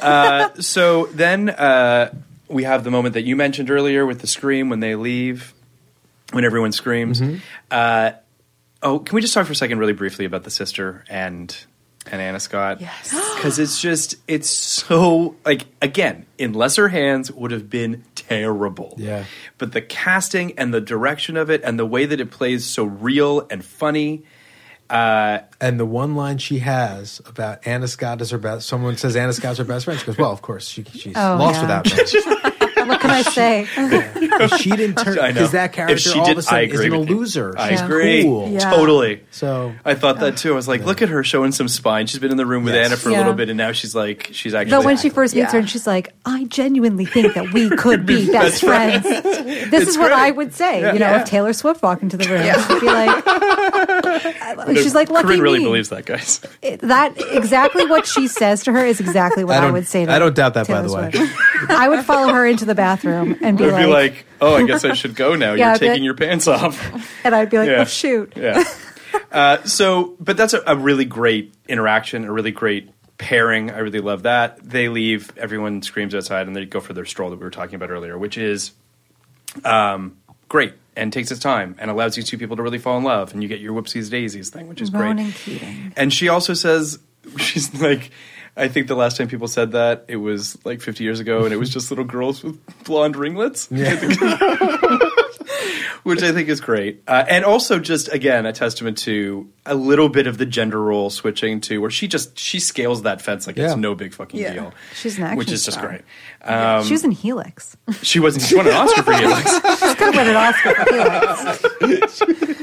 Speaker 7: Uh, so then uh, we have the moment that you mentioned earlier with the scream when they leave, when everyone screams. Uh, oh, can we just talk for a second, really briefly, about the sister and and Anna Scott? Yes, because it's just it's so like again in lesser hands would have been terrible.
Speaker 6: Yeah.
Speaker 7: but the casting and the direction of it and the way that it plays so real and funny. Uh,
Speaker 6: and the one line she has about Anna Scott is her best. Someone says Anna Scott's her best friend. She goes, "Well, of course, she, she's
Speaker 8: Oh,
Speaker 6: lost
Speaker 8: yeah.
Speaker 6: without me."
Speaker 8: what can I say?
Speaker 6: If she didn't turn
Speaker 7: I know.
Speaker 6: because that
Speaker 7: If
Speaker 6: character
Speaker 7: she
Speaker 6: all
Speaker 7: did-
Speaker 6: of a sudden
Speaker 7: I agree
Speaker 6: isn't a
Speaker 7: with you.
Speaker 6: loser.
Speaker 7: I
Speaker 6: She's
Speaker 7: agree.
Speaker 6: cool.
Speaker 7: Yeah. Totally.
Speaker 6: So
Speaker 7: I thought that too. I was like, look at her showing some spine. She's been in the room with
Speaker 8: Yes.
Speaker 7: Anna for a
Speaker 8: Oh. Yeah.
Speaker 7: little bit, and now she's like, she's actually.
Speaker 8: But when she first meets her and she's like, I genuinely think that we could be best friends. This
Speaker 7: It's
Speaker 8: is what
Speaker 7: great.
Speaker 8: I would say.
Speaker 7: Yeah.
Speaker 8: You know,
Speaker 7: Yeah.
Speaker 8: if Taylor Swift walked into the room, she'd be like, she's like, lucky
Speaker 7: Corinne really
Speaker 8: me.
Speaker 7: believes that, guys.
Speaker 8: It- that exactly what she says to her is exactly what I,
Speaker 6: don't-
Speaker 8: would say to
Speaker 6: I don't doubt that, by
Speaker 8: Taylor
Speaker 6: the way.
Speaker 8: Swift. I would follow her into the bathroom and be
Speaker 7: It'd
Speaker 8: like,
Speaker 7: be like, oh, I guess I should go now.
Speaker 8: Yeah,
Speaker 7: You're
Speaker 8: but-
Speaker 7: taking your pants off.
Speaker 8: and I'd be like,
Speaker 7: Yeah.
Speaker 8: oh shoot.
Speaker 7: Yeah. Uh, so, but that's a, a really great interaction, a really great pairing. I really love that. They leave, everyone screams outside, and they go for their stroll that we were talking about earlier, which is um, great and takes its time and allows these two people to really fall in love, and you get your whoopsies daisies thing, which is
Speaker 8: Ronan
Speaker 7: great.
Speaker 8: Keating.
Speaker 7: And she also says, she's like, I think the last time people said that, it was like 50 years ago, and it was just little girls with blonde ringlets. Which I think is great. Uh, and also just, again, a testament to a little bit of the gender role switching to where she just, she scales that fence like
Speaker 8: Yeah.
Speaker 7: it's no big fucking
Speaker 8: Yeah.
Speaker 7: deal.
Speaker 8: She's an action
Speaker 7: Which is just
Speaker 8: star.
Speaker 7: great. Um,
Speaker 8: she was in Helix.
Speaker 7: she wasn't, she won an Oscar for Helix.
Speaker 8: She's gonna win an Oscar for Helix.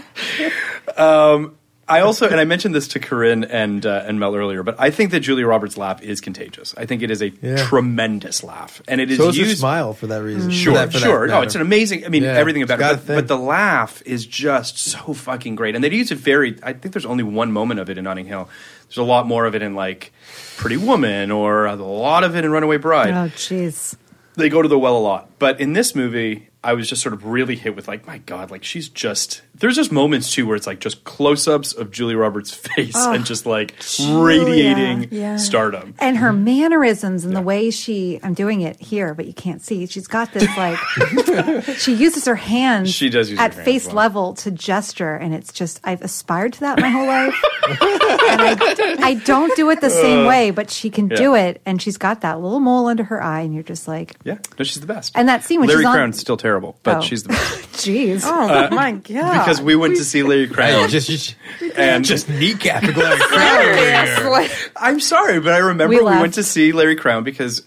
Speaker 7: Um, I also, and I mentioned this to Corinne and uh, and Mel earlier, but I think that Julia Roberts' laugh is contagious. I think it is a
Speaker 6: Yeah.
Speaker 7: tremendous laugh, and it is
Speaker 6: so is her
Speaker 7: used.
Speaker 6: smile for that reason.
Speaker 7: Sure,
Speaker 6: For that- for that
Speaker 7: sure. no,
Speaker 6: matter.
Speaker 7: it's an amazing. I mean,
Speaker 6: Yeah,
Speaker 7: everything about
Speaker 6: it's
Speaker 7: it,
Speaker 6: got a
Speaker 7: but, but the laugh is just so fucking great. And they use it very. I think there's only one moment of it in Notting Hill. There's a lot more of it in like Pretty Woman, or a lot of it in Runaway Bride
Speaker 8: Oh jeez.
Speaker 7: they go to the well a lot. But in this movie, I was just sort of really hit with like, my God, like she's just there's just moments too where it's like just close ups of Julia Roberts' face
Speaker 8: Oh,
Speaker 7: and just like
Speaker 8: Julia.
Speaker 7: radiating
Speaker 8: Yeah.
Speaker 7: stardom.
Speaker 8: And her mannerisms and the way she I'm doing it here, but you can't see. She's got this like she uses her hands
Speaker 7: She does use her
Speaker 8: at
Speaker 7: hands,
Speaker 8: face
Speaker 7: wow.
Speaker 8: level to gesture and it's just I've aspired to that my whole life. and I, I don't do it the same
Speaker 7: Uh,
Speaker 8: way, but she can
Speaker 7: yeah.
Speaker 8: do it and she's got that little mole under her eye and you're just like
Speaker 7: Yeah, no, she's the best.
Speaker 8: And that scene when
Speaker 7: Larry
Speaker 8: she's on-
Speaker 7: Crown's still terrible, but
Speaker 8: Oh.
Speaker 7: she's the best
Speaker 8: Jeez.
Speaker 7: Oh, Uh, my
Speaker 8: god.
Speaker 7: because we went to see Larry Crown
Speaker 6: Ah. just,
Speaker 7: and
Speaker 6: just kneecap Larry
Speaker 7: I'm sorry, but I remember
Speaker 6: We
Speaker 7: we,
Speaker 6: laughed.
Speaker 7: went to see Larry Crown because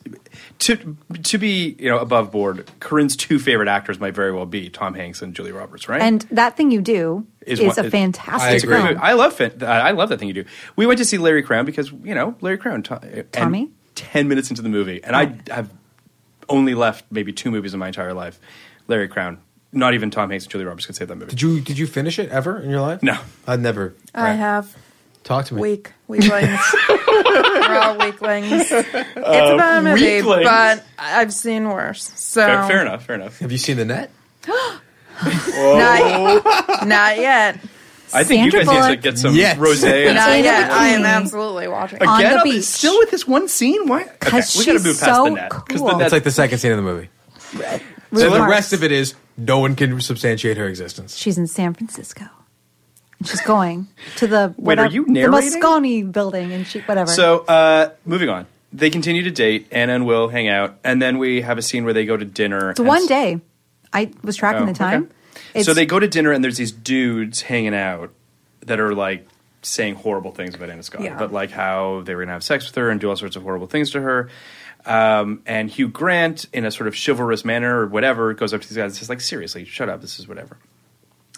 Speaker 7: to to be you know above board, Corinne's two favorite actors might very well be Tom Hanks and Julia Roberts, right?
Speaker 8: And that thing you do is,
Speaker 7: one-
Speaker 8: a fantastic
Speaker 7: it's a great
Speaker 8: film.
Speaker 7: movie. I love fan- I love that thing you do. We went to see Larry Crown because you know Larry Crown. To- and
Speaker 8: Tommy?
Speaker 7: Ten minutes into the movie, and I have only left maybe two movies in my entire life. Larry Crown. Not even Tom Hanks and Julia Roberts could save that movie.
Speaker 6: Did you did you finish it ever in your life?
Speaker 7: No,
Speaker 6: I never.
Speaker 9: I have
Speaker 6: Talk to me.
Speaker 9: weak weaklings. We're all weaklings.
Speaker 8: Uh,
Speaker 9: It's a bad movie,
Speaker 6: weaklings.
Speaker 9: but I've seen worse. So
Speaker 7: Fair, fair enough. Fair enough.
Speaker 6: Have you seen the net?
Speaker 9: Not, not yet.
Speaker 7: I think you
Speaker 9: Sandra
Speaker 7: guys need to
Speaker 9: Bullock.
Speaker 7: get some
Speaker 9: Yes.
Speaker 7: rosé. and-
Speaker 9: Not yet. I am absolutely watching.
Speaker 7: Again, I'll be
Speaker 9: beach.
Speaker 7: still with this one scene. Why? Okay, we
Speaker 9: Because
Speaker 7: gotta
Speaker 9: she's
Speaker 7: move past
Speaker 9: so
Speaker 7: the net. 'cause the
Speaker 9: cool.
Speaker 7: net-
Speaker 6: It's like the second scene of the movie.
Speaker 8: Ruth
Speaker 6: So the
Speaker 8: Marx.
Speaker 6: rest of it is no one can substantiate her existence.
Speaker 8: She's in San Francisco. And she's going to the
Speaker 7: Wait, are
Speaker 8: whatever-
Speaker 7: you
Speaker 8: the
Speaker 7: narrating?
Speaker 8: Moscone building and she whatever.
Speaker 7: So, uh, moving on. They continue to date. Anna and Will hang out, and then we have a scene where they go to dinner.
Speaker 8: it's
Speaker 7: and
Speaker 8: one day. I was tracking
Speaker 7: Oh,
Speaker 8: the time.
Speaker 7: okay.
Speaker 8: It's,
Speaker 7: so they go to dinner and there's these dudes hanging out that are like saying horrible things about Anna Scott,
Speaker 8: Yeah.
Speaker 7: but like how they were gonna have sex with her and do all sorts of horrible things to her. Um, and Hugh Grant, in a sort of chivalrous manner or whatever, goes up to these guys and says, like, seriously, shut up, this is whatever.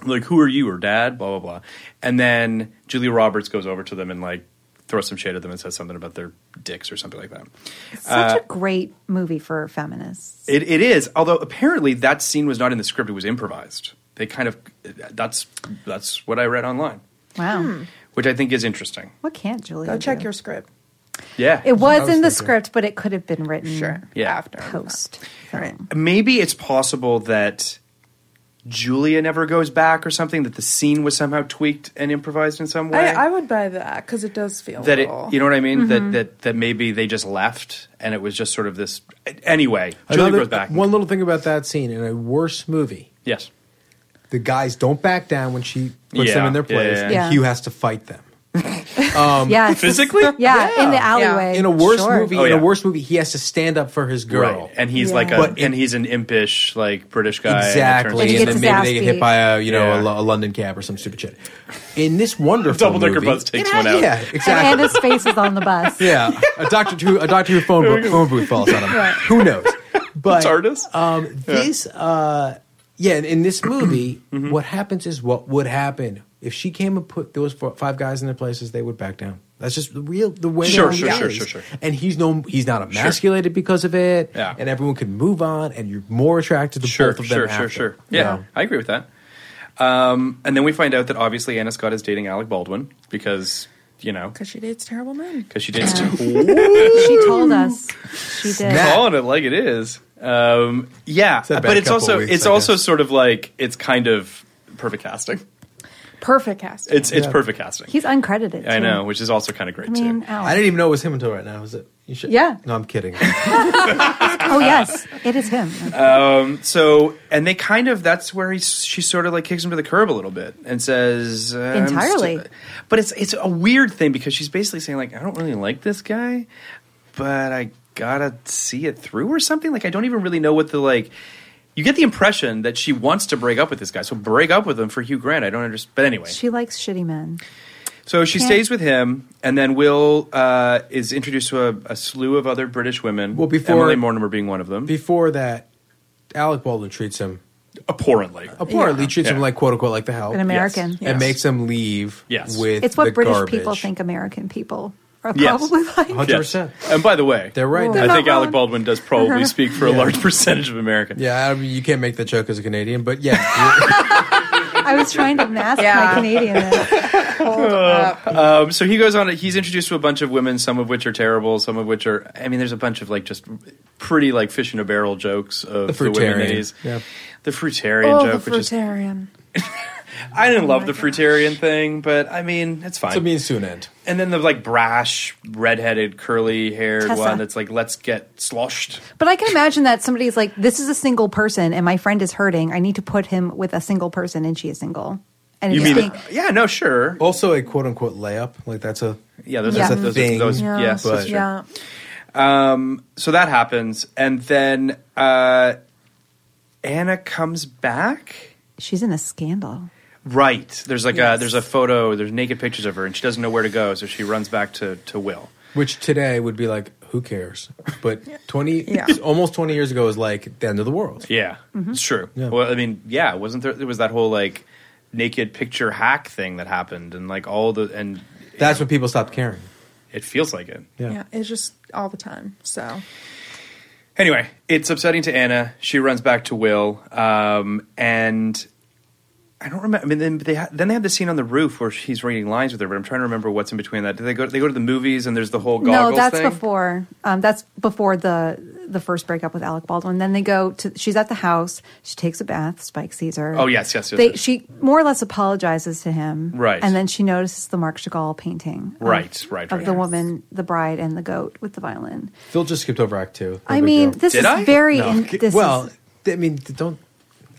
Speaker 7: Like, who are you or dad? Blah blah blah. And then Julia Roberts goes over to them and like throws some shade at them and says something about their dicks or something like that.
Speaker 8: such
Speaker 7: Uh,
Speaker 8: a great movie for feminists.
Speaker 7: it, it is. Although apparently that scene was not in the script; it was improvised. they kind of that's that's what I read online,
Speaker 8: Wow.
Speaker 7: which I think is interesting.
Speaker 8: What can't Julia?
Speaker 9: Hmm. Go check
Speaker 8: do?
Speaker 9: your script.
Speaker 7: Yeah,
Speaker 8: It was in the script, but it could have been written sure.
Speaker 7: Yeah.
Speaker 8: after post. Right.
Speaker 7: Maybe it's possible that Julia never goes back or something. That the scene was somehow tweaked and improvised in some way.
Speaker 9: I, I would buy that because it does feel
Speaker 7: that it,
Speaker 9: little.
Speaker 7: you know what I mean?
Speaker 9: Mhm.
Speaker 7: That that that maybe they just left and it was just sort of this. Anyway, Julia
Speaker 6: Another-
Speaker 7: goes back.
Speaker 6: One little thing about that scene in a worse movie,
Speaker 7: Yes,
Speaker 6: the guys don't back down when she puts them
Speaker 7: Yeah,
Speaker 6: in their
Speaker 7: yeah,
Speaker 6: place,
Speaker 7: yeah,
Speaker 6: and
Speaker 8: yeah.
Speaker 6: Hugh has to fight them. um,
Speaker 8: Yeah, it's just- Physically? yeah, in the alleyway,
Speaker 6: In a worse
Speaker 8: sure.
Speaker 6: movie,
Speaker 7: Oh,
Speaker 6: in
Speaker 7: yeah.
Speaker 6: a worse movie, he has to stand up for his girl,
Speaker 7: Right. And he's like a
Speaker 6: But
Speaker 7: and he's an impish like British guy. and it
Speaker 6: exactly.
Speaker 7: turns
Speaker 6: And,
Speaker 7: out-
Speaker 6: then maybe they get hit by a you know a Lo- a, London cab or some stupid shit. In this wonderful
Speaker 7: Double-decker
Speaker 6: movie-
Speaker 7: bus takes one out.
Speaker 6: Yeah, exactly.
Speaker 8: And his face is on the bus.
Speaker 6: Yeah, a Doctor Who, a Doctor Who phone booth, phone booth falls on him.
Speaker 8: Right.
Speaker 6: Who knows? But
Speaker 7: TARDIS.
Speaker 6: Um, this, uh, yeah, in- in this movie,
Speaker 7: Mm-hmm.
Speaker 6: what happens is what would happen if she came and put those four, five guys in their places. They would back down. That's just the real the way.
Speaker 7: Sure,
Speaker 6: it
Speaker 7: sure, sure,
Speaker 6: is.
Speaker 7: sure, sure.
Speaker 6: And he's no, he's not emasculated because of it.
Speaker 7: Yeah.
Speaker 6: and everyone can move on, and you're more attracted to both of them.
Speaker 7: sure, sure,
Speaker 6: after.
Speaker 7: sure.
Speaker 6: You
Speaker 7: Yeah,
Speaker 6: know?
Speaker 7: I agree with that. Um, and then we find out that obviously Anna Scott is dating Alec Baldwin because you know
Speaker 9: Because she dates terrible men.
Speaker 7: because she dates.
Speaker 8: she told us she did.
Speaker 7: calling it like it is. Um, yeah,
Speaker 6: a bad
Speaker 7: but it's
Speaker 6: couple
Speaker 7: also
Speaker 6: weeks,
Speaker 7: it's
Speaker 6: I
Speaker 7: also sort of like it's kind of perfect casting.
Speaker 9: Perfect casting.
Speaker 7: It's it's perfect casting.
Speaker 8: He's uncredited.
Speaker 7: I
Speaker 8: too.
Speaker 7: know, which is also kind of great
Speaker 8: I mean,
Speaker 7: too.
Speaker 8: Alex.
Speaker 6: I didn't even know it was him until right now. Is it? You should,
Speaker 8: Yeah.
Speaker 6: No, I'm kidding. Uh,
Speaker 8: oh yes, it is him.
Speaker 7: Um, so and they kind of that's where he she sort of like kicks him to the curb a little bit and says uh, I'm sti-
Speaker 8: Entirely.
Speaker 7: but it's it's a weird thing because she's basically saying like I don't really like this guy, but I gotta see it through or something. Like I don't even really know what the like. You get the impression that she wants to break up with this guy, so break up with him for Hugh Grant. I don't understand. But anyway,
Speaker 8: She likes shitty men.
Speaker 7: So she
Speaker 8: Can't-
Speaker 7: stays with him, and then Will uh, is introduced to a, a slew of other British women.
Speaker 6: Well, before-
Speaker 7: Emily Mortimer being one of them,
Speaker 6: Before that, Alec Baldwin treats him
Speaker 7: abhorrently.
Speaker 6: apparently treats him
Speaker 7: Yeah.
Speaker 6: like quote unquote like the
Speaker 7: Oh,
Speaker 6: help
Speaker 8: An American.
Speaker 6: and
Speaker 8: Yes.
Speaker 6: makes him leave.
Speaker 7: Yes.
Speaker 6: with
Speaker 8: It's what
Speaker 6: the
Speaker 8: British
Speaker 6: garbage.
Speaker 8: people think American people are
Speaker 7: Yes.
Speaker 8: probably like.
Speaker 6: Hundred percent.
Speaker 7: And by the way,
Speaker 6: They're right.
Speaker 7: I
Speaker 6: They're
Speaker 7: think
Speaker 6: not
Speaker 7: Alec Baldwin does probably speak for a large percentage of Americans.
Speaker 6: Yeah, I mean, you can't make that joke as a Canadian, but yeah,
Speaker 8: I was trying to mask my
Speaker 9: Yeah.
Speaker 8: Canadianness.
Speaker 7: Oh, Um, so he goes on. He's introduced to a bunch of women, some of which are terrible, some of which are. I mean, there's a bunch of like just pretty like fish in a barrel jokes of
Speaker 6: The
Speaker 7: the, women that
Speaker 6: fruitarian.
Speaker 7: he's.
Speaker 6: Yeah.
Speaker 7: The fruitarian
Speaker 9: Oh,
Speaker 7: joke,
Speaker 9: the
Speaker 7: which is
Speaker 9: fruitarian.
Speaker 7: I didn't love the fruitarian thing, but I mean, it's fine.
Speaker 6: it's a means to an end.
Speaker 7: And then the like brash, redheaded, curly haired
Speaker 8: Tessa.
Speaker 7: one that's like, let's get sloshed.
Speaker 8: But I can imagine that somebody's like, "This is a single person, and my friend is hurting. I need to put him with a single person, and she is single." And
Speaker 7: You
Speaker 8: it's
Speaker 7: mean?
Speaker 8: being-
Speaker 7: yeah, no, sure.
Speaker 6: Also, a quote unquote layup, like that's a
Speaker 7: Yeah, those
Speaker 8: Yeah.
Speaker 7: are those,
Speaker 6: Thing.
Speaker 7: those
Speaker 9: Yeah.
Speaker 7: yes,
Speaker 6: But-
Speaker 7: that's true.
Speaker 9: yeah.
Speaker 7: Um, so that happens, and then uh, Anna comes back.
Speaker 8: she's in a scandal.
Speaker 7: Right. There's like a
Speaker 9: Yes.
Speaker 7: there's a photo. There's naked pictures of her, and she doesn't know where to go, so she runs back to to Will.
Speaker 6: which today would be like who cares, but twenty
Speaker 9: Yeah.
Speaker 6: almost twenty years ago is like the end of the world.
Speaker 7: Yeah,
Speaker 8: Mm-hmm.
Speaker 7: it's true.
Speaker 6: Yeah.
Speaker 7: Well, I mean, yeah, wasn't there? There was that whole like naked picture hack thing that happened, and like all the and
Speaker 6: That's when people stopped caring.
Speaker 7: it feels like it.
Speaker 6: Yeah.
Speaker 9: yeah, It's just all the time. So
Speaker 7: Anyway, it's upsetting to Anna. She runs back to Will, um, and I don't remember. I mean, then they ha- then they have the scene on the roof where she's reading lines with her, but I'm trying to remember what's in between that. Do they go? They go to the movies, and there's the whole goggles
Speaker 8: no, that's
Speaker 7: thing?
Speaker 8: before. Um, that's before the the first breakup with Alec Baldwin. Then they go to. She's at the house. She takes a bath. Spike sees her.
Speaker 7: Oh, yes, yes, yes,
Speaker 8: They,
Speaker 7: yes.
Speaker 8: She more or less apologizes to him.
Speaker 7: Right.
Speaker 8: And then she notices the Marc Chagall painting. of-
Speaker 7: Right, right,
Speaker 8: Of
Speaker 7: right.
Speaker 8: the
Speaker 7: Yes.
Speaker 8: woman, the bride, and the goat with the violin.
Speaker 6: Phil just skipped over Act Two. No
Speaker 8: I
Speaker 6: big
Speaker 8: mean,
Speaker 6: deal.
Speaker 8: this
Speaker 7: Did
Speaker 8: is
Speaker 7: I?
Speaker 8: very.
Speaker 6: No.
Speaker 8: in- this
Speaker 6: well,
Speaker 8: is,
Speaker 6: I mean, don't.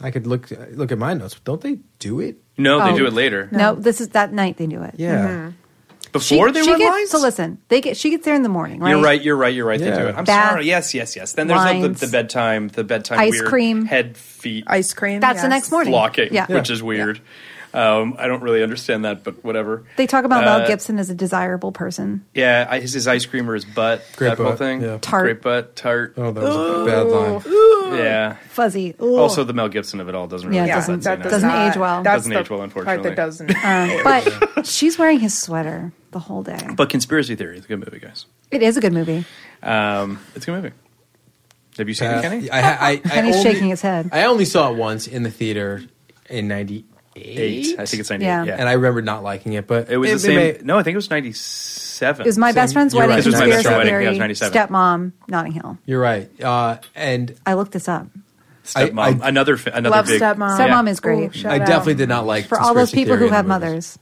Speaker 6: I could look look at my notes. But don't they do it?
Speaker 7: No, they
Speaker 8: Oh.
Speaker 7: do it later.
Speaker 8: No, this is that night they do it. Mm-hmm.
Speaker 6: Yeah.
Speaker 8: She,
Speaker 7: Before they
Speaker 8: she
Speaker 7: run
Speaker 8: gets,
Speaker 7: lines.
Speaker 8: So listen, they get she gets there in the morning, right?
Speaker 7: You're right. You're right. You're right. They do
Speaker 6: Yeah.
Speaker 7: it. I'm
Speaker 8: Bath,
Speaker 7: sorry. Yes. Yes. Yes. Then there's like,
Speaker 8: lines,
Speaker 7: the, the bedtime. The bedtime.
Speaker 8: ice
Speaker 7: weird
Speaker 8: cream.
Speaker 7: Head feet.
Speaker 9: ice cream.
Speaker 8: That's the
Speaker 9: yes.
Speaker 8: next morning.
Speaker 7: Blocking,
Speaker 8: Yeah.
Speaker 7: which
Speaker 6: Yeah.
Speaker 7: is weird. Um, I don't really understand that, but whatever.
Speaker 8: They talk about Mel
Speaker 7: Uh,
Speaker 8: Gibson as a desirable person.
Speaker 7: Yeah, I- his, his ice cream or his butt.
Speaker 6: Great
Speaker 7: that whole
Speaker 6: butt,
Speaker 7: thing.
Speaker 6: yeah.
Speaker 8: Tart.
Speaker 7: Great butt. Tart.
Speaker 6: Oh, that was a bad line.
Speaker 7: Yeah.
Speaker 8: Fuzzy.
Speaker 7: Also, Oh, the Mel Gibson of it all doesn't really.
Speaker 8: Yeah, it
Speaker 7: make
Speaker 8: doesn't-
Speaker 7: sense,
Speaker 8: that
Speaker 7: you know.
Speaker 8: doesn't age well.
Speaker 9: That's
Speaker 7: Doesn't
Speaker 9: the
Speaker 7: age well,
Speaker 9: Part
Speaker 7: unfortunately.
Speaker 9: that doesn't.
Speaker 8: Um, but she's wearing his sweater the whole day.
Speaker 7: But conspiracy theory is a good movie, guys.
Speaker 8: It is a good movie.
Speaker 7: Um, it's a good movie. Have you seen it, Kenny?
Speaker 6: I, I, I, I
Speaker 8: Kenny's
Speaker 6: only-
Speaker 8: shaking his head.
Speaker 6: I only saw it once in the theater, in ninety eight.
Speaker 7: Eight. I think it's 98, Yeah. yeah.
Speaker 6: and I remember not liking it, but
Speaker 7: It was the
Speaker 6: it
Speaker 7: same.
Speaker 6: may-
Speaker 7: no, I think it was ninety seven.
Speaker 8: It was my best friend's wedding.
Speaker 7: It was my best
Speaker 8: conspiracy
Speaker 7: friend's wedding.
Speaker 8: theory,
Speaker 7: Yeah, it was ninety seven.
Speaker 8: Stepmom, Notting Hill.
Speaker 6: You're right. Uh, and
Speaker 8: I looked this up.
Speaker 7: Stepmom. another fa- another
Speaker 8: Love
Speaker 7: big
Speaker 8: Stepmom.
Speaker 7: Yeah. Oh,
Speaker 8: Stepmom is great. Ooh, shout
Speaker 6: I
Speaker 8: out.
Speaker 6: definitely did not like
Speaker 8: for all those
Speaker 6: conspiracy
Speaker 8: people who
Speaker 6: theory
Speaker 8: have
Speaker 6: in the movie.
Speaker 8: mothers,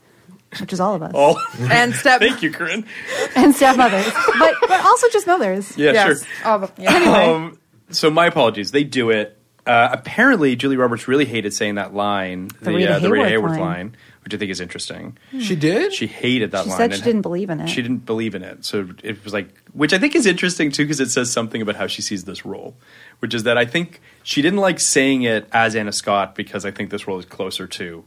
Speaker 8: which is all of us,
Speaker 7: Oh,
Speaker 8: And step-
Speaker 7: Thank you, Corinne.
Speaker 8: and stepmothers, but but also just mothers.
Speaker 7: Yeah, Yes.
Speaker 8: sure. Anyway,
Speaker 7: Um, so my apologies. They do it. Uh, apparently, Julie Roberts really hated saying that line,
Speaker 8: The Rita
Speaker 7: uh, the Rita
Speaker 8: Hayworth
Speaker 7: Hayworth
Speaker 8: line.
Speaker 7: line. which I think is interesting.
Speaker 8: Hmm. She did?
Speaker 7: She hated that
Speaker 8: she
Speaker 7: line.
Speaker 8: said she
Speaker 7: and
Speaker 8: didn't believe in it.
Speaker 7: She didn't believe in it. So it was like, which I think is interesting too, because it says something about how she sees this role, which is that I think she didn't like saying it as Anna Scott because I think this role is closer to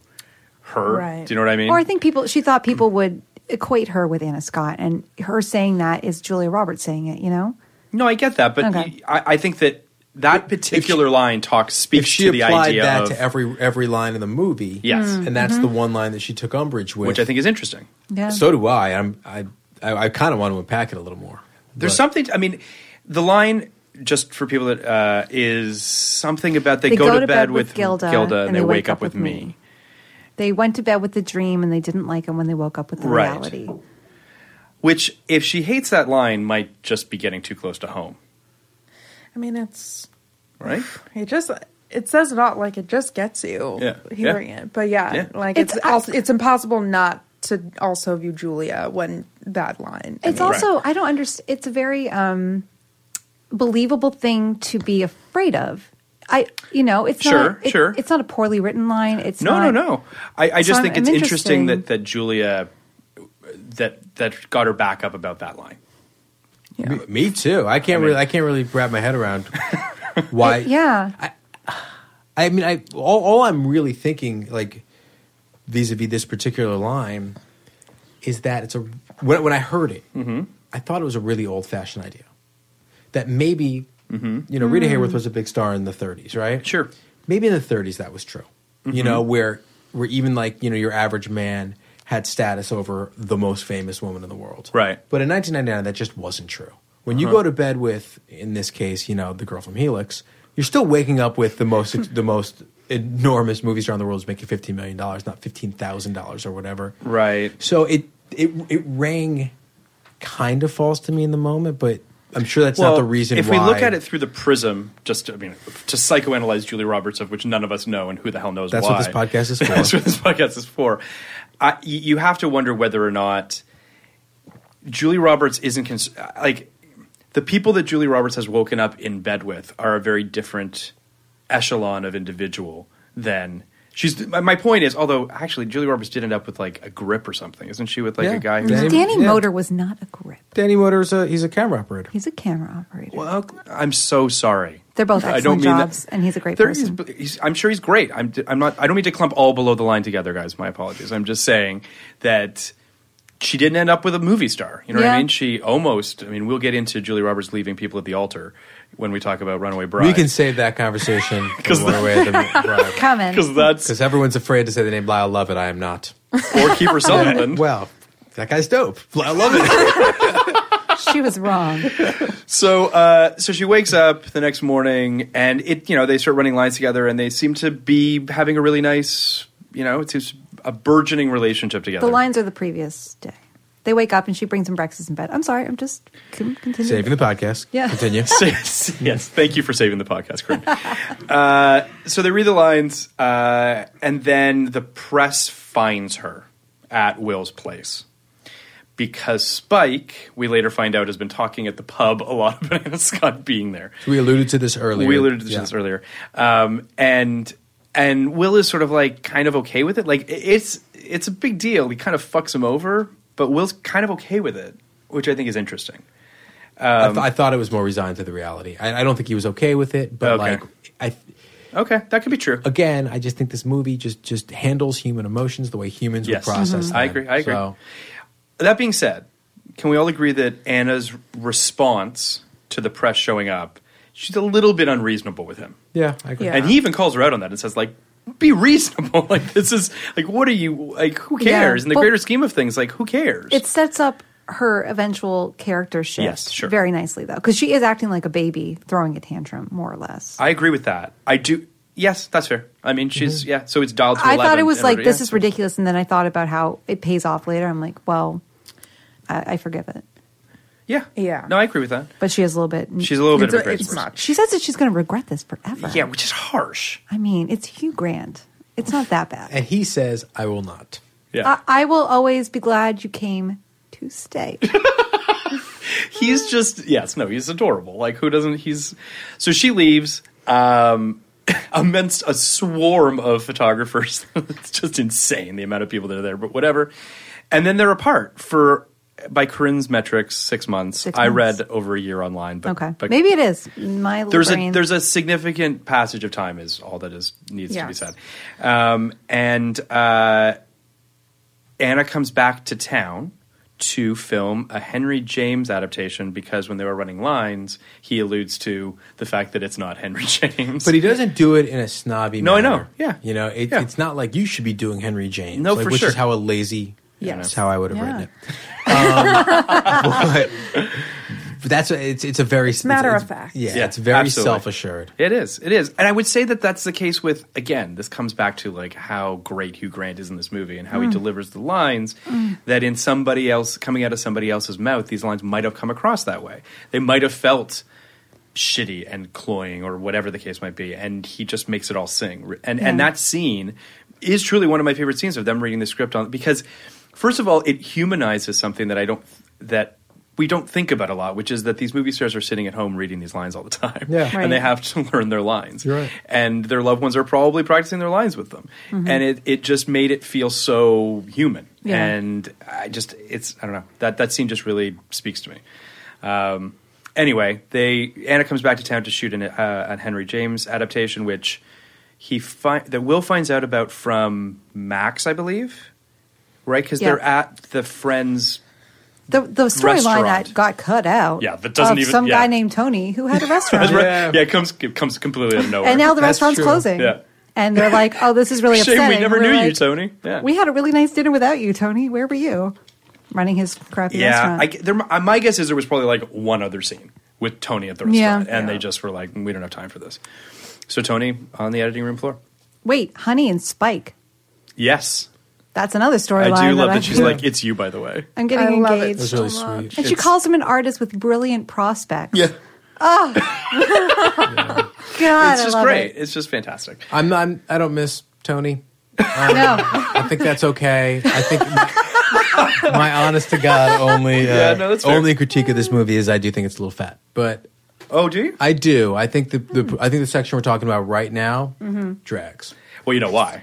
Speaker 7: her. Do you know what I mean?
Speaker 8: Or I think people. She thought people would equate her with Anna Scott, and her saying that is Julia Roberts saying it. You know,
Speaker 7: no, I get that, but
Speaker 8: Okay.
Speaker 7: y- I, I think that that particular line talks
Speaker 6: If
Speaker 7: speaks
Speaker 6: she
Speaker 7: to the
Speaker 6: applied
Speaker 7: idea
Speaker 6: that
Speaker 7: of,
Speaker 6: to every every line in the movie,
Speaker 7: Yes.
Speaker 8: Mm-hmm.
Speaker 7: Mm.
Speaker 6: and that's the
Speaker 7: Mhm.
Speaker 6: one line that she took umbrage with,
Speaker 7: which I think is interesting.
Speaker 8: Yeah.
Speaker 6: So do I. I'm I I, I kind of want to unpack it a little more.
Speaker 7: There's something. I mean, the line just for people that uh, is something about they, go, to, bed, with Gilda, and, they, wake up with me.
Speaker 8: they went to bed with the dream, and they didn't like him when they woke up with the
Speaker 7: Right.
Speaker 8: reality.
Speaker 7: Which, if she hates that line, might just be getting too close to home,
Speaker 9: I mean, it's
Speaker 7: right?
Speaker 9: it just it says it all. Like it just gets you
Speaker 7: Yeah.
Speaker 9: hearing
Speaker 7: Yeah.
Speaker 9: it. But yeah,
Speaker 7: Yeah.
Speaker 9: like
Speaker 8: It's-
Speaker 9: it's also, it's impossible not to also view Julia when that line. I
Speaker 8: It's
Speaker 9: mean-
Speaker 8: also I don't understand. It's a very um, believable thing to be afraid of. I you know it's
Speaker 7: Sure,
Speaker 8: not, it-
Speaker 7: sure.
Speaker 8: It's not a poorly written line. It's
Speaker 7: no,
Speaker 8: not,
Speaker 7: no, no. I, I
Speaker 8: it's
Speaker 7: just
Speaker 8: not-
Speaker 7: think it's
Speaker 8: I'm
Speaker 7: interesting,
Speaker 8: interesting.
Speaker 7: that that Julia that that got her back up about that line.
Speaker 6: Me, me too. I can't really I can't really wrap my head around why.
Speaker 8: Yeah,
Speaker 6: I mean, I all, all I'm really thinking, like vis-a-vis this particular line, is that it's a when, when I heard it, I thought it was a really old-fashioned idea. That maybe you know Rita
Speaker 7: Mm.
Speaker 6: Hayworth was a big star in the 30s, right?
Speaker 7: Sure.
Speaker 6: Maybe in the 30s that was true. You
Speaker 7: Mhm.
Speaker 6: know, where where even like you know your average man had status over the most famous woman in the world,
Speaker 7: Right.
Speaker 6: But in 1999, that just wasn't true. When you
Speaker 7: Uh-huh.
Speaker 6: go to bed with, in this case, you know, the girl from Helix, you're still waking up with the most the most enormous movies around the world is making fifteen million dollars, not fifteen thousand dollars or whatever.
Speaker 7: Right.
Speaker 6: So it it it rang kind of false to me in the moment, but I'm sure that's not the reason.
Speaker 7: If
Speaker 6: why.
Speaker 7: we look at it through the prism, just to, I mean, to psychoanalyze Julie Roberts, of which none of us know, and who the hell knows
Speaker 6: That's
Speaker 7: why.
Speaker 6: what this podcast is for.
Speaker 7: That's what this podcast is for. I, y- you have to wonder whether or not Julie Roberts isn't cons- like the people that Julie Roberts has woken up in bed with are a very different echelon of individual than. She's my my point is, although actually Julie Roberts did end up with like a grip or something, isn't she? With like a guy who's
Speaker 8: Danny Motor was not a grip.
Speaker 6: Danny Motor's a he's a camera operator.
Speaker 8: He's a camera operator.
Speaker 7: Well, I'm so sorry.
Speaker 8: They're both
Speaker 7: I
Speaker 8: excellent
Speaker 7: don't mean that-
Speaker 8: jobs, and he's a great
Speaker 7: There is-
Speaker 8: person.
Speaker 7: he's- I'm sure he's great. I'm, I'm not. I don't mean to clump all below the line together, guys. My apologies. I'm just saying that she didn't end up with a movie star. You know what
Speaker 6: Yeah.
Speaker 7: I mean? She almost. I mean, we'll get into Julie Roberts leaving people at the altar when we talk about Runaway Bride.
Speaker 6: we can save that conversation because
Speaker 7: the-
Speaker 8: Coming.
Speaker 7: that's because
Speaker 6: everyone's afraid to say the name Lyle Lovett. I am not.
Speaker 7: Or Kiefer Sutherland.
Speaker 6: well, that guy's dope. I love it.
Speaker 8: she was wrong.
Speaker 7: So, uh, so she wakes up the next morning, and it, you know, they start running lines together, and they seem to be having a really nice, you know, it seems a burgeoning relationship together.
Speaker 8: The lines are the previous day. They wake up and she brings them breakfast in bed. I'm sorry, I'm just con- continuing.
Speaker 6: Saving the podcast.
Speaker 8: Yeah.
Speaker 6: Continue.
Speaker 7: yes, yes. Thank you for saving the podcast, Corinne. uh, so they read the lines, uh, and then the press finds her at Will's place because Spike, we later find out, has been talking at the pub a lot about Anna Scott being there.
Speaker 6: We alluded to this earlier.
Speaker 7: We alluded to this
Speaker 6: Yeah.
Speaker 7: earlier, um, and and Will is sort of like kind of okay with it. Like i- it's it's a big deal. He kind of fucks him over, but Will's kind of okay with it, which I think is interesting.
Speaker 6: I,
Speaker 7: Um,
Speaker 6: th- I thought it was more resigned to the reality. I, I don't think he was okay with it, but
Speaker 7: Okay.
Speaker 6: like, I
Speaker 7: okay, that could be true.
Speaker 6: Again, I just think this movie just just handles human emotions the way humans
Speaker 7: Yes,
Speaker 6: would process.
Speaker 7: I
Speaker 6: them.
Speaker 7: agree. I agree.
Speaker 6: So,
Speaker 7: That being said, can we all agree that Anna's response to the press showing up, she's a little bit unreasonable with him,
Speaker 6: yeah, I agree.
Speaker 7: and he even calls her out on that and says like. Be reasonable. Like this is like what are you like? Who
Speaker 8: Yeah.
Speaker 7: cares? In the
Speaker 8: Well-
Speaker 7: greater scheme of things, like who cares?
Speaker 8: It sets up her eventual character shift
Speaker 7: Yes, sure.
Speaker 8: very nicely, though, because she is acting like a baby throwing a tantrum, more or less.
Speaker 7: I agree with that. I do. Yes, that's fair. I mean, she's yeah. So it's dialed. To
Speaker 8: Mm-hmm. I
Speaker 7: 11
Speaker 8: thought it was
Speaker 7: in
Speaker 8: like
Speaker 7: order-
Speaker 8: this
Speaker 7: yeah.
Speaker 8: is ridiculous, and then I thought about how it pays off later. I'm like, well, I, I forgive it.
Speaker 7: Yeah, yeah. No, I agree with that.
Speaker 8: But she has a little bit.
Speaker 7: She's a little bit It's of a a- crazy it's person.
Speaker 8: much. She says that she's going to regret this forever.
Speaker 7: Yeah, which is harsh.
Speaker 8: I mean, it's Hugh Grant. It's not that bad.
Speaker 6: And he says, I will not.
Speaker 8: I, I will always be glad you came to stay.
Speaker 7: He's just yes, no, he's adorable. Like who doesn't? He's so she leaves. Um, amidst a swarm of photographers, it's just insane the amount of people that are there. But whatever, and then they're apart for by Corinne's metrics six months.
Speaker 8: Six
Speaker 7: I
Speaker 8: months.
Speaker 7: read over a year online, but
Speaker 8: okay,
Speaker 7: but
Speaker 8: maybe it is my little
Speaker 7: there's
Speaker 8: brain.
Speaker 7: a there's a significant passage of time is all that is needs to be
Speaker 8: Yes.
Speaker 7: said um, and uh, anna comes back to town to film a henry james adaptation because when they were running lines he alludes to the fact that it's not henry james
Speaker 6: But he doesn't do it in a snobby
Speaker 7: No, I
Speaker 6: manner.
Speaker 7: know. Yeah.
Speaker 6: You know, it, it's not like you should be doing Henry James.
Speaker 7: No,
Speaker 6: like,
Speaker 7: for
Speaker 6: which
Speaker 7: sure.
Speaker 6: is how a lazy.
Speaker 7: Yes.
Speaker 6: That's how I would have
Speaker 7: Yeah.
Speaker 6: written it. Um, but, but that's it's it's a very
Speaker 7: It's matter
Speaker 6: it's-
Speaker 7: of fact.
Speaker 6: Yeah,
Speaker 7: Yeah,
Speaker 6: it's very
Speaker 7: absolutely.
Speaker 6: self assured.
Speaker 7: It is. It is. And I would say that that's the case with, again, this comes back to like how great Hugh Grant is in this movie and how he
Speaker 12: Mm.
Speaker 7: delivers the lines
Speaker 12: Mm.
Speaker 7: that in somebody else, coming out of somebody else's mouth, these lines might have come across that way. They might have felt shitty and cloying or whatever the case might be. And he just makes it all sing. And, and
Speaker 12: Yeah.
Speaker 7: that scene is truly one of my favorite scenes of them reading the script on, because first of all, it humanizes something that I don't, that we don't think about a lot, which is that these movie stars are sitting at home reading these lines all the time.
Speaker 12: Yeah. Right.
Speaker 7: And they have to learn their lines.
Speaker 12: You're right.
Speaker 7: And their loved ones are probably practicing their lines with them.
Speaker 12: Mhm.
Speaker 7: And it, it just made it feel so human.
Speaker 12: Yeah.
Speaker 7: And I just, it's, I don't know, that, that scene just really speaks to me. Um, anyway, they, Anna comes back to town to shoot an, uh, an Henry James adaptation, which he fi- that Will finds out about from Max, I believe. Right? Because
Speaker 8: Yeah.
Speaker 7: they're at the friend's
Speaker 8: the the storyline that got cut out.
Speaker 7: Yeah, that doesn't
Speaker 8: of
Speaker 7: even-
Speaker 8: some
Speaker 7: yeah.
Speaker 8: guy named Tony who had a restaurant.
Speaker 7: That's right. Yeah, it comes it comes completely out of nowhere.
Speaker 8: And now the That's restaurant's true. closing.
Speaker 7: Yeah.
Speaker 8: And they're like, "Oh, this is really
Speaker 7: Shame
Speaker 8: upsetting."
Speaker 7: we never
Speaker 8: We're
Speaker 7: knew you,
Speaker 8: like,
Speaker 7: Tony. Yeah.
Speaker 8: We had a really nice dinner without you, Tony. Where were you? Running his crappy
Speaker 7: yeah,
Speaker 8: restaurant.
Speaker 7: I, there, uh, my guess is there was probably like one other scene with Tony at the
Speaker 8: Yeah.
Speaker 7: restaurant, and they just were like, "We don't have time for this." So Tony on the editing room floor.
Speaker 8: Wait, Honey and Spike.
Speaker 7: Yes,
Speaker 8: That's another storyline.
Speaker 7: I do love
Speaker 8: I-
Speaker 7: that she's like, "It's you," by the way.
Speaker 8: I'm
Speaker 9: I
Speaker 8: getting
Speaker 9: love it
Speaker 8: engaged.
Speaker 7: That's really so much. sweet.
Speaker 8: And she
Speaker 7: It's-
Speaker 8: calls him an artist with brilliant prospects.
Speaker 7: Yeah.
Speaker 8: Oh. God,
Speaker 7: it's
Speaker 8: I
Speaker 7: just
Speaker 8: love
Speaker 7: great.
Speaker 8: it.
Speaker 7: It's just fantastic.
Speaker 6: I'm not. I don't miss Tony. Um,
Speaker 8: no.
Speaker 6: I think that's okay. I think my, my honest to God only uh,
Speaker 7: Yeah, no, that's fair.
Speaker 6: only critique of this movie is I do think it's a little fat, but
Speaker 7: oh, do you?
Speaker 6: I do. I think the, the I think the section we're talking about right now
Speaker 7: Mhm.
Speaker 6: drags.
Speaker 7: Well, you know why?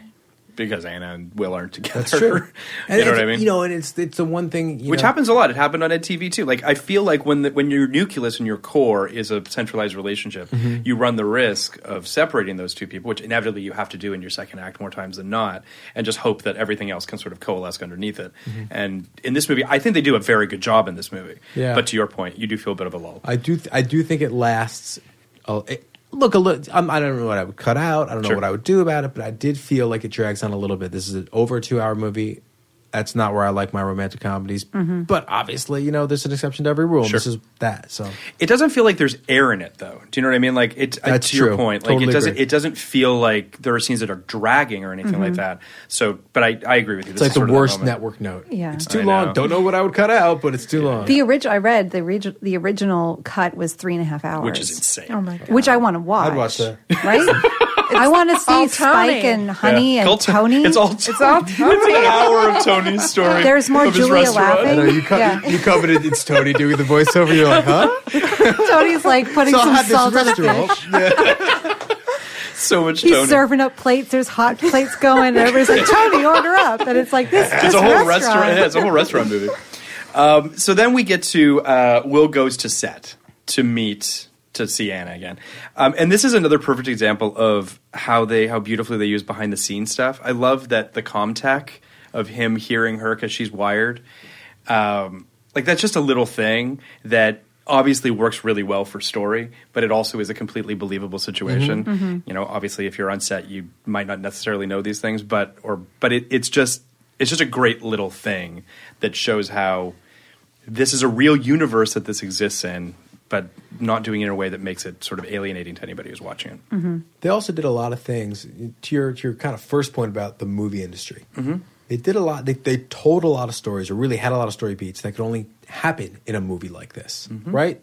Speaker 7: Because Anna and Will aren't together.
Speaker 6: That's true. And
Speaker 7: you know
Speaker 6: it's-
Speaker 7: what I mean?
Speaker 6: You know, and it's it's the one thing you
Speaker 7: Which
Speaker 6: know,
Speaker 7: happens a lot. It happened on EdTV too. Like I feel like when the, when your nucleus and your core is a centralized relationship,
Speaker 6: Mm-hmm.
Speaker 12: Mhm.
Speaker 7: you run the risk of separating those two people, which inevitably you have to do in your second act more times than not, and just hope that everything else can sort of coalesce underneath it.
Speaker 6: Mhm.
Speaker 7: And in this movie, I think they do a very good job in this movie.
Speaker 6: Yeah.
Speaker 7: But to your point, you do feel a bit of a lull.
Speaker 6: I do. Th- I do think it lasts. A, it, look, a look. I'm, I don't know what I would cut out. I don't
Speaker 7: Sure.
Speaker 6: know what I would do about it. But I did feel like it drags on a little bit. This is an over two hour movie. That's not where I like my romantic comedies.
Speaker 7: Mhm.
Speaker 6: But obviously, you know, there's an exception to every rule. and
Speaker 7: Sure.
Speaker 6: This is that. So
Speaker 7: It doesn't feel like there's air in it, though. Do you know what I mean? Like it. uh,
Speaker 6: That's
Speaker 7: to your
Speaker 6: true.
Speaker 7: point, like it
Speaker 6: Totally
Speaker 7: doesn't.
Speaker 6: agree.
Speaker 7: It doesn't feel like there are scenes that are dragging or anything
Speaker 8: Mm-hmm.
Speaker 7: like
Speaker 6: Mhm.
Speaker 7: that. So, but I, I agree with you.
Speaker 6: it's
Speaker 7: This
Speaker 6: like
Speaker 7: is
Speaker 6: the
Speaker 7: sort of that
Speaker 6: worst
Speaker 7: moment.
Speaker 6: network note.
Speaker 8: Yeah.
Speaker 6: It's too
Speaker 7: I
Speaker 6: long.
Speaker 7: know.
Speaker 6: Don't know what I would cut out, but it's too long.
Speaker 8: The original I read the orig- the original cut was three and a half hours,
Speaker 6: Which is insane.
Speaker 8: Oh my god! Which I want to watch.
Speaker 6: I'd watch that.
Speaker 8: Right? I want to see
Speaker 9: all
Speaker 8: Spike
Speaker 9: Tony.
Speaker 8: and Honey
Speaker 7: Yeah.
Speaker 8: and
Speaker 7: Cult-
Speaker 8: Tony.
Speaker 7: It's all It's all Tony. It's an hour of Tony's story
Speaker 8: There's more
Speaker 7: of his
Speaker 8: Julia
Speaker 7: restaurant.
Speaker 8: laughing.
Speaker 6: I know, you, co-
Speaker 8: Yeah.
Speaker 6: you coveted it's Tony doing the voiceover. You're like, huh?
Speaker 8: Tony's like putting
Speaker 6: So I
Speaker 8: some
Speaker 6: had this
Speaker 8: salt on the
Speaker 6: restaurant.
Speaker 8: fish.
Speaker 7: So much
Speaker 8: He's
Speaker 7: Tony.
Speaker 8: serving up plates. There's hot plates going. And everybody's like, Tony, order up. And it's like this. is
Speaker 7: it's
Speaker 8: just
Speaker 7: a whole restaurant.
Speaker 8: restaurant.
Speaker 7: yeah, it's a whole restaurant movie. Um, so then we get to uh, Will goes to set to meet to see Anna again, um, and this is another perfect example of how they how beautifully they use behind the scenes stuff. I love that the comtech of him hearing her because she's wired. Um, like that's just a little thing that obviously works really well for story, but it also is a completely believable situation.
Speaker 12: Mhm.
Speaker 7: You know, obviously if you're on set, you might not necessarily know these things, but or but it, it's just it's just a great little thing that shows how this is a real universe that this exists in, but not doing it in a way that makes it sort of alienating to anybody who's watching it.
Speaker 6: They also did a lot of things to your to your kind of first point about the movie industry.
Speaker 7: Mhm.
Speaker 6: They did a lot. They, they told a lot of stories, or really had a lot of story beats that could only happen in a movie like this,
Speaker 12: Mhm.
Speaker 6: right?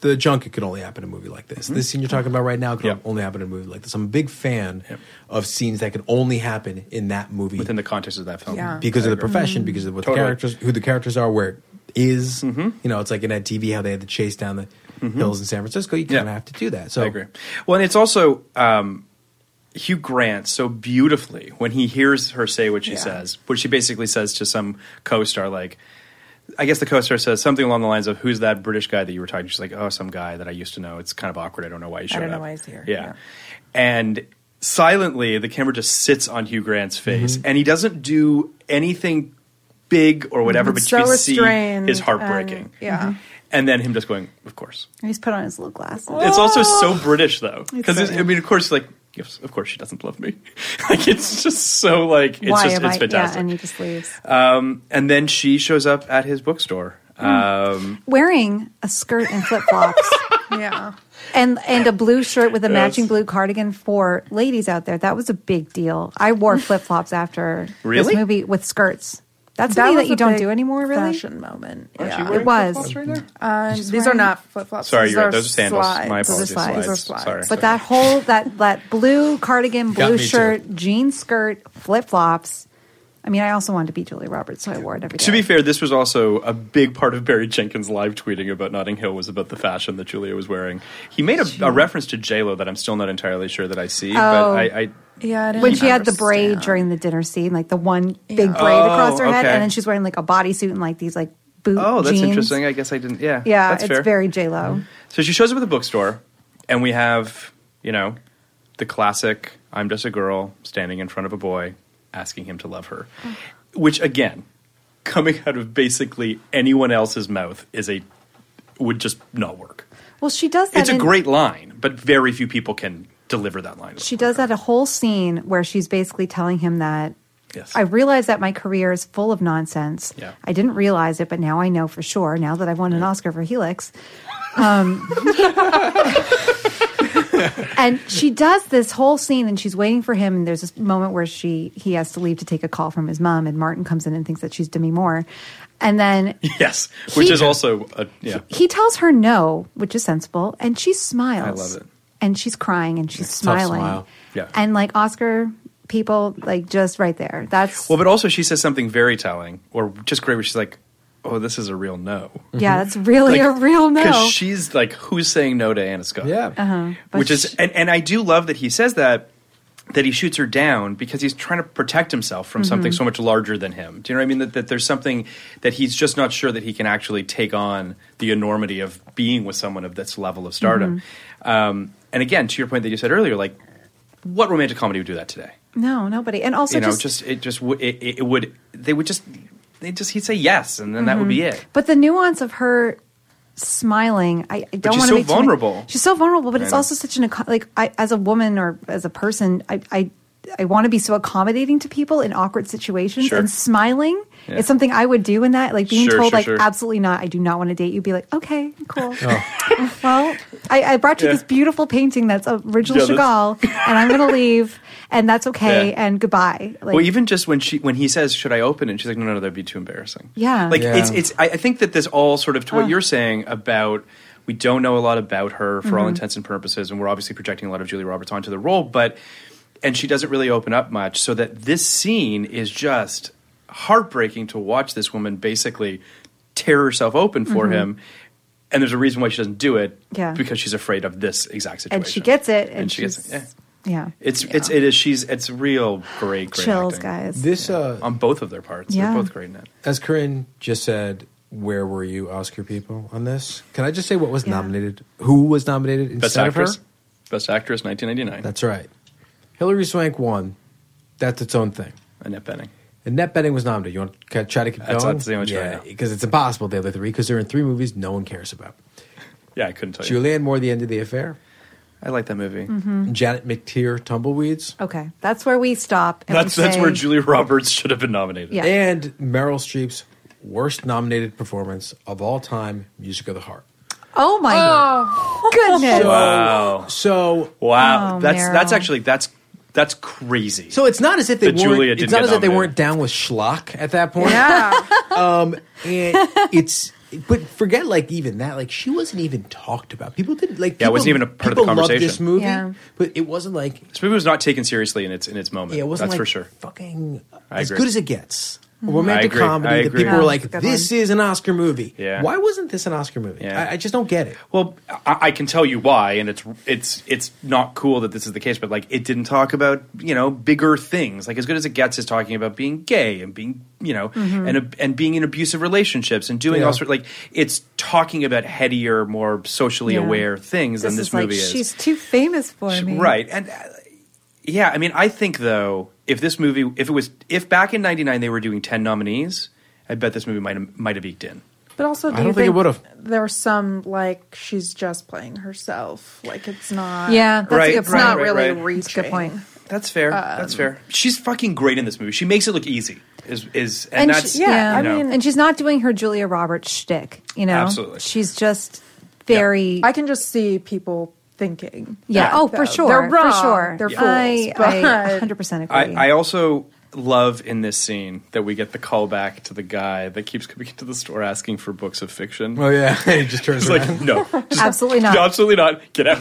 Speaker 6: The junket could only happen in a movie like this.
Speaker 12: Mhm.
Speaker 6: This scene you're talking about right now could
Speaker 12: Yep.
Speaker 6: only happen in a movie like this. I'm a big fan of scenes that can only happen in that movie within
Speaker 7: the context of that film,
Speaker 12: Yeah. I
Speaker 6: because of the
Speaker 12: agree.
Speaker 6: profession,
Speaker 12: Mhm.
Speaker 6: because of what
Speaker 7: Totally. Mm-hmm.
Speaker 6: the characters, who the characters are, where it is. You know, it's like in that TV how they had to chase down the
Speaker 7: Mhm.
Speaker 6: hills in San Francisco. You kind of have to do that. So
Speaker 7: I agree. Well, and it's also um, Hugh Grant so beautifully when he hears her say what she
Speaker 6: Yeah.
Speaker 7: says, what she basically says to some co-star, like. I guess the co-star says something along the lines of, "Who's that British guy that you were talking?" to? She's like, "Oh, some guy that I used to know. It's kind of awkward. I don't know why he showed
Speaker 13: I don't know
Speaker 7: up."
Speaker 13: why he's here.
Speaker 7: Yeah. And silently, the camera just sits on Hugh Grant's face, and he doesn't do anything big or whatever, but
Speaker 8: so
Speaker 7: you can see
Speaker 8: restrained
Speaker 7: is heartbreaking. Mm-hmm.
Speaker 8: and- yeah.
Speaker 7: And then him just going, "Of course."
Speaker 8: He's put on his little glasses.
Speaker 7: It's also so British though,
Speaker 8: Oh. It's
Speaker 7: because
Speaker 8: so-
Speaker 7: I mean, of course, like yes, of course she doesn't love me. like it's just so like it's
Speaker 8: Why
Speaker 7: just
Speaker 8: am
Speaker 7: it's
Speaker 8: I-
Speaker 7: fantastic.
Speaker 8: Yeah, and he just leaves.
Speaker 7: um, and then she shows up at his bookstore. Um,
Speaker 8: Wearing a skirt and flip flops. yeah. And and a blue shirt with a
Speaker 7: Yes.
Speaker 8: matching blue cardigan for ladies out there. That was a big deal. I wore flip flops after
Speaker 9: Really?
Speaker 8: this movie with skirts. That's
Speaker 9: That
Speaker 8: something
Speaker 9: was
Speaker 8: that you
Speaker 9: a
Speaker 8: don't
Speaker 9: big
Speaker 8: do anymore, really.
Speaker 9: fashion moment.
Speaker 8: Aren't you
Speaker 9: yeah.
Speaker 8: wearing It was. flip-flops right
Speaker 9: Um,
Speaker 8: She's
Speaker 9: these are
Speaker 8: wearing-
Speaker 9: not flip flops.
Speaker 7: Sorry,
Speaker 9: these
Speaker 7: you're right.
Speaker 9: are
Speaker 7: Those are sandals.
Speaker 9: Slides.
Speaker 7: My
Speaker 9: Those are
Speaker 7: apologies.
Speaker 9: slides. These are slides.
Speaker 7: Sorry.
Speaker 8: But that whole that that blue cardigan,
Speaker 7: Got
Speaker 8: blue
Speaker 7: me too.
Speaker 8: shirt, jean skirt, flip flops. I mean, I also wanted to be Julia Roberts, so I wore it every day.
Speaker 7: to be fair, this was also a big part of Barry Jenkins' live tweeting about Notting Hill was about the fashion that Julia was wearing. He made a, a reference to J Lo that I'm still not entirely sure that I see,
Speaker 8: Oh.
Speaker 7: but I, I
Speaker 9: Yeah, I
Speaker 8: when she had the braid during the dinner scene, like the one big braid
Speaker 7: Oh,
Speaker 8: across her head,
Speaker 7: okay.
Speaker 8: and then she's wearing like a bodysuit and like these like boot.
Speaker 7: oh, that's
Speaker 8: jeans.
Speaker 7: interesting. I guess I didn't. Yeah,
Speaker 8: Yeah,
Speaker 7: that's
Speaker 8: it's
Speaker 7: fair. Mm-hmm.
Speaker 8: very J Lo.
Speaker 7: So she shows up at the bookstore, and we have, you know, the classic I'm just a girl standing in front of a boy asking him to love her.
Speaker 8: Mm.
Speaker 7: Which, again, coming out of basically anyone else's mouth is a, would just not work.
Speaker 8: Well, she does that.
Speaker 7: It's a
Speaker 8: in-
Speaker 7: great line, but very few people can deliver that line.
Speaker 8: She does that a whole scene where she's basically telling him that. Yes. I realize that my career is full of nonsense.
Speaker 7: Yeah.
Speaker 8: I didn't realize it, but now I know for sure. Now that I've won an Oscar for Helix, um, and she does this whole scene, and she's waiting for him. And there's this moment where she he has to leave to take a call from his mom, and Martin comes in and thinks that she's Demi Moore, and then
Speaker 7: Yes, which
Speaker 8: He-
Speaker 7: is also, a, yeah.
Speaker 8: he tells her no, which is sensible, and she smiles.
Speaker 7: I love it.
Speaker 8: And she's crying and she's smiling.
Speaker 7: Yeah.
Speaker 8: And like Oscar people, like just right there. That's
Speaker 7: well, but also she says something very telling, or just great, where she's like, oh, this is a real no. Mm-hmm.
Speaker 8: yeah, that's really a real no.
Speaker 7: Because she's like, who's saying no to Anna Scott? Yeah.
Speaker 8: uh-huh. But
Speaker 7: which is and, and I do love that he says that that he shoots her down because he's trying to protect himself
Speaker 8: Mm-hmm.
Speaker 7: from something
Speaker 12: Mhm.
Speaker 7: so much larger than him. Do you know what I mean? That, that there's something that he's just not sure that he can actually take on the enormity of being with someone of this level of stardom.
Speaker 8: Mm-hmm.
Speaker 7: Um, and again, to your point that you said earlier, like what romantic comedy would do that today?
Speaker 8: no, nobody. And also
Speaker 7: you know,
Speaker 8: just,
Speaker 7: just, it just would it, it, it would they would just they just he'd say yes and then that would
Speaker 8: Mhm.
Speaker 7: be it.
Speaker 8: But the nuance of her smiling, I, I don't
Speaker 7: she's
Speaker 8: want
Speaker 7: so
Speaker 8: to make too many-
Speaker 7: vulnerable.
Speaker 8: she's so vulnerable, but
Speaker 7: I
Speaker 8: it's
Speaker 7: know.
Speaker 8: also such an acco- like I, as a woman or as a person, I I, I want to be so accommodating to people in awkward situations
Speaker 7: Sure.
Speaker 8: and smiling.
Speaker 7: Yeah.
Speaker 8: is something I would do in that, like being
Speaker 7: Sure,
Speaker 8: told,
Speaker 7: sure,
Speaker 8: like,
Speaker 7: sure. Oh.
Speaker 8: absolutely not, I do not want to date you. Be like, okay, cool.
Speaker 6: Oh,
Speaker 8: well, I, I brought you
Speaker 7: Yeah.
Speaker 8: this beautiful painting that's original
Speaker 7: Yeah, that's-
Speaker 8: Chagall, and I'm gonna leave, and that's okay,
Speaker 7: Yeah.
Speaker 8: and goodbye. Like,
Speaker 7: well, even just when she when he says, "Should I open it?" and she's like, "No, no, that'd be too embarrassing."
Speaker 8: Yeah.
Speaker 7: like
Speaker 8: Yeah.
Speaker 7: it's it's. I, I think that this all sort of to what
Speaker 8: Ugh.
Speaker 7: you're saying about we don't know a lot about her for all
Speaker 8: Mhm.
Speaker 7: intents and purposes, and we're obviously projecting a lot of Julie Roberts onto the role, but and she doesn't really open up much, so that this scene is just heartbreaking to watch. This woman basically tear herself open for
Speaker 8: Mhm.
Speaker 7: him, and there's a reason why she doesn't do it
Speaker 8: Yeah.
Speaker 7: because she's afraid of this exact situation.
Speaker 8: and she gets it, and,
Speaker 7: she gets it.
Speaker 8: she's-
Speaker 7: Yeah.
Speaker 8: yeah.
Speaker 7: It's it's it is she's it's real great great
Speaker 8: Chills,
Speaker 7: acting.
Speaker 8: guys.
Speaker 6: This uh,
Speaker 7: on both of their parts.
Speaker 8: Yeah.
Speaker 7: They're both great in it.
Speaker 6: As Corinne just said, where were you, Oscar people, on this? Can I just say what was nominated? Who was nominated instead
Speaker 7: Best
Speaker 6: of her?
Speaker 7: actress, best actress, 1999.
Speaker 6: That's right. Hillary Swank won. That's its own thing.
Speaker 7: Annette Bening.
Speaker 6: Annette Bening was nominated. You want to ca- try to keep
Speaker 7: That's-
Speaker 6: going?
Speaker 7: that's the only one I
Speaker 6: yeah,
Speaker 7: know.
Speaker 6: because it's impossible. The other three, because they're in three movies no one cares about.
Speaker 7: Yeah, I couldn't tell you.
Speaker 6: Julianne Moore, The End of the Affair.
Speaker 7: I like that movie.
Speaker 8: Mhm.
Speaker 6: Janet McTeer, Tumbleweeds.
Speaker 8: Okay, that's where we stop. And
Speaker 7: That's
Speaker 8: we
Speaker 7: that's
Speaker 8: say-
Speaker 7: where Julia Roberts should have been nominated.
Speaker 8: Yeah.
Speaker 6: And Meryl Streep's worst nominated performance of all time, Music of the Heart.
Speaker 8: Oh my Oh. goodness!
Speaker 7: Wow.
Speaker 6: So
Speaker 7: wow,
Speaker 6: Oh,
Speaker 7: that's
Speaker 6: Meryl.
Speaker 7: that's actually that's that's crazy.
Speaker 6: So it's not as if they
Speaker 7: That
Speaker 6: weren't.
Speaker 7: Julia
Speaker 6: it's
Speaker 7: didn't
Speaker 6: not
Speaker 7: get
Speaker 6: as if they
Speaker 7: nominated.
Speaker 6: weren't down with schlock at that point. Yeah. um, and it's but forget like even that. Like she wasn't even talked about. People didn't like.
Speaker 7: Yeah, it wasn't
Speaker 6: people-
Speaker 7: even a part of the
Speaker 6: people loved This
Speaker 7: conversation.
Speaker 6: movie,
Speaker 7: Yeah.
Speaker 6: but it wasn't like
Speaker 7: This movie was not taken seriously in its in its moment.
Speaker 6: Yeah, it wasn't
Speaker 7: that's
Speaker 6: like
Speaker 7: for sure.
Speaker 6: fucking
Speaker 7: I
Speaker 6: as
Speaker 7: agree.
Speaker 6: good as it gets. A
Speaker 7: Mhm. I
Speaker 6: romantic
Speaker 7: agree. I
Speaker 6: comedy that
Speaker 7: agree.
Speaker 6: people
Speaker 7: Yeah,
Speaker 6: were
Speaker 7: that's a
Speaker 6: like,
Speaker 7: good
Speaker 6: "This is an Oscar movie."
Speaker 7: Yeah.
Speaker 6: Why wasn't this an Oscar movie?
Speaker 7: Yeah.
Speaker 6: I, I just don't get it.
Speaker 7: Well, I, I can tell you why, and it's it's it's not cool that this is the case, but like it didn't talk about you know bigger things. Like as good as it gets is talking about being gay and being you know
Speaker 8: Mm-hmm.
Speaker 12: Mhm.
Speaker 7: and ab- and being in abusive relationships and doing
Speaker 12: Yeah.
Speaker 7: all sort like it's talking about headier, more socially
Speaker 8: Yeah.
Speaker 7: aware things than this
Speaker 8: is
Speaker 7: movie
Speaker 8: like,
Speaker 7: is.
Speaker 8: She's too famous for me,
Speaker 7: Right. And uh, yeah, I mean, I think though, if this movie, if it was, if back in '99 they were doing ten nominees, I bet this movie might have might have eked in.
Speaker 9: But also,
Speaker 7: I
Speaker 9: do
Speaker 7: don't
Speaker 9: you
Speaker 7: think it would've.
Speaker 9: There's some um, like she's just playing herself. Like it's not.
Speaker 8: Yeah, that's a Right, good
Speaker 9: It's
Speaker 8: point.
Speaker 9: not
Speaker 8: right,
Speaker 9: really
Speaker 7: right.
Speaker 9: reaching. good point.
Speaker 7: That's fair.
Speaker 8: Um,
Speaker 7: That's fair. She's fucking great in this movie. She makes it look easy. Is is and,
Speaker 8: And,
Speaker 7: that's
Speaker 8: she, yeah,
Speaker 7: you know,
Speaker 8: I mean, and she's not doing her Julia Roberts shtick. You know,
Speaker 7: Absolutely.
Speaker 8: She's just very.
Speaker 9: I can just see people thinking.
Speaker 8: Yeah.
Speaker 9: that,
Speaker 8: Oh, for
Speaker 9: though.
Speaker 8: sure.
Speaker 9: They're wrong.
Speaker 8: For sure.
Speaker 9: They're
Speaker 8: I,
Speaker 9: fools. but-
Speaker 8: I 100% agree.
Speaker 7: I, I also love in this scene that we get the callback to the guy that keeps coming into the store asking for books of fiction.
Speaker 6: Oh yeah, he just turns
Speaker 7: It's like no,
Speaker 8: Absolutely not.
Speaker 7: absolutely not. Get out.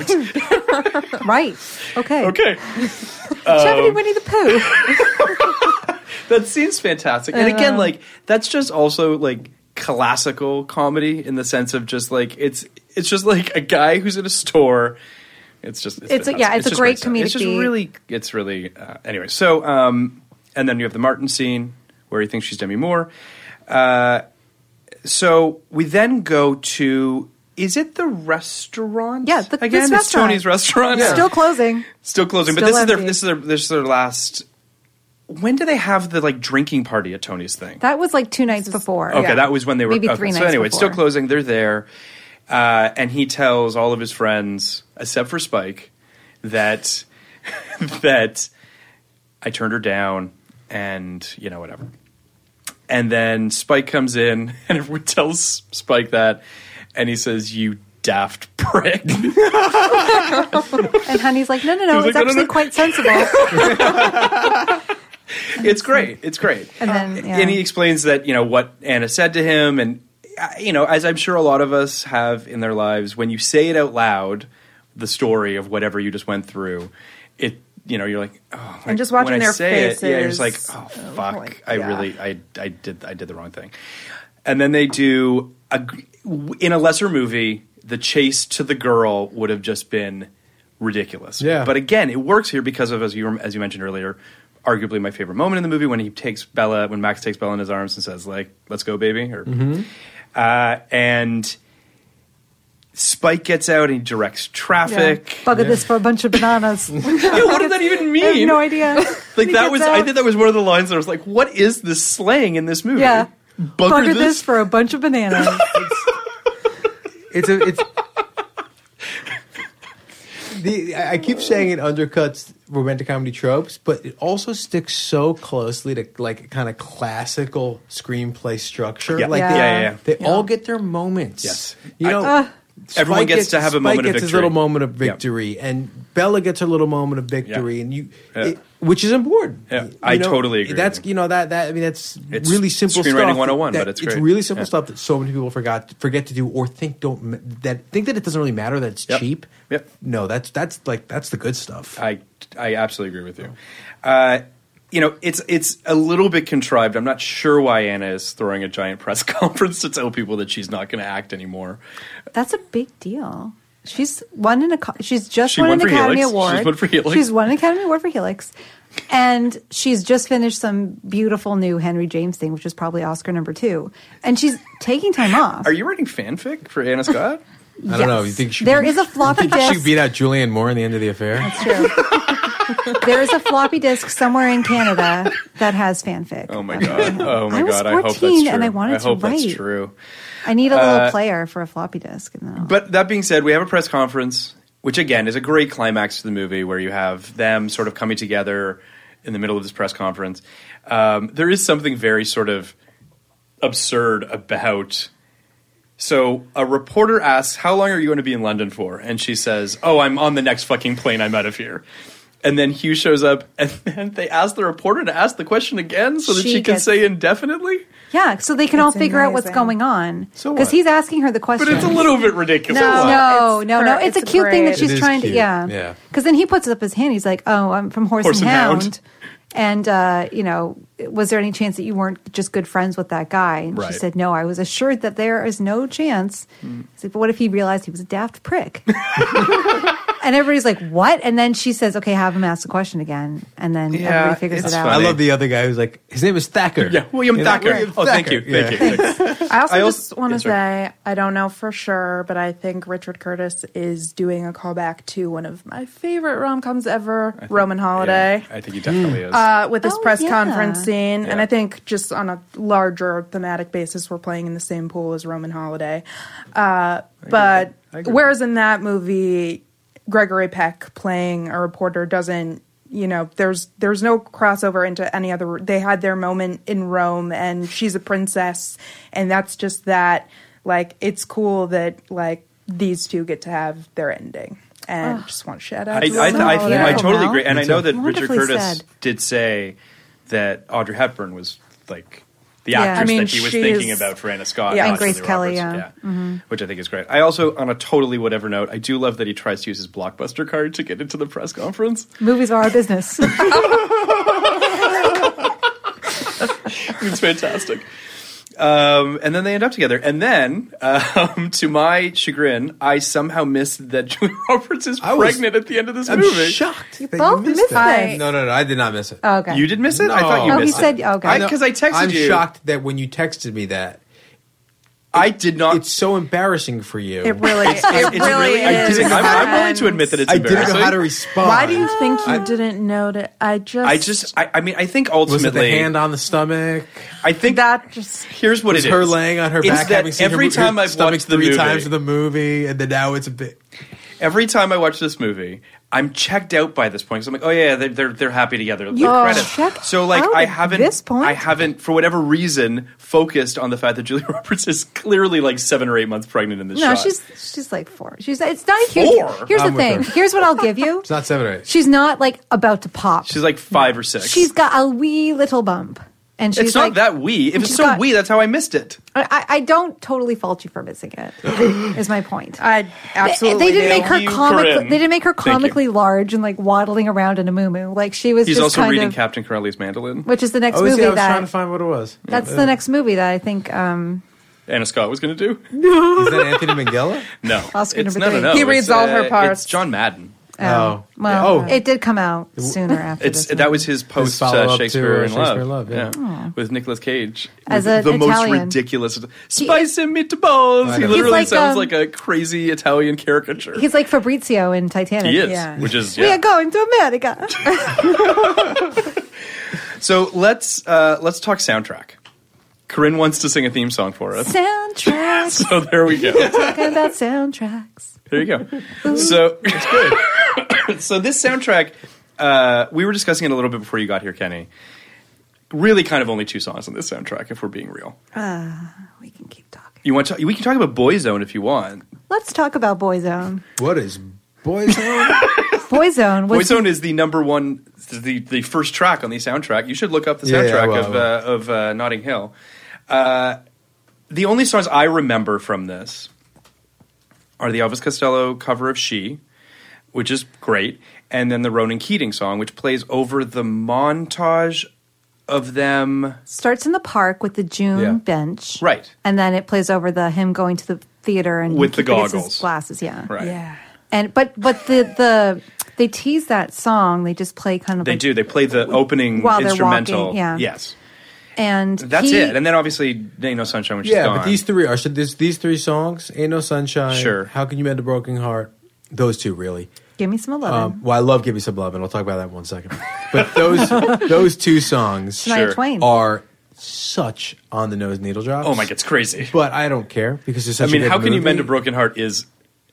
Speaker 8: right. Okay.
Speaker 7: Okay.
Speaker 8: Chevy
Speaker 7: Um,
Speaker 8: Winnie the Pooh.
Speaker 7: that scene's fantastic. And
Speaker 8: I know.
Speaker 7: again, like that's just also like classical comedy in the sense of just like it's it's just like a guy who's in a store. It's just
Speaker 8: It's a-
Speaker 7: fantastic.
Speaker 8: yeah, it's a
Speaker 7: just
Speaker 8: great
Speaker 7: stuff. It's
Speaker 8: comedic
Speaker 7: just
Speaker 8: beat.
Speaker 7: really it's really uh, anyway. So um, and then you have the Martin scene where he thinks she's Demi Moore. Uh, so we then go to is it the restaurant?
Speaker 8: yeah. The,
Speaker 7: Again,
Speaker 8: this
Speaker 7: it's
Speaker 8: restaurant.
Speaker 7: Tony's restaurant. Yeah.
Speaker 8: Still closing.
Speaker 7: Still closing, but
Speaker 8: Still
Speaker 7: this is their
Speaker 8: empty.
Speaker 7: this is their this is their last. When do they have the like drinking party at Tony's thing?
Speaker 8: That was like two nights before.
Speaker 7: Okay, that was when they were.
Speaker 8: Maybe
Speaker 7: okay,
Speaker 8: three
Speaker 7: so
Speaker 8: nights
Speaker 7: anyway, it's still
Speaker 8: before.
Speaker 7: closing. They're there, uh, and he tells all of his friends, except for Spike, that that I turned her down, and you know whatever. And then Spike comes in, and everyone tells Spike that, and he says, "You daft prick."
Speaker 8: and Honey's like, no, no, no.
Speaker 7: He's
Speaker 8: It's
Speaker 7: like, no, no,
Speaker 8: actually
Speaker 7: no.
Speaker 8: quite sensible.
Speaker 7: it's great. It's great.
Speaker 8: And then, yeah.
Speaker 7: and he explains that you know what Anna said to him, and uh, you know, as I'm sure a lot of us have in their lives, when you say it out loud, the story of whatever you just went through, it you know, you're like, oh,
Speaker 9: And
Speaker 7: like,
Speaker 9: just watching
Speaker 7: when I
Speaker 9: their
Speaker 7: say it, yeah, you're
Speaker 9: faces.
Speaker 7: just like, oh fuck, I
Speaker 9: yeah.
Speaker 7: really, I, I did, I did the wrong thing. And then they do a, gr- in a lesser movie, the chase to the girl would have just been ridiculous.
Speaker 6: Yeah.
Speaker 7: But again, it works here because of as you as you mentioned earlier, arguably my favorite moment in the movie when he takes Bella, when Max takes Bella in his arms and says like, "Let's go, baby," or
Speaker 6: Mhm.
Speaker 7: uh, and Spike gets out and he directs traffic.
Speaker 8: Yeah. Bugger this for a bunch of bananas.
Speaker 7: what did that even mean?
Speaker 8: I have no idea.
Speaker 7: Like
Speaker 8: He
Speaker 7: that
Speaker 8: gets
Speaker 7: was,
Speaker 8: out.
Speaker 7: I think that was one of the lines that I was like, "What is this slang in this movie?"
Speaker 8: Yeah.
Speaker 7: bugger,
Speaker 8: Bugger
Speaker 7: this.
Speaker 8: this for a bunch of bananas.
Speaker 6: It's a it's. The, I I keep saying it undercuts romantic comedy tropes, but it also sticks so closely to like kind of classical screenplay structure.
Speaker 7: Yeah.
Speaker 6: Like
Speaker 7: Yeah.
Speaker 6: They,
Speaker 7: Yeah, yeah, yeah.
Speaker 6: they all get their moments.
Speaker 7: Yes.
Speaker 6: you
Speaker 7: I-
Speaker 6: know,
Speaker 7: Uh. Everyone
Speaker 6: Spike
Speaker 7: gets to have a
Speaker 6: Spike
Speaker 7: moment of
Speaker 6: gets his
Speaker 7: victory.
Speaker 6: little moment of victory, and Bella gets her little moment of victory, and you, it- which is important.
Speaker 7: Yeah,
Speaker 6: You
Speaker 7: I
Speaker 6: know,
Speaker 7: totally agree.
Speaker 6: That's you know that that I mean that's
Speaker 7: It's
Speaker 6: really simple
Speaker 7: screenwriting
Speaker 6: stuff that-
Speaker 7: 101, but
Speaker 6: that-
Speaker 7: it's
Speaker 6: it's
Speaker 7: great.
Speaker 6: really simple
Speaker 7: Yeah.
Speaker 6: stuff that so many people forgot forget to do or think don't ma- that think that it doesn't really matter that it's cheap. Yep. No, that's that's like that's the good stuff.
Speaker 7: I I absolutely agree with you. Uh, you know, it's it's a little bit contrived. I'm not sure why Anna is throwing a giant press conference to tell people that she's not going to act anymore.
Speaker 8: That's a big deal. She's won an ac- she's just
Speaker 7: She
Speaker 8: won,
Speaker 7: won
Speaker 8: an
Speaker 7: for
Speaker 8: Academy
Speaker 7: Helix.
Speaker 8: Award.
Speaker 7: She's won for Helix.
Speaker 8: She's won an Academy Award for Helix, and she's just finished some beautiful new Henry James thing, which is probably Oscar number two. And she's taking time off.
Speaker 7: Are you writing fanfic for Anna Scott?
Speaker 6: I don't know. You think she
Speaker 8: There is a floppy
Speaker 6: she
Speaker 8: disk.
Speaker 6: beat out Julianne Moore in the end of the affair?
Speaker 8: There is a floppy disk somewhere in Canada that has fanfic.
Speaker 7: Oh my god! Oh my
Speaker 8: I was
Speaker 7: god! I hope that's
Speaker 8: 14
Speaker 7: true.
Speaker 8: and I wanted
Speaker 7: I
Speaker 8: to
Speaker 7: hope
Speaker 8: write.
Speaker 7: that's true.
Speaker 8: I need a little
Speaker 7: Uh,
Speaker 8: player for a floppy disk. And then
Speaker 7: But that being said, we have a press conference, which again is a great climax to the movie, where you have them sort of coming together in the middle of this press conference. Um, there is something very sort of absurd about So a reporter asks, "How long are you going to be in London for?" And she says, "Oh, I'm on the next fucking plane. I'm out of here." And then Hugh shows up, and then they ask the reporter to ask the question again so that she,
Speaker 8: She
Speaker 7: can
Speaker 8: gets-
Speaker 7: say indefinitely.
Speaker 8: Yeah, so they can all
Speaker 7: It's
Speaker 8: figure out what's
Speaker 7: amazing.
Speaker 8: going on.
Speaker 7: So
Speaker 8: Because
Speaker 7: what?
Speaker 8: he's asking her the question.
Speaker 7: But it's a little bit ridiculous.
Speaker 8: No, no, no, no. It's,
Speaker 9: it's
Speaker 8: a cute thing that
Speaker 9: great.
Speaker 8: she's
Speaker 9: It is
Speaker 8: trying
Speaker 9: cute.
Speaker 8: to. Yeah.
Speaker 9: Yeah.
Speaker 8: Because then he puts up his hand. He's like, "Oh, I'm from Horse,
Speaker 9: Horse
Speaker 8: and,
Speaker 9: and
Speaker 8: Hound."
Speaker 9: Hound.
Speaker 8: And uh, you know, was there any chance that you weren't just good friends with that guy? And
Speaker 9: Right.
Speaker 8: she said, "No, I was assured that there is no chance." He's like, "But what if he realized he was a daft prick?" and everybody's like, "What?" And then she says, "Okay, have him ask the question again." And then everybody figures it out.
Speaker 6: I love the other guy who's like, his name is Thacker. Yeah,
Speaker 7: William Thacker. Oh, thank you, thank you.
Speaker 9: I also
Speaker 6: I also-
Speaker 9: just want to
Speaker 6: yes, sir.
Speaker 9: say I don't know for sure, but I think Richard Curtis is doing a callback to one of my favorite rom coms ever, Roman Holiday.
Speaker 7: I think he definitely is.
Speaker 9: Uh, with this
Speaker 7: Oh,
Speaker 9: press
Speaker 7: yeah.
Speaker 9: conference scene, and
Speaker 7: Yeah.
Speaker 9: I think just on a larger thematic basis, we're playing in the same pool as Roman Holiday. Uh, but whereas in that movie, Gregory Peck playing a reporter doesn't, you know, there's there's no crossover into any other. They had their moment in Rome, and she's a princess, and that's just that. Like, it's cool that like these two get to have their ending, and
Speaker 8: Ugh.
Speaker 9: just want to shout
Speaker 7: I,
Speaker 9: out.
Speaker 7: I,
Speaker 9: to Roman
Speaker 7: I,
Speaker 9: Holiday.
Speaker 7: I, totally agree, and
Speaker 9: Me
Speaker 7: I know
Speaker 9: too.
Speaker 7: that Richard
Speaker 9: Wonderfully
Speaker 7: Curtis
Speaker 9: said.
Speaker 7: did say that Audrey Hepburn was like the
Speaker 9: Yeah.
Speaker 7: actress
Speaker 9: I mean,
Speaker 7: that he was
Speaker 9: she's-
Speaker 7: thinking about for Anna Scott,
Speaker 9: Yeah.
Speaker 7: not
Speaker 9: And Grace
Speaker 7: Julia
Speaker 9: Kelly,
Speaker 7: Roberts.
Speaker 9: yeah.
Speaker 8: Mm-hmm.
Speaker 9: Mhm.
Speaker 7: which I think is great. I also, on a totally whatever note, I do love that he tries to use his blockbuster card to get into the press conference.
Speaker 8: Movies are our business.
Speaker 7: it's fantastic. Um, and then they end up together. And then, um, to my chagrin, I somehow missed that Julia Roberts is
Speaker 6: was-
Speaker 7: pregnant at the end of this
Speaker 6: I'm
Speaker 7: movie.
Speaker 6: shocked.
Speaker 8: You both missed it.
Speaker 6: No, no, no. I did not miss it.
Speaker 8: Oh, okay.
Speaker 7: You did miss it? I thought you
Speaker 8: oh,
Speaker 7: missed
Speaker 8: he said,
Speaker 7: it.
Speaker 8: "Okay."
Speaker 7: I- 'cause I texted
Speaker 6: I'm
Speaker 7: you.
Speaker 6: shocked that when you texted me that.
Speaker 7: I did not.
Speaker 6: It's so embarrassing for you.
Speaker 9: It really- It's- it it's really really-
Speaker 7: I
Speaker 9: is.
Speaker 7: didn't- I'm, I'm willing to
Speaker 9: And-
Speaker 7: admit that it's
Speaker 6: I didn't know how to
Speaker 7: embarrassing.
Speaker 6: respond.
Speaker 9: Why do you think you
Speaker 6: I-
Speaker 9: didn't know that? I just,
Speaker 7: I just, I, I mean, I think ultimately,
Speaker 6: Was it the hand on the stomach?
Speaker 7: I think
Speaker 9: that just
Speaker 7: here's what
Speaker 6: was
Speaker 7: it is.
Speaker 6: her laying on her
Speaker 7: It's
Speaker 6: back,
Speaker 7: that
Speaker 6: having seen her-
Speaker 7: every
Speaker 6: her
Speaker 7: time I've
Speaker 6: stomach
Speaker 7: watched the
Speaker 6: three
Speaker 7: movie-
Speaker 6: times in the movie, and then now it's a bit.
Speaker 7: Every time I watch this movie, I'm checked out by this point because I'm like, oh yeah, they're they're, they're happy together.
Speaker 6: You
Speaker 7: The
Speaker 6: are
Speaker 7: credits.
Speaker 6: checked
Speaker 7: so like,
Speaker 6: out
Speaker 7: I
Speaker 6: at
Speaker 7: haven't
Speaker 6: this point?
Speaker 7: I haven't for whatever reason focused on the fact that Julia Roberts is clearly like seven or eight months pregnant in this
Speaker 8: no,
Speaker 7: shot.
Speaker 8: she's she's like four. She's it's not a huge.
Speaker 7: Four?
Speaker 8: Here's
Speaker 7: I'm
Speaker 8: the
Speaker 7: with
Speaker 8: thing.
Speaker 7: her.
Speaker 8: Here's what I'll give you.
Speaker 7: it's not seven or
Speaker 8: She's not like about to pop.
Speaker 7: She's like five or six.
Speaker 8: She's got a wee little bump, and she's
Speaker 7: it's not
Speaker 8: like,
Speaker 7: that wee. If
Speaker 8: and
Speaker 7: it's
Speaker 8: she's
Speaker 7: so
Speaker 8: got-
Speaker 7: wee, that's how I missed it.
Speaker 8: I, I- I don't totally fault you for missing it. is my point.
Speaker 9: I
Speaker 7: absolutely
Speaker 8: They, didn't
Speaker 7: do.
Speaker 8: make her
Speaker 7: Thank you,
Speaker 8: comically.
Speaker 7: Corinne.
Speaker 8: They didn't make her
Speaker 7: Thank you.
Speaker 8: comically large and like waddling around in a moo Like she was
Speaker 7: He's
Speaker 8: just
Speaker 7: also
Speaker 8: kind
Speaker 7: reading
Speaker 8: of.
Speaker 7: Captain Corelli's mandolin,
Speaker 8: Which is the next
Speaker 6: Oh, is he?
Speaker 8: movie
Speaker 6: I was
Speaker 8: that-
Speaker 6: trying to find what it was. Uh,
Speaker 8: that's the next movie that I think. um
Speaker 7: Anna Scott was going to do.
Speaker 6: Is that Anthony Minghella?
Speaker 7: No,
Speaker 8: Oscar
Speaker 7: it's,
Speaker 8: number
Speaker 7: no,
Speaker 8: three.
Speaker 7: no, no.
Speaker 8: He
Speaker 7: It's, uh,
Speaker 8: reads all her
Speaker 7: it's
Speaker 8: parts.
Speaker 7: John Madden.
Speaker 8: Oh well, it did come out sooner after
Speaker 7: It's
Speaker 8: this.
Speaker 7: that was his post
Speaker 6: follow-up
Speaker 7: uh,
Speaker 6: to,
Speaker 7: Shakespeare
Speaker 6: uh,
Speaker 7: in
Speaker 6: Shakespeare
Speaker 7: Love,
Speaker 6: in Love, yeah.
Speaker 8: Aw.
Speaker 7: with Nicolas Cage
Speaker 8: As
Speaker 7: With
Speaker 8: an
Speaker 7: the most
Speaker 8: Italian.
Speaker 7: ridiculous spice and meatballs.
Speaker 8: I
Speaker 7: He
Speaker 8: know.
Speaker 7: literally
Speaker 8: He's like,
Speaker 7: sounds
Speaker 8: um,
Speaker 7: like a crazy Italian caricature.
Speaker 8: He's like Fabrizio in Titanic.
Speaker 7: He is, which is
Speaker 8: We
Speaker 7: yeah.
Speaker 8: are going to America.
Speaker 7: So let's uh, let's talk soundtrack. Corinne wants to sing a theme song for us.
Speaker 8: Soundtracks.
Speaker 7: So there we go.
Speaker 8: Talking about soundtracks.
Speaker 7: There you go. So so this soundtrack, uh, we were discussing it a little bit before you got here, Kenny. Really, kind of only two songs on this soundtrack, if we're being real.
Speaker 8: Uh,
Speaker 7: You want to, we can talk about Boyzone if you want.
Speaker 8: let's talk about Boyzone.
Speaker 6: What is Boyzone?
Speaker 8: Boyzone was
Speaker 7: Boyzone is the number one, the, the first track on the soundtrack. You should look up the
Speaker 6: Yeah, yeah, I
Speaker 7: soundtrack
Speaker 6: will,
Speaker 7: of, uh, of uh, Notting Hill. Uh, the only songs I remember from this are the Elvis Costello cover of She, which is great, and then the Ronan Keating song, which plays over the montage of them.
Speaker 8: starts in the park with the June
Speaker 7: Yeah.
Speaker 8: bench,
Speaker 7: Right.
Speaker 8: and then it plays over the him going to the theater and
Speaker 7: With the
Speaker 8: he forgets his
Speaker 7: goggles.
Speaker 8: glasses. Yeah,
Speaker 7: Right.
Speaker 8: yeah. And but but the the they tease that song. They just play kind of
Speaker 7: They
Speaker 8: like-
Speaker 7: do. They play the opening
Speaker 8: While they're
Speaker 7: instrumental.
Speaker 8: walking, yeah.
Speaker 7: Yes.
Speaker 8: and
Speaker 7: That's
Speaker 8: he-
Speaker 7: it. And then obviously, Ain't No Sunshine, which is
Speaker 6: yeah,
Speaker 7: gone.
Speaker 6: but these three are so this, these three songs: "Ain't No Sunshine,"
Speaker 7: Sure.
Speaker 6: "How Can You Mend a Broken Heart." Those two really.
Speaker 8: Give me some love.
Speaker 6: Um, well, I love "Give Me Some Love," and I'll talk about that in one second. But those those two songs
Speaker 8: Shania Sure. Twain.
Speaker 6: are such on the nose needle drops.
Speaker 7: Oh my, it's crazy.
Speaker 6: But I don't care because it's.
Speaker 7: I
Speaker 6: Such
Speaker 7: mean,
Speaker 6: a good
Speaker 7: how can you
Speaker 6: movie.
Speaker 7: mend a broken heart is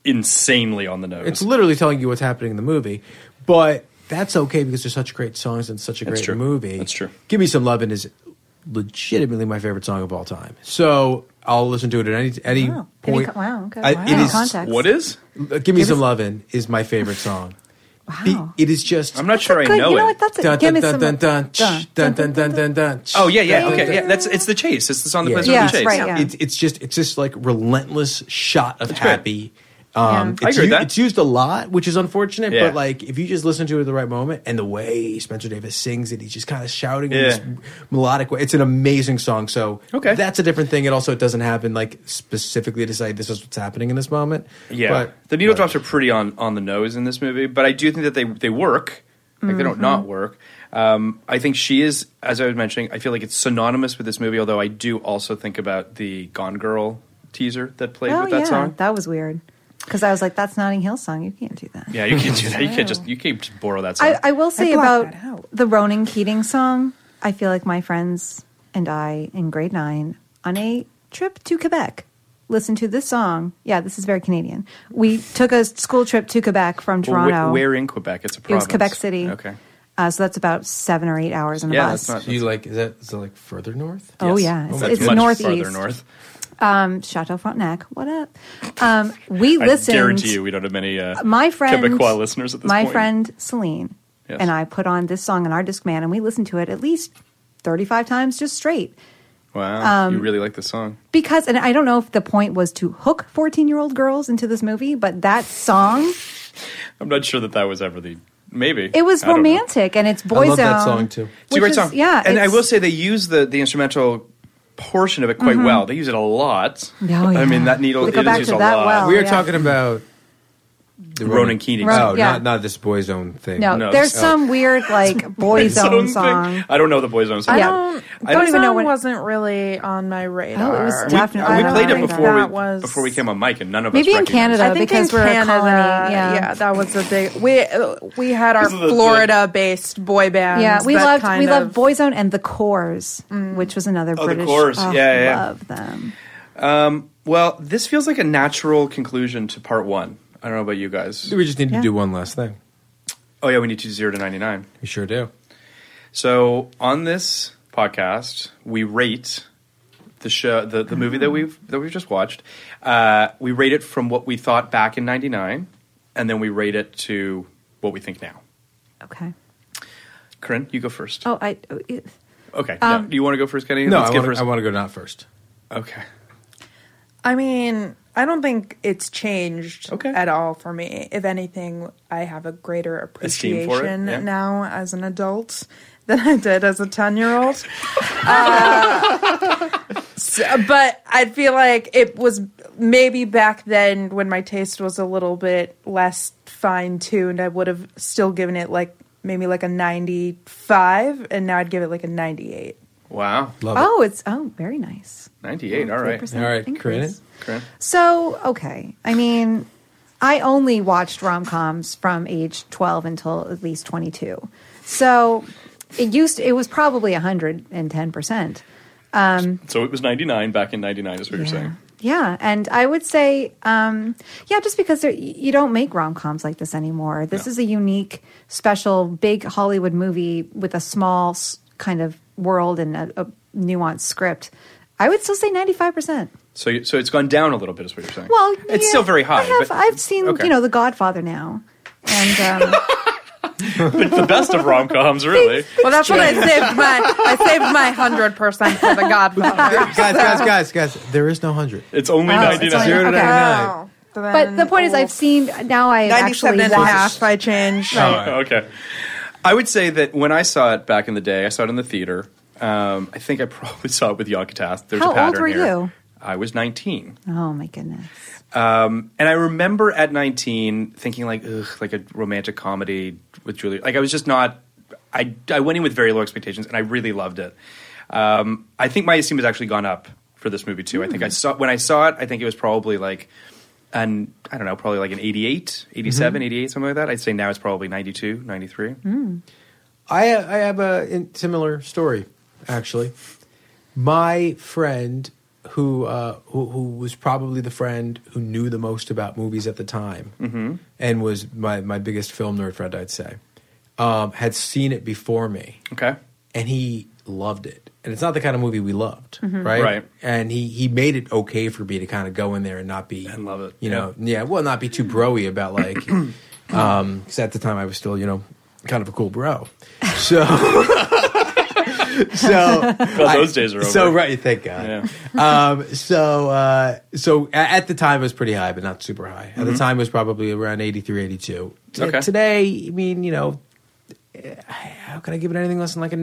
Speaker 7: insanely on the nose.
Speaker 6: It's literally telling you what's happening in the movie, but that's okay because they're such great songs and such a
Speaker 7: That's
Speaker 6: great
Speaker 7: true.
Speaker 6: movie.
Speaker 7: That's true.
Speaker 6: "Give Me Some Love" is legitimately my favorite song of all time. So I'll listen to it at any any
Speaker 8: Wow. Any
Speaker 6: point.
Speaker 8: co- wow, okay.
Speaker 6: I-
Speaker 8: Wow.
Speaker 6: it
Speaker 8: Any
Speaker 6: is-
Speaker 8: context. What is?
Speaker 6: Uh, Give me
Speaker 8: Give
Speaker 6: some
Speaker 8: us-
Speaker 6: lovin' is my favorite song. Wow. it is just. I'm
Speaker 7: not sure I
Speaker 8: good- know you know it. what, that's a-
Speaker 6: dun,
Speaker 8: give
Speaker 6: dun,
Speaker 8: me
Speaker 6: dun,
Speaker 8: some
Speaker 6: dun,
Speaker 8: of-
Speaker 6: dun,
Speaker 8: dun,
Speaker 6: shh, dun, dun, dun, dun, dun, shh,
Speaker 7: Oh yeah, yeah,
Speaker 6: dun,
Speaker 7: okay,
Speaker 6: dun,
Speaker 7: yeah.
Speaker 6: dun.
Speaker 7: That's it's the chase. It's the song that plays
Speaker 6: Yeah.
Speaker 7: with the chase.
Speaker 6: It's, it's just it's just like relentless shot of
Speaker 7: It's great.
Speaker 6: happy. Um,
Speaker 7: Yeah. I
Speaker 6: it's,
Speaker 7: agree with
Speaker 6: u-
Speaker 7: that.
Speaker 6: it's used a lot, which is unfortunate.
Speaker 7: Yeah.
Speaker 6: But like, if you just listen to it at the right moment, and the way Spencer Davis sings it, he's just kind of shouting
Speaker 7: Yeah.
Speaker 6: in this melodic way. It's an amazing song. So okay, that's a different thing. It also it doesn't happen like specifically to say this is what's happening in this moment.
Speaker 7: Yeah,
Speaker 6: but
Speaker 7: the needle drops are pretty on, on the nose in this movie, but I do think that they they work. Like they
Speaker 6: Mhm.
Speaker 7: don't not work. Um, I think she is, as I was mentioning, I feel like it's synonymous with this movie. Although I do also think about the Gone Girl teaser that played
Speaker 8: oh
Speaker 7: with that
Speaker 8: yeah,
Speaker 7: song.
Speaker 8: that was weird. Because I was like, that's Notting Hill song. You can't do that.
Speaker 7: Yeah, you can't do that. You can't just you can't just borrow that song.
Speaker 8: I, I will say
Speaker 9: blocked
Speaker 8: about the Ronan Keating song. I feel like my friends and I in grade nine on a trip to Quebec listened to this song. Yeah, this is very Canadian. We took a school trip to Quebec from
Speaker 7: Well, wh-
Speaker 8: Toronto.
Speaker 7: where in Quebec? It's a
Speaker 8: It was
Speaker 7: province.
Speaker 8: Quebec City.
Speaker 7: Okay.
Speaker 8: Uh, so that's about seven or eight hours on the
Speaker 6: yeah,
Speaker 8: bus.
Speaker 6: that's not. you like is that is that like further north?
Speaker 8: Oh, Yes. yeah. It's- it's
Speaker 7: much farther
Speaker 8: northeast.
Speaker 7: north.
Speaker 8: um, Chateau Frontenac. What up? Um, we
Speaker 7: I
Speaker 8: listened.
Speaker 7: guarantee you, we don't have many uh,
Speaker 8: my friend,
Speaker 7: Quebecois listeners at this
Speaker 8: my
Speaker 7: point.
Speaker 8: friend Celine
Speaker 7: Yes.
Speaker 8: and I put on this song in our Discman, and we listened to it at least thirty-five times just straight.
Speaker 7: Wow, you
Speaker 8: um,
Speaker 7: really like this song.
Speaker 8: Because, and I don't know if the point was to hook fourteen-year-old girls into this movie, but that song
Speaker 7: I'm not sure that that was ever the maybe.
Speaker 8: it was
Speaker 7: I don't know.
Speaker 8: romantic and it's boy zone.
Speaker 7: It's a great
Speaker 8: which
Speaker 7: song.
Speaker 8: is- yeah,
Speaker 7: and I
Speaker 8: it's-
Speaker 7: will say they use the the instrumental portion of it quite
Speaker 8: Mhm.
Speaker 7: well. They use it a lot.
Speaker 8: Oh, yeah.
Speaker 7: I mean that needle
Speaker 8: We
Speaker 7: it
Speaker 8: go
Speaker 7: is
Speaker 8: back
Speaker 7: used
Speaker 8: to
Speaker 7: a
Speaker 8: that
Speaker 7: lot.
Speaker 8: well,
Speaker 6: we are
Speaker 8: oh, yeah.
Speaker 6: talking about the
Speaker 7: Ronan Keating
Speaker 8: Ronan-
Speaker 6: Oh,
Speaker 8: yeah.
Speaker 6: not not this boy's own thing.
Speaker 8: No, there's some weird like boy
Speaker 7: Boyzone
Speaker 8: zone
Speaker 7: thing.
Speaker 8: song.
Speaker 7: I don't know the Boyzone song.
Speaker 8: I don't-
Speaker 7: I
Speaker 8: don't even know
Speaker 9: Song
Speaker 8: what-
Speaker 9: wasn't really on my radar.
Speaker 8: Oh, it was
Speaker 7: We,
Speaker 8: definitely
Speaker 7: we
Speaker 8: not
Speaker 7: played it
Speaker 8: like
Speaker 7: before
Speaker 9: that
Speaker 7: we
Speaker 9: was-
Speaker 7: before we came on mic, and none of
Speaker 8: Maybe
Speaker 7: us
Speaker 8: in
Speaker 7: recognized
Speaker 8: Canada,
Speaker 7: it.
Speaker 9: I think
Speaker 8: because
Speaker 9: in
Speaker 8: we're a
Speaker 9: Canada,
Speaker 8: colony, yeah.
Speaker 9: that was the big. We uh, we had our
Speaker 8: This is the- the-
Speaker 9: Florida-based boy bands.
Speaker 8: Yeah, we
Speaker 9: that
Speaker 8: loved
Speaker 9: kind
Speaker 8: we
Speaker 9: of, Mm.
Speaker 8: loved Boyzone and the Cores, which was another
Speaker 7: Oh, The
Speaker 8: British.
Speaker 7: Corrs,
Speaker 8: oh,
Speaker 7: yeah, yeah.
Speaker 8: love them.
Speaker 7: Um, well, this feels like a natural conclusion to part one. I don't know about you guys.
Speaker 6: We just need to do one last thing.
Speaker 7: Oh yeah, we need to do zero to ninety nine.
Speaker 6: We sure do.
Speaker 7: So on this podcast, we rate the show, the, the movie
Speaker 8: Mm-hmm.
Speaker 7: that we've that we've just watched. Uh, we rate it from what we thought back in ninety nine, and then we rate it to what we think now.
Speaker 8: Okay.
Speaker 7: Corinne, you go first.
Speaker 8: Oh, I. oh, it-
Speaker 7: Okay.
Speaker 8: Um,
Speaker 7: no, do you want to go first, Kenny?
Speaker 6: No,
Speaker 7: Let's
Speaker 6: I
Speaker 7: get
Speaker 6: wanna-
Speaker 7: first.
Speaker 6: I want to go not first.
Speaker 7: Okay.
Speaker 9: I mean, I don't think it's changed at all for me. If anything, I have a greater
Speaker 7: Esteem for it,
Speaker 9: appreciation
Speaker 7: yeah.
Speaker 9: now as an adult than I did as a 10 year old. but I feel like it was maybe back then when my taste was a little bit less fine tuned, I would have still given it like maybe like a 95, and now I'd give it like a 98.
Speaker 7: Wow.
Speaker 8: oh, it's oh, very nice.
Speaker 7: Ninety
Speaker 8: Oh,
Speaker 7: eight. All right.
Speaker 8: 3% All right, increase. Corinne.
Speaker 7: Corinne.
Speaker 8: So okay, I mean, I only watched rom coms from age twelve until at least twenty two. So it used it was probably hundred and ten percent. Um,
Speaker 7: So it was ninety nine back in ninety nine. Is what you're saying.
Speaker 8: Yeah, and I would say, um, yeah, just because there, you don't make rom coms like this anymore. This is a unique, special, big Hollywood movie with a small s- kind of world and a, a nuanced script. I would still say ninety five percent.
Speaker 7: So you- so it's gone down a little bit. Is what you're saying.
Speaker 8: Well,
Speaker 7: it's
Speaker 8: yeah,
Speaker 7: still very high.
Speaker 8: I have,
Speaker 7: but-
Speaker 8: I've seen
Speaker 7: okay.
Speaker 8: you know The Godfather now, and um,
Speaker 7: it's the best of rom coms, really.
Speaker 9: Well, that's what I saved my I saved my hundred percent for the Godfather.
Speaker 6: guys, guys, guys, guys. There is no hundred.
Speaker 7: It's only
Speaker 9: Oh,
Speaker 6: ninety
Speaker 9: it's only-
Speaker 6: Zero to
Speaker 9: okay.
Speaker 6: ninety-nine.
Speaker 8: but the point is, I've seen now. I have actually
Speaker 9: 97 oh. and a
Speaker 8: watched-
Speaker 9: half. I changed.
Speaker 7: Oh, okay. I would say that when I saw it back in the day, I saw it in the theater. Um, I think I probably saw it with Yakutas. There's
Speaker 8: How
Speaker 7: a
Speaker 8: old
Speaker 7: pattern
Speaker 8: were
Speaker 7: here.
Speaker 8: you?
Speaker 7: I was 19.
Speaker 8: Oh my goodness.
Speaker 7: Um, and I remember at 19 thinking like, ugh, like a romantic comedy with Julia. Like I was just not, I, I went in with very low expectations and I really loved it. Um, I think my esteem has actually gone up for this movie too. I
Speaker 6: Hmm.
Speaker 7: think I saw, when I saw it, I think it was probably like an, I don't know, probably like an 88,
Speaker 6: Mm-hmm.
Speaker 7: 87, 88, something like that. I'd say now it's probably 92, 93.
Speaker 6: Hmm. I I have a in- similar story actually. My friend who, uh, who who was probably the friend who knew the most about movies at the time
Speaker 12: Mm-hmm.
Speaker 6: and was my my biggest film nerd friend I'd say um, had seen it before me.
Speaker 7: Okay,
Speaker 6: and he loved it, and it's not the kind of movie we loved,
Speaker 12: Mhm.
Speaker 6: right?
Speaker 7: Right.
Speaker 6: And he he made it okay for me to kind of go in there and not be and love it, you know, yeah, well, not be too broy about like, because at the time I was still, you know, kind of a cool bro, so. so
Speaker 7: God, those days are over.
Speaker 6: So right, thank God. Um, so uh, so a- at the time it was pretty high, but not super high. At the
Speaker 12: Mhm.
Speaker 6: time it was probably around 83, 82. T-
Speaker 12: Okay.
Speaker 6: Today, I mean, you know, eh, how can I give it anything less than like a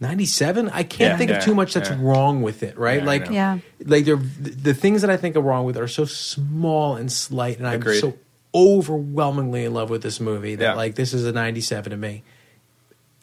Speaker 6: ninety-seven? I can't
Speaker 12: Yeah,
Speaker 6: think
Speaker 12: yeah,
Speaker 6: of too much that's
Speaker 12: yeah.
Speaker 6: wrong with it, right?
Speaker 12: Yeah, I
Speaker 6: like,
Speaker 12: know. Yeah.
Speaker 6: like they're, the the things that I think are wrong with it are so small and slight, and I'm
Speaker 7: Agreed.
Speaker 6: so overwhelmingly in love with this movie that
Speaker 7: Yeah.
Speaker 6: like this is a ninety-seven to me.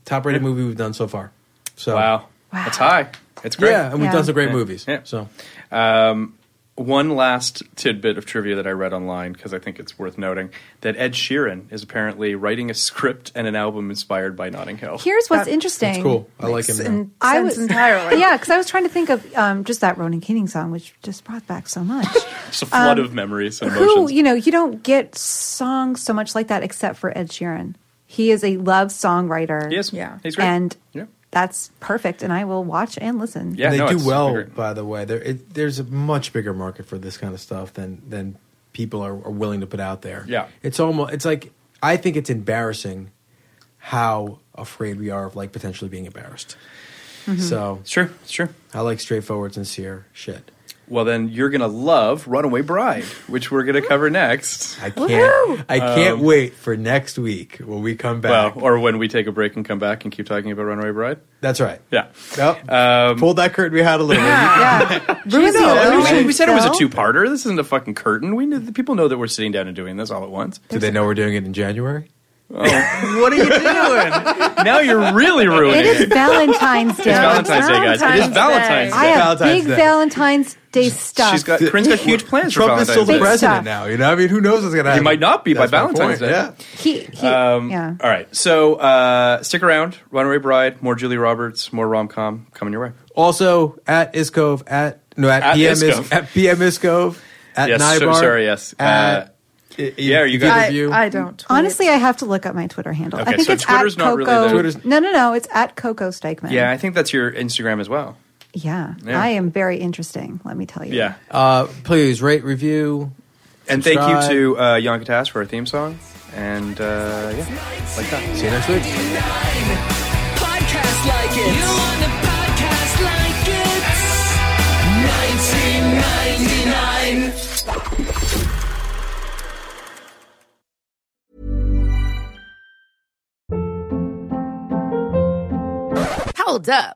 Speaker 6: Top-rated movie we've done so far. So
Speaker 7: wow. That's high. It's great.
Speaker 6: Yeah, and we've done Yeah. some great
Speaker 7: Yeah.
Speaker 6: movies,
Speaker 7: Yeah.
Speaker 6: So,
Speaker 7: um, one last tidbit of trivia that I read online because I think it's worth noting that Ed Sheeran is apparently writing a script and an album inspired by Notting Hill.
Speaker 8: Here's what's interesting.
Speaker 6: I like him.
Speaker 8: And
Speaker 9: Sense entirely.
Speaker 8: Yeah, because I was trying to think of um, just that Ronan Keating song, which just brought back so much.
Speaker 7: It's a flood
Speaker 8: Um,
Speaker 7: of memories and
Speaker 8: Who
Speaker 7: emotions.
Speaker 8: you know, you don't get songs so much like that except for Ed Sheeran. He is a love songwriter.
Speaker 7: Yes,
Speaker 8: yeah,
Speaker 7: he's great.
Speaker 8: and
Speaker 7: Yeah.
Speaker 8: that's perfect. And I will watch and listen.
Speaker 6: they do well, by the way. There, it, there's a much bigger market for this kind of stuff than than people are, are willing to put out there.
Speaker 7: Yeah.
Speaker 6: it's almost it's like I think it's embarrassing how afraid we are of like potentially being embarrassed.
Speaker 7: Mhm.
Speaker 6: So
Speaker 7: it's true, it's true.
Speaker 6: I like straightforward, sincere shit.
Speaker 7: Well, then you're going to love Runaway Bride, which we're going to cover next.
Speaker 6: I Can't, I can't wait for next week when we come back.
Speaker 7: Um, Well, or when we take a break and come back and keep talking about Runaway Bride.
Speaker 6: That's right.
Speaker 7: Yeah.
Speaker 6: Nope.
Speaker 7: Um,
Speaker 6: Pulled that curtain we had a little.
Speaker 7: You know, I mean, we,
Speaker 6: illusion
Speaker 7: we said it was a
Speaker 6: fell.
Speaker 7: two-parter. This isn't a fucking curtain. We knew the people know that we're sitting down and doing this all at once.
Speaker 6: Do they know we're doing it in January?
Speaker 7: Oh. what are you doing? now you're really ruining
Speaker 8: It
Speaker 7: it.
Speaker 8: is Valentine's Day.
Speaker 7: It's Valentine's Day, guys. It is Valentine's Day.
Speaker 8: I have
Speaker 7: Valentine's
Speaker 8: big
Speaker 7: Day.
Speaker 8: Valentine's Day stuff.
Speaker 7: She's got Corinne's got huge plans for
Speaker 6: Trump is
Speaker 7: Valentine's
Speaker 6: still the
Speaker 7: Day.
Speaker 6: president now. You know, I mean, who knows what's going to
Speaker 7: He
Speaker 6: happen?
Speaker 7: might not be
Speaker 6: That's
Speaker 7: by
Speaker 6: my
Speaker 7: Valentine's Day.
Speaker 6: point, Yeah.
Speaker 8: He, he
Speaker 7: Um,
Speaker 8: yeah.
Speaker 7: All right. So uh, stick around. Runaway Bride, more Julie Roberts, more rom com coming your way.
Speaker 6: Also at Iscove at no at,
Speaker 7: At
Speaker 6: PM is,
Speaker 7: Iscove.
Speaker 6: at PM Iscove at
Speaker 7: yes. so-
Speaker 6: Nybar.
Speaker 7: sorry. Yes.
Speaker 6: At,
Speaker 7: uh, yeah. You
Speaker 8: I,
Speaker 7: got
Speaker 8: I don't. Honestly, I have to look up my Twitter handle.
Speaker 7: Okay,
Speaker 8: I think
Speaker 7: so
Speaker 8: it's
Speaker 7: Twitter's
Speaker 8: at
Speaker 7: not
Speaker 8: Coco.
Speaker 7: really there. Twitter's-
Speaker 8: no, no, no. It's at Coco Steikman.
Speaker 7: Yeah. I think that's your Instagram as well.
Speaker 8: Yeah.
Speaker 7: Yeah.
Speaker 8: I am very interesting. Let me tell you.
Speaker 7: Yeah.
Speaker 6: Uh, please rate, review,
Speaker 7: And thank
Speaker 6: subscribe.
Speaker 7: you to uh, Jan Katash for our theme song. And uh, yeah, like that. See you next week.
Speaker 5: podcast like it. You want a podcast like it? 1999.
Speaker 14: Hold up.